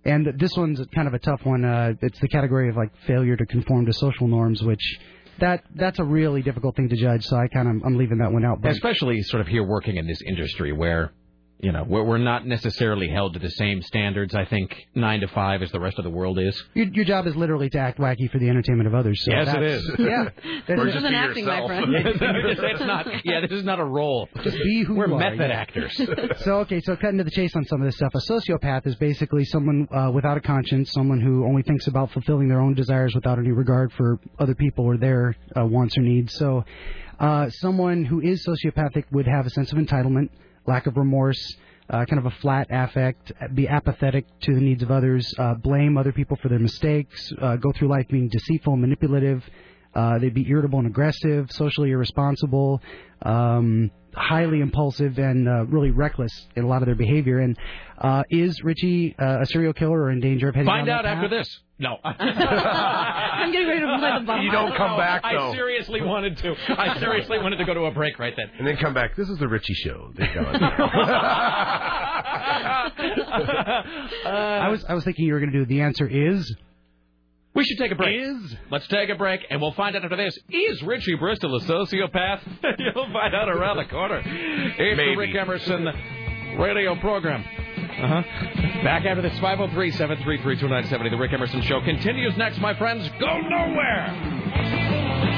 S24: and this one's kind of a tough one uh, it's the category of like failure to conform to social norms which that that's a really difficult thing to judge so i kind of i'm leaving that one out but
S5: Especially sort of here working in this industry where, you know, we're, we're not necessarily held to the same standards, I think, nine to five as the rest of the world is.
S24: your, your job is literally to act wacky for the entertainment of others. So
S5: yes, it
S24: that's-
S5: is.
S24: Yeah,
S5: Or
S24: This
S5: just
S24: isn't
S5: be
S24: acting, my
S5: yourself.
S24: friend.
S5: Yeah, it's not, yeah, this is not a role.
S24: Just be who
S5: We're
S24: you are,
S5: method
S24: yeah.
S5: actors.
S24: so okay, so cutting to the chase on some of this stuff. A sociopath is basically someone uh, without a conscience, someone who only thinks about fulfilling their own desires without any regard for other people or their uh, wants or needs. So, uh, someone who is sociopathic would have a sense of entitlement, lack of remorse. Uh, kind of a flat affect, be apathetic to the needs of others, uh, blame other people for their mistakes, uh, go through life being deceitful, manipulative, uh, they'd be irritable and aggressive, socially irresponsible, um, highly impulsive, and uh, really reckless in a lot of their behavior. And uh, is Richie uh, a serial killer or in danger of heading
S5: Find
S24: down
S5: out
S24: that
S5: after
S24: path?
S5: this. No.
S6: I'm getting ready to play the bomb.
S21: You don't come back,
S5: I
S21: though.
S5: seriously wanted to. I seriously wanted to go to a break right then.
S21: And then come back. This is the Richie show. They're gone.
S24: I was I was thinking you were going to do the answer is.
S5: We should take a break. Is let's take a break, and we'll find out after this. Is Richie Bristol a sociopath? You'll find out around the corner. It's the
S7: Maybe.
S5: Rick Emerson radio program. Uh huh. Back after this, 503-733-2970. The Rick Emerson Show continues next, my friends. Go nowhere.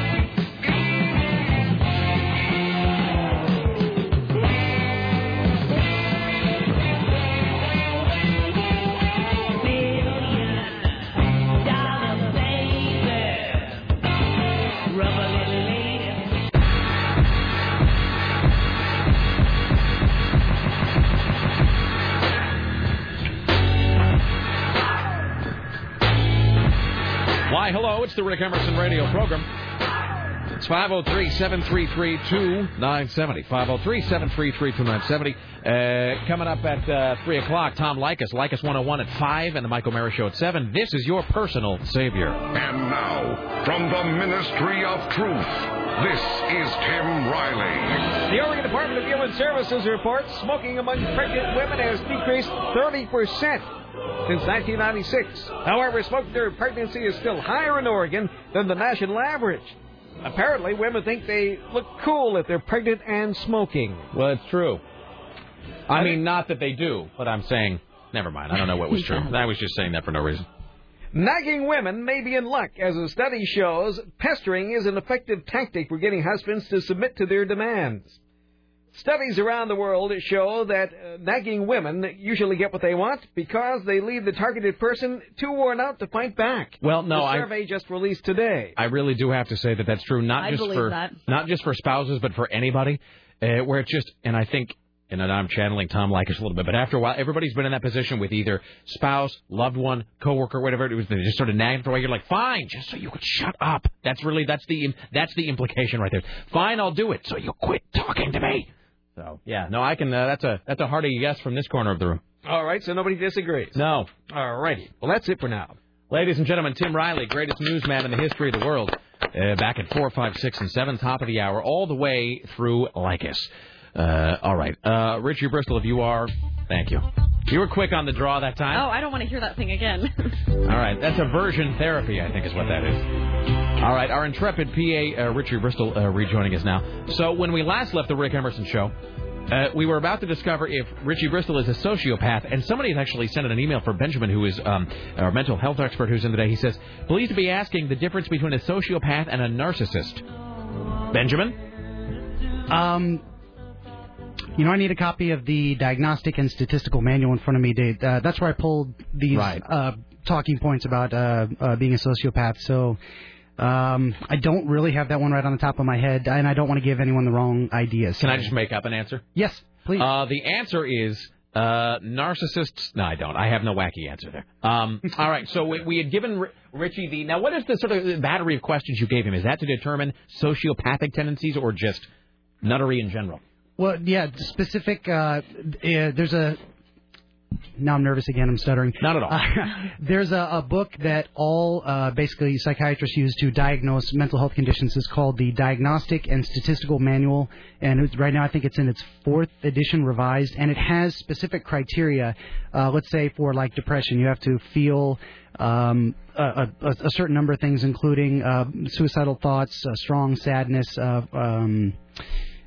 S5: Why, hello, it's the Rick Emerson radio program. It's 503 733 2970. 503 733 2970. Coming up at uh, 3 o'clock, Tom Likas, Likas 101 at 5, and the Michael Mara Show at 7. This is your personal savior.
S4: And now, from the Ministry of Truth, this is Tim Riley.
S17: The Oregon Department of Human Services reports smoking among pregnant women has decreased 30% since 1996. However, smoking during pregnancy is still higher in Oregon than the national average. Apparently, women think they look cool if they're pregnant and smoking.
S5: Well, it's true. I mean, not that they do, but I'm saying, never mind. I don't know what was true. I was just saying that for no reason.
S17: Nagging women may be in luck, as a study shows pestering is an effective tactic for getting husbands to submit to their demands. Studies around the world show that uh, nagging women usually get what they want because they leave the targeted person too worn out to fight back.
S5: Well, no,
S17: the
S5: I-
S17: survey just released today.
S5: I really do have to say that that's true. Not
S17: I
S5: just
S17: believe
S5: for
S17: that.
S5: not just for spouses, but for anybody. Uh, where it's just, and I think, and I'm channeling Tom Likas a little bit, but after a while, everybody's been in that position with either spouse, loved one, coworker, whatever it was. They just sort of nagging for a while. You're like, fine, just so you could shut up. That's really that's the that's the implication right there. Fine, I'll do it. So you quit talking to me. So yeah, no, I can. Uh, that's a that's a hearty yes from this corner of the room.
S17: All right, so nobody disagrees.
S5: No.
S17: All righty. Well, that's it for now.
S5: Ladies and gentlemen, Tim Riley, greatest newsman in the history of the world, uh, back at 4, 5, 6, and 7, top of the hour, all the way through Lycus. Uh, all right. Uh, Richie Bristol, if you are, thank you. You were quick on the draw that time.
S8: Oh, I don't want to hear that thing again.
S5: All right, that's aversion therapy, I think is what that is. All right, our intrepid PA, uh, Richard Bristol, uh, rejoining us now. So when we last left the Rick Emerson show, uh, we were about to discover if Richie Bristol is a sociopath, and somebody had actually sent in an email for Benjamin, who is um, our mental health expert who's in today. He says, pleased to be asking the difference between a sociopath and a narcissist. Benjamin?
S24: Um, you know, I need a copy of the Diagnostic and Statistical Manual in front of me, Dave. Uh, that's where I pulled these uh, talking points about uh, uh, being a sociopath. So um, I don't really have that one right on the top of my head, and I don't want to give anyone the wrong ideas.
S5: Can I just make up an answer?
S24: Yes, please.
S5: Uh, the answer is uh, narcissists. No, I don't. I have no wacky answer there. Um, all right. So we, we had given R- Richie the. Now, what is the sort of battery of questions you gave him? Is that to determine sociopathic tendencies or just nuttery in general?
S24: Well, yeah, specific. Uh, eh, there's a. Now I'm nervous again. I'm stuttering. Uh,
S5: Not at all.
S24: there's a, a book that all uh, basically psychiatrists use to diagnose mental health conditions. It's called the Diagnostic and Statistical Manual, and it's, right now I think it's in its fourth edition, revised, and it has specific criteria. Uh, let's say for like depression, you have to feel um, a, a, a certain number of things, including uh, suicidal thoughts, uh, strong sadness, uh, um,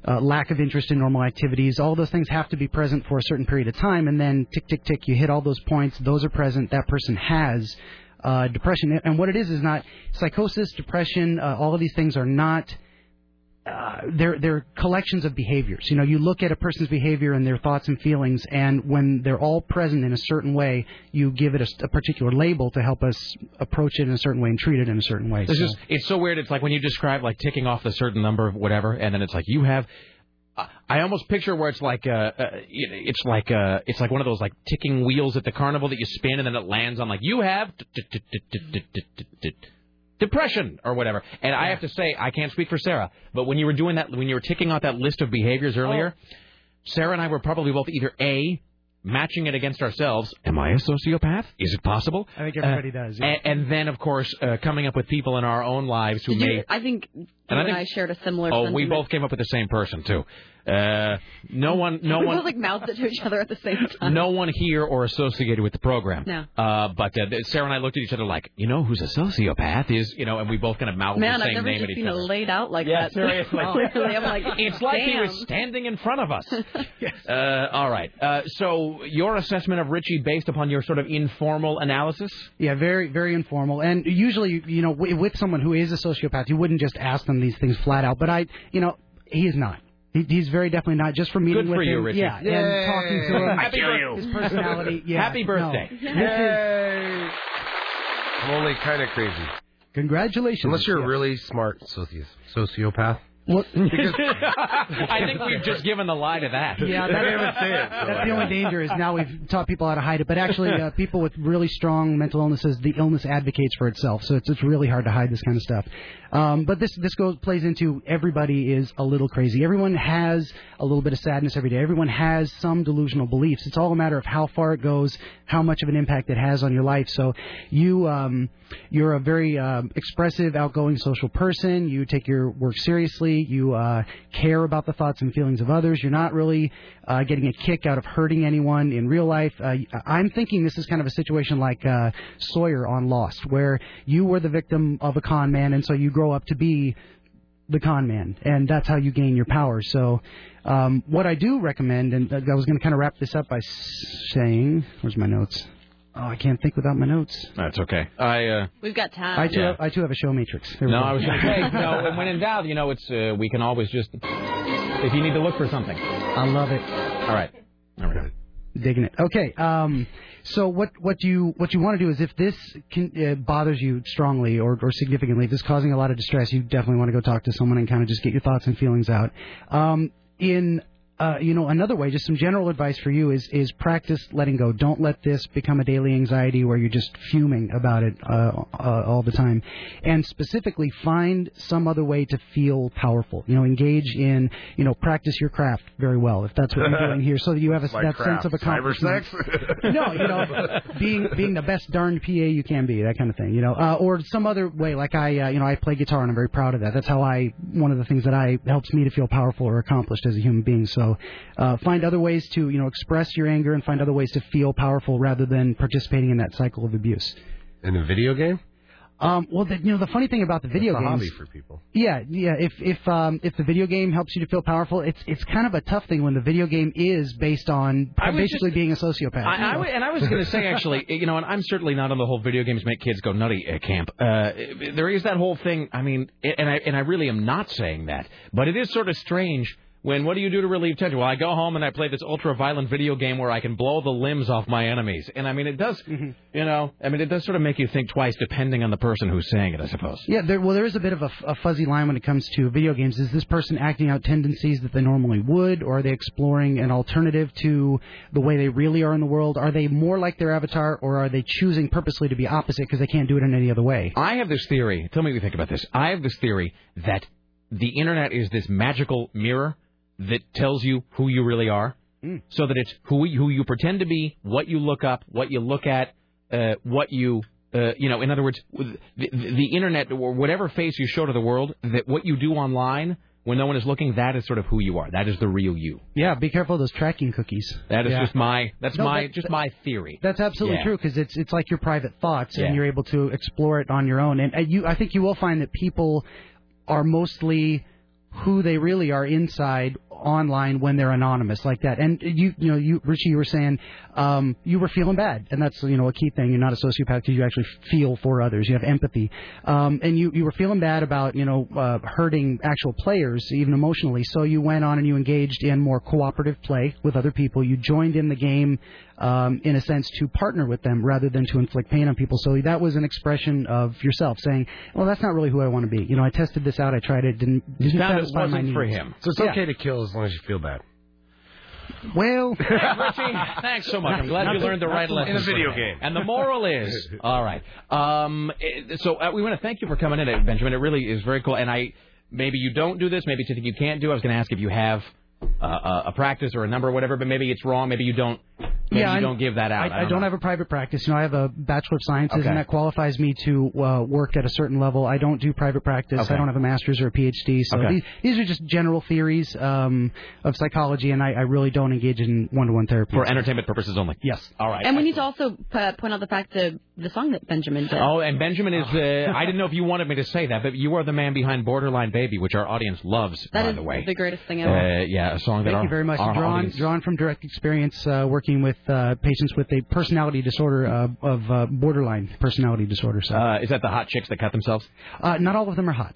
S24: uh, lack of interest in normal activities. All those things have to be present for a certain period of time, and then tick, tick, tick, you hit all those points. Those are present. That person has uh, depression. And what it is is not psychosis, depression, uh, all of these things are not. Uh, they're they're collections of behaviors. You know, you look at a person's behavior and their thoughts and feelings, and when they're all present in a certain way, you give it a, a particular label to help us approach it in a certain way and treat it in a certain way.
S5: This
S24: So-
S5: is it's so weird. It's like when you describe like ticking off the certain number of whatever, and then it's like you have. I- I almost picture where it's like uh, uh it's like uh it's like one of those like ticking wheels at the carnival that you spin and then it lands on like you have depression or whatever. And I have to say I can't speak for Sarah, but when you were doing that when you were ticking off that list of behaviors earlier, Sarah and I were probably both either A matching it against ourselves. Am I a sociopath? Is it possible?
S24: I think
S5: everybody
S24: does.
S5: And, and then, of course, uh, coming up with people in our own lives who
S6: Did
S5: may.
S6: you, I think you and,
S5: I think-
S6: I shared a similar.
S5: oh, we
S6: sentiment.
S5: both came up with the same person too. Uh, no one, no
S6: we
S5: one,
S6: both like mouthed it to each other at the same time.
S5: no one here or associated with the program.
S6: No.
S5: Uh, but uh, Sarah and I looked at each other like, you know, who's a sociopath is, you know, and we both kind of mouthed
S6: Man,
S5: the
S6: I've
S5: same
S6: never
S5: name
S6: just
S5: at each
S6: seen it
S5: other.
S6: laid out like
S5: Yeah,
S6: that.
S5: seriously.
S6: Oh, really, I'm like,
S5: it's like he was
S6: damn.
S5: standing in front of us. uh, all right. Uh, so your assessment of Richie based upon your sort of informal analysis.
S24: Yeah, very, very informal. And usually, you know, wi- with someone who is a sociopath, you wouldn't just ask them these things flat out. But I, you know, he is not. He, he's very definitely not. Just from meeting
S5: Good
S24: with
S5: for you,
S24: him,
S5: Richie.
S24: yeah, and talking to him,
S5: Happy
S24: his-
S5: birth-
S24: his personality. Yeah,
S5: Happy birthday.
S24: No. This is-
S21: I'm only kind of crazy.
S24: Congratulations.
S21: Unless you're a really smart soci- sociopath.
S24: What?
S5: I think we've just given the lie to that.
S24: Yeah, that- That's the only danger is now we've taught people how to hide it. But actually, uh, people with really strong mental illnesses, the illness advocates for itself. So it's, it's really hard to hide this kind of stuff. Um, but this this goes plays into everybody is a little crazy. Everyone has a little bit of sadness every day. Everyone has some delusional beliefs. It's all a matter of how far it goes, how much of an impact it has on your life. So you um, you're a very um, expressive, outgoing, social person. You take your work seriously. You uh, care about the thoughts and feelings of others. You're not really uh, getting a kick out of hurting anyone in real life. Uh, I'm thinking this is kind of a situation like uh, Sawyer on Lost, where you were the victim of a con man, and so you grow up to be the con man, and that's how you gain your power. So, um, what I do recommend, and uh, I was going to kind of wrap this up by s- saying, "Where's my notes?" Oh, I can't think without my notes.
S5: That's okay. I uh,
S6: We've got time.
S24: I too, have, I too have a show matrix. There we
S5: no,
S24: go.
S5: I was going to say no. When in doubt, you know, it's uh, we can always just if you need to look for something. I
S24: love it.
S5: All right. All right.
S24: digging it. Okay. Um, so what what you what you want to do is if this can, uh, bothers you strongly or, or significantly, if it's causing a lot of distress, you definitely want to go talk to someone and kind of just get your thoughts and feelings out. Um, in uh, you know another way, just some general advice for you is is practice letting go. Don't let this become a daily anxiety where you're just fuming about it uh, uh, all the time. And specifically, find some other way to feel powerful. You know, engage in you know practice your craft very well if that's what you're doing here, so that you have a,
S21: My
S24: that
S21: craft.
S24: sense of
S21: Cyber
S24: accomplishment.
S21: sex?
S24: no, you know, being being the best darn PA you can be, that kind of thing, you know, uh, or some other way. Like I, uh, you know, I play guitar and I'm very proud of that. That's how I. One of the things that I helps me to feel powerful or accomplished as a human being. So, uh, find other ways to you know express your anger and find other ways to feel powerful rather than participating in that cycle of abuse.
S21: In a video game?
S24: Um, well, the, you know, the funny thing about the video
S21: It's a
S24: games.
S21: hobby for people.
S24: Yeah, yeah. If if um, if the video game helps you to feel powerful, it's it's kind of a tough thing when the video game is based on
S5: I was
S24: basically being a sociopath.
S5: I,
S24: you
S5: I
S24: know.
S5: w- and I was going to say, actually, you know, and I'm certainly not on the whole video games make kids go nutty uh, camp. Uh, there is that whole thing. I mean, and I and I really am not saying that, but it is sort of strange. When what do you do to relieve tension? Well, I go home and I play this ultra-violent video game where I can blow the limbs off my enemies. And I mean, it does, you know, I mean, it does sort of make you think twice depending on the person who's saying it, I suppose.
S24: Yeah, there, well, there is a bit of a, a fuzzy line when it comes to video games. Is this person acting out tendencies that they normally would, or are they exploring an alternative to the way they really are in the world? Are they more like their avatar, or are they choosing purposely to be opposite because they can't do it in any other way?
S5: I have this theory. Tell me what you think about this. I have this theory that the internet is this magical mirror that tells you who you really are,
S24: Hmm.
S5: so that it's who you, who you pretend to be, what you look up, what you look at, uh, what you. Uh, you know, in other words, with the, the the internet or whatever face you show to the world, that what you do online when no one is looking, that is sort of who you are. That is the real you.
S24: Yeah, be careful of those tracking cookies.
S5: That is
S24: Yeah.
S5: just my that's
S24: No,
S5: my
S24: that-
S5: just my theory.
S24: That's absolutely
S5: Yeah.
S24: true because it's it's like your private thoughts
S5: Yeah.
S24: and you're able to explore it on your own. And uh, you, I think you will find that people are mostly who they really are inside online when they're anonymous like that. And you you know you Richie you were saying um, you were feeling bad and that's you know a key thing. You're not a sociopath because you actually feel for others. You have empathy. Um, and you you were feeling bad about you know uh, hurting actual players even emotionally. So you went on and you engaged in more cooperative play with other people. You joined in the game um, in a sense to partner with them rather than to inflict pain on people. So that was an expression of yourself saying, "Well, that's not really who I want to be." You know, I tested this out. I tried it. Didn't didn't
S21: found it
S24: satisfy my
S21: wasn't for
S24: needs."
S21: him. So it's okay to kill as long as you feel bad.
S24: Well,
S5: Thanks so much. I'm glad you
S21: Nothing-
S5: learned the right
S21: nothing
S5: lesson.
S21: in a video game.
S5: And the moral is, all right. Um, eh, so uh, we want to thank you for coming in, eh, Benjamin. It really is very cool. And I, maybe you don't do this. Maybe it's something you can't do. I was going to ask if you have uh, a a practice or a number or whatever, but maybe it's wrong. Maybe you don't. Maybe
S24: Yeah,
S5: you
S24: I'm-
S5: don't give that out.
S24: I, I don't have a private practice. You know, I have a bachelor of sciences,
S5: Okay.
S24: and that qualifies me to uh, work at a certain level. I don't do private practice.
S5: Okay.
S24: I don't have a master's or a PhD. So
S5: Okay.
S24: these, these are just general theories um, of psychology, and I, I really don't engage in one-to-one therapy
S5: for entertainment purposes only.
S24: Yes.
S5: All right.
S6: And we need to also uh, point out the fact that the song that Benjamin did.
S5: Oh, and Benjamin is. Uh, I didn't know if you wanted me to say that, but you are the man behind Borderline Baby, which our audience loves,
S6: That
S5: by
S6: is
S5: the way.
S6: the greatest thing ever.
S5: Uh, yeah, a song that
S24: Thank
S5: our,
S24: you very much.
S5: our
S24: Drawn,
S5: audience
S24: drawn from direct experience uh, working with uh, patients with a personality disorder uh, of uh, borderline personality disorder. So,
S5: Uh, is that the hot chicks that cut themselves?
S24: uh, not all of them are hot.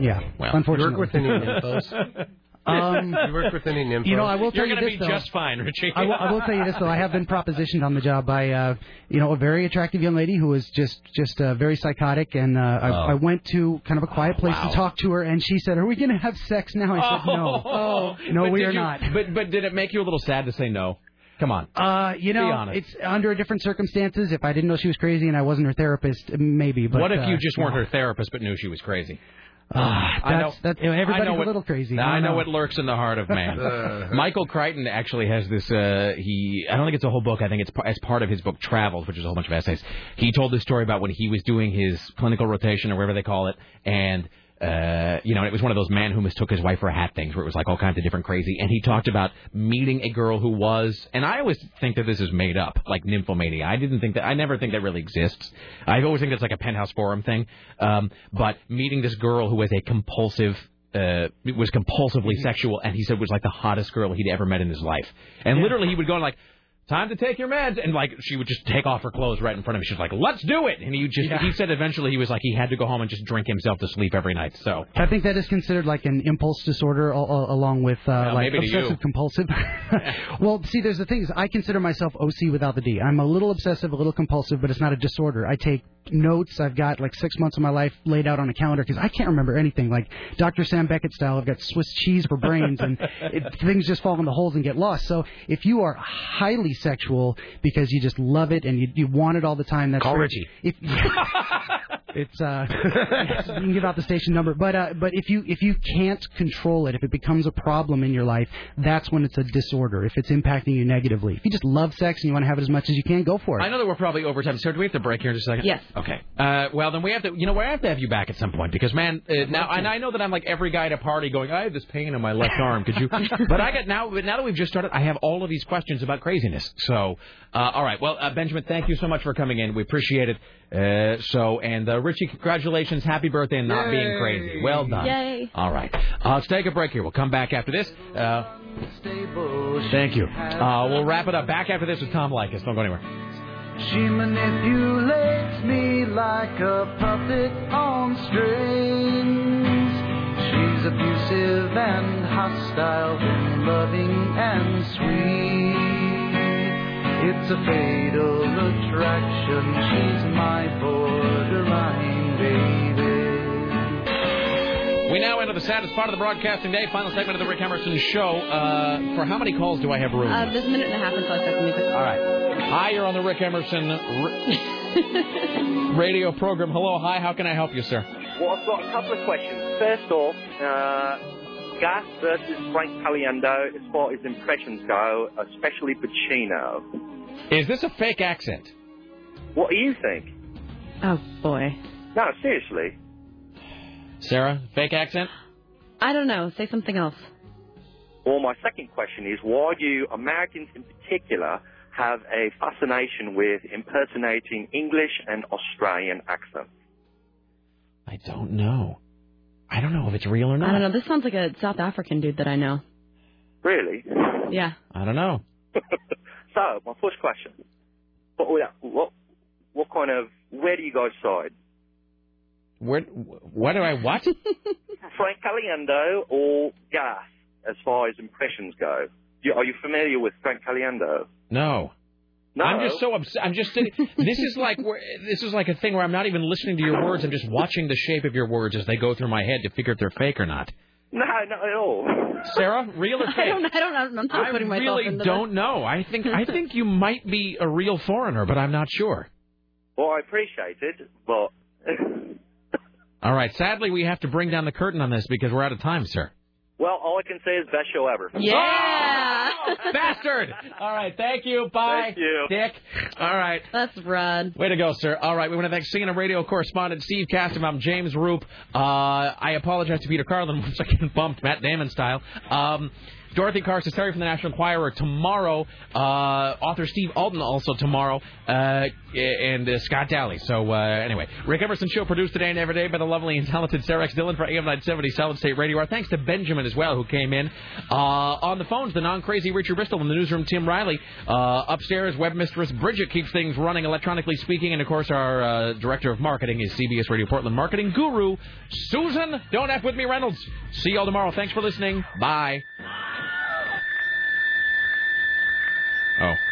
S24: Yeah.
S5: Oh, Well,
S24: Unfortunately.
S5: You work with any of those?
S24: Um,
S21: you worked with any nympho?
S24: you know, I will tell
S5: You're
S24: you
S5: gonna
S24: this,
S5: be
S24: though.
S5: just fine, Richie.
S24: I will, I will tell you this though. I have been propositioned on the job by, uh, you know, a very attractive young lady who was just just uh, very psychotic, and uh, I,
S5: Oh.
S24: I went to kind of a quiet place to talk to her, and she said, "Are we going to have sex now?" I said, "No, Oh. no,
S5: Oh. But
S24: we
S5: did
S24: are
S5: you-
S24: not."
S5: But but did it make you a little sad to say no? Come on.
S24: Uh, you
S5: Be
S24: know,
S5: honest.
S24: it's under different circumstances. If I didn't know she was crazy and I wasn't her therapist, maybe. But
S5: what if you
S24: uh,
S5: just
S24: no.
S5: weren't her therapist but knew she was crazy?
S24: Ah,
S5: I know-
S24: that's- that's- you know,
S5: I know
S24: everybody's a
S5: what-
S24: little crazy.
S5: Now,
S24: I
S5: I know
S24: know.
S5: what lurks in the heart of man. Michael Crichton actually has this. Uh, he I don't think it's a whole book. I think it's par- as part of his book Travels, which is a whole bunch of essays. He told this story about when he was doing his clinical rotation or whatever they call it, and. Uh, you know, it was one of those man who mistook his wife for a hat things where it was like all kinds of different crazy. And he talked about meeting a girl who was, and I always think that this is made up, like nymphomania. I didn't think that, I never think that really exists. I always think that's like a penthouse forum thing. Um, but meeting this girl who was a compulsive uh, was compulsively sexual, and he said was like the hottest girl he'd ever met in his life. And literally, he would go like, "Time to take your meds," and like she would just take off her clothes right in front of him. She's like, "Let's do it!" And he just he said eventually he was like he had to go home and just drink himself to sleep every night. So
S24: I think that is considered like an impulse disorder, al- al- along with uh, like
S5: maybe to you.
S24: obsessive compulsive. well, see, there's the thing is, I consider myself OC without the D. I'm a little obsessive, a little compulsive, but it's not a disorder. I take notes. I've got like six months of my life laid out on a calendar because I can't remember anything. Like Dr. Sam Beckett style, I've got Swiss cheese for brains, and it, things just fall in the holes and get lost. So if you are highly sexual because you just love it and you, you want it all the time, that's
S21: Call
S24: very-
S21: Richie.
S24: If, it's uh, you can give out the station number, but uh, but if you if you can't control it, if it becomes a problem in your life, that's when it's a disorder. If it's impacting you negatively, if you just love sex and you want to have it as much as you can, go for it.
S5: I know that we're probably over time. Sarah, do we have to break here in just a second?
S24: Yes.
S5: Okay. Uh, well, then we have to. You know, we have to have you back at some point because, man, uh, now and I know that I'm like every guy at a party going, I have this pain in my left arm. Could you? but I got now. But now that we've just started, I have all of these questions about craziness. So, uh, all right. Well, uh, Benjamin, thank you so much for coming in. We appreciate it. Uh, so, and uh, Richie, congratulations, happy birthday, and not being crazy. Well done.
S8: Yay.
S5: All right. Uh, let's take a break here. We'll come back after this. Uh, thank you. Uh, we'll wrap it up. Back after this with Tom Likas. Don't go anywhere.
S8: She manipulates me like a puppet on strings. She's abusive and hostile, then loving and sweet. It's a fatal attraction. She's my borderline baby.
S5: We now enter the saddest part of the broadcasting day, final segment of the Rick Emerson Show. Uh, for how many calls do I have room?
S6: Uh, there's a minute and a half until I start the music.
S5: All right. Hi, you're on the Rick Emerson r- radio program. Hello, hi. How can I help you, sir?
S10: Well, I've got a couple of questions. First off, uh, Gas versus Frank Caliendo as far as impressions go, especially Pacino.
S5: Is this a fake accent?
S10: What do you think?
S6: Oh boy.
S10: No, seriously.
S5: Sarah, fake accent?
S6: I don't know. Say something else.
S10: Well, my second question is why do Americans in particular have a fascination with impersonating English and Australian accents?
S5: I don't know. I don't know if it's real or
S6: I don't
S5: not.
S6: know. This sounds like a South African dude that I know.
S10: Really?
S6: Yeah.
S5: I don't know.
S10: So, my first question. What, what, what kind of, where do you guys side?
S5: Where? Where do I what?
S10: Frank Caliendo or Gas, as far as impressions go. You, are you familiar with Frank Caliendo?
S5: No.
S10: No.
S5: I'm just so upset. I'm just sitting. This is like where, this is like a thing where I'm not even listening to your words. I'm just watching the shape of your words as they go through my head to figure if they're fake or not.
S10: No, not at all.
S5: Sarah, real or fake?
S6: I don't. I don't. I'm not
S5: I
S6: putting myself
S5: really
S6: in the.
S5: don't know. I think I think you might be a real foreigner, but I'm not sure.
S10: Well, I appreciate it, but
S5: All right. Sadly, we have to bring down the curtain on this because we're out of time, sir.
S10: well, all I can say is best show ever.
S6: Yeah.
S5: Bastard. All right. Thank you. Bye.
S10: Thank you.
S5: Dick. All right.
S6: That's Rod.
S5: Way to go, sir. All right. We want to thank CNN radio correspondent Steve Castam. I'm James Roop. Uh, I apologize to Peter Carlin once I get bumped Matt Damon style. Um, Dorothy Carcassari from the National Enquirer tomorrow. Uh, author Steve Alden also tomorrow, uh, and uh, Scott Daly. So uh, anyway, Rick Emerson show produced today and every day by the lovely and talented Sarah X. Dillon for AM 970 Solid State Radio. Our thanks to Benjamin as well who came in uh, on the phones. The non-crazy Richard Bristol in the newsroom. Tim Riley uh, upstairs. Webmistress Bridget keeps things running electronically speaking, and of course our uh, director of marketing is CBS Radio Portland marketing guru Susan. Don't f with me, Reynolds. See y'all tomorrow. Thanks for listening. Bye. Oh.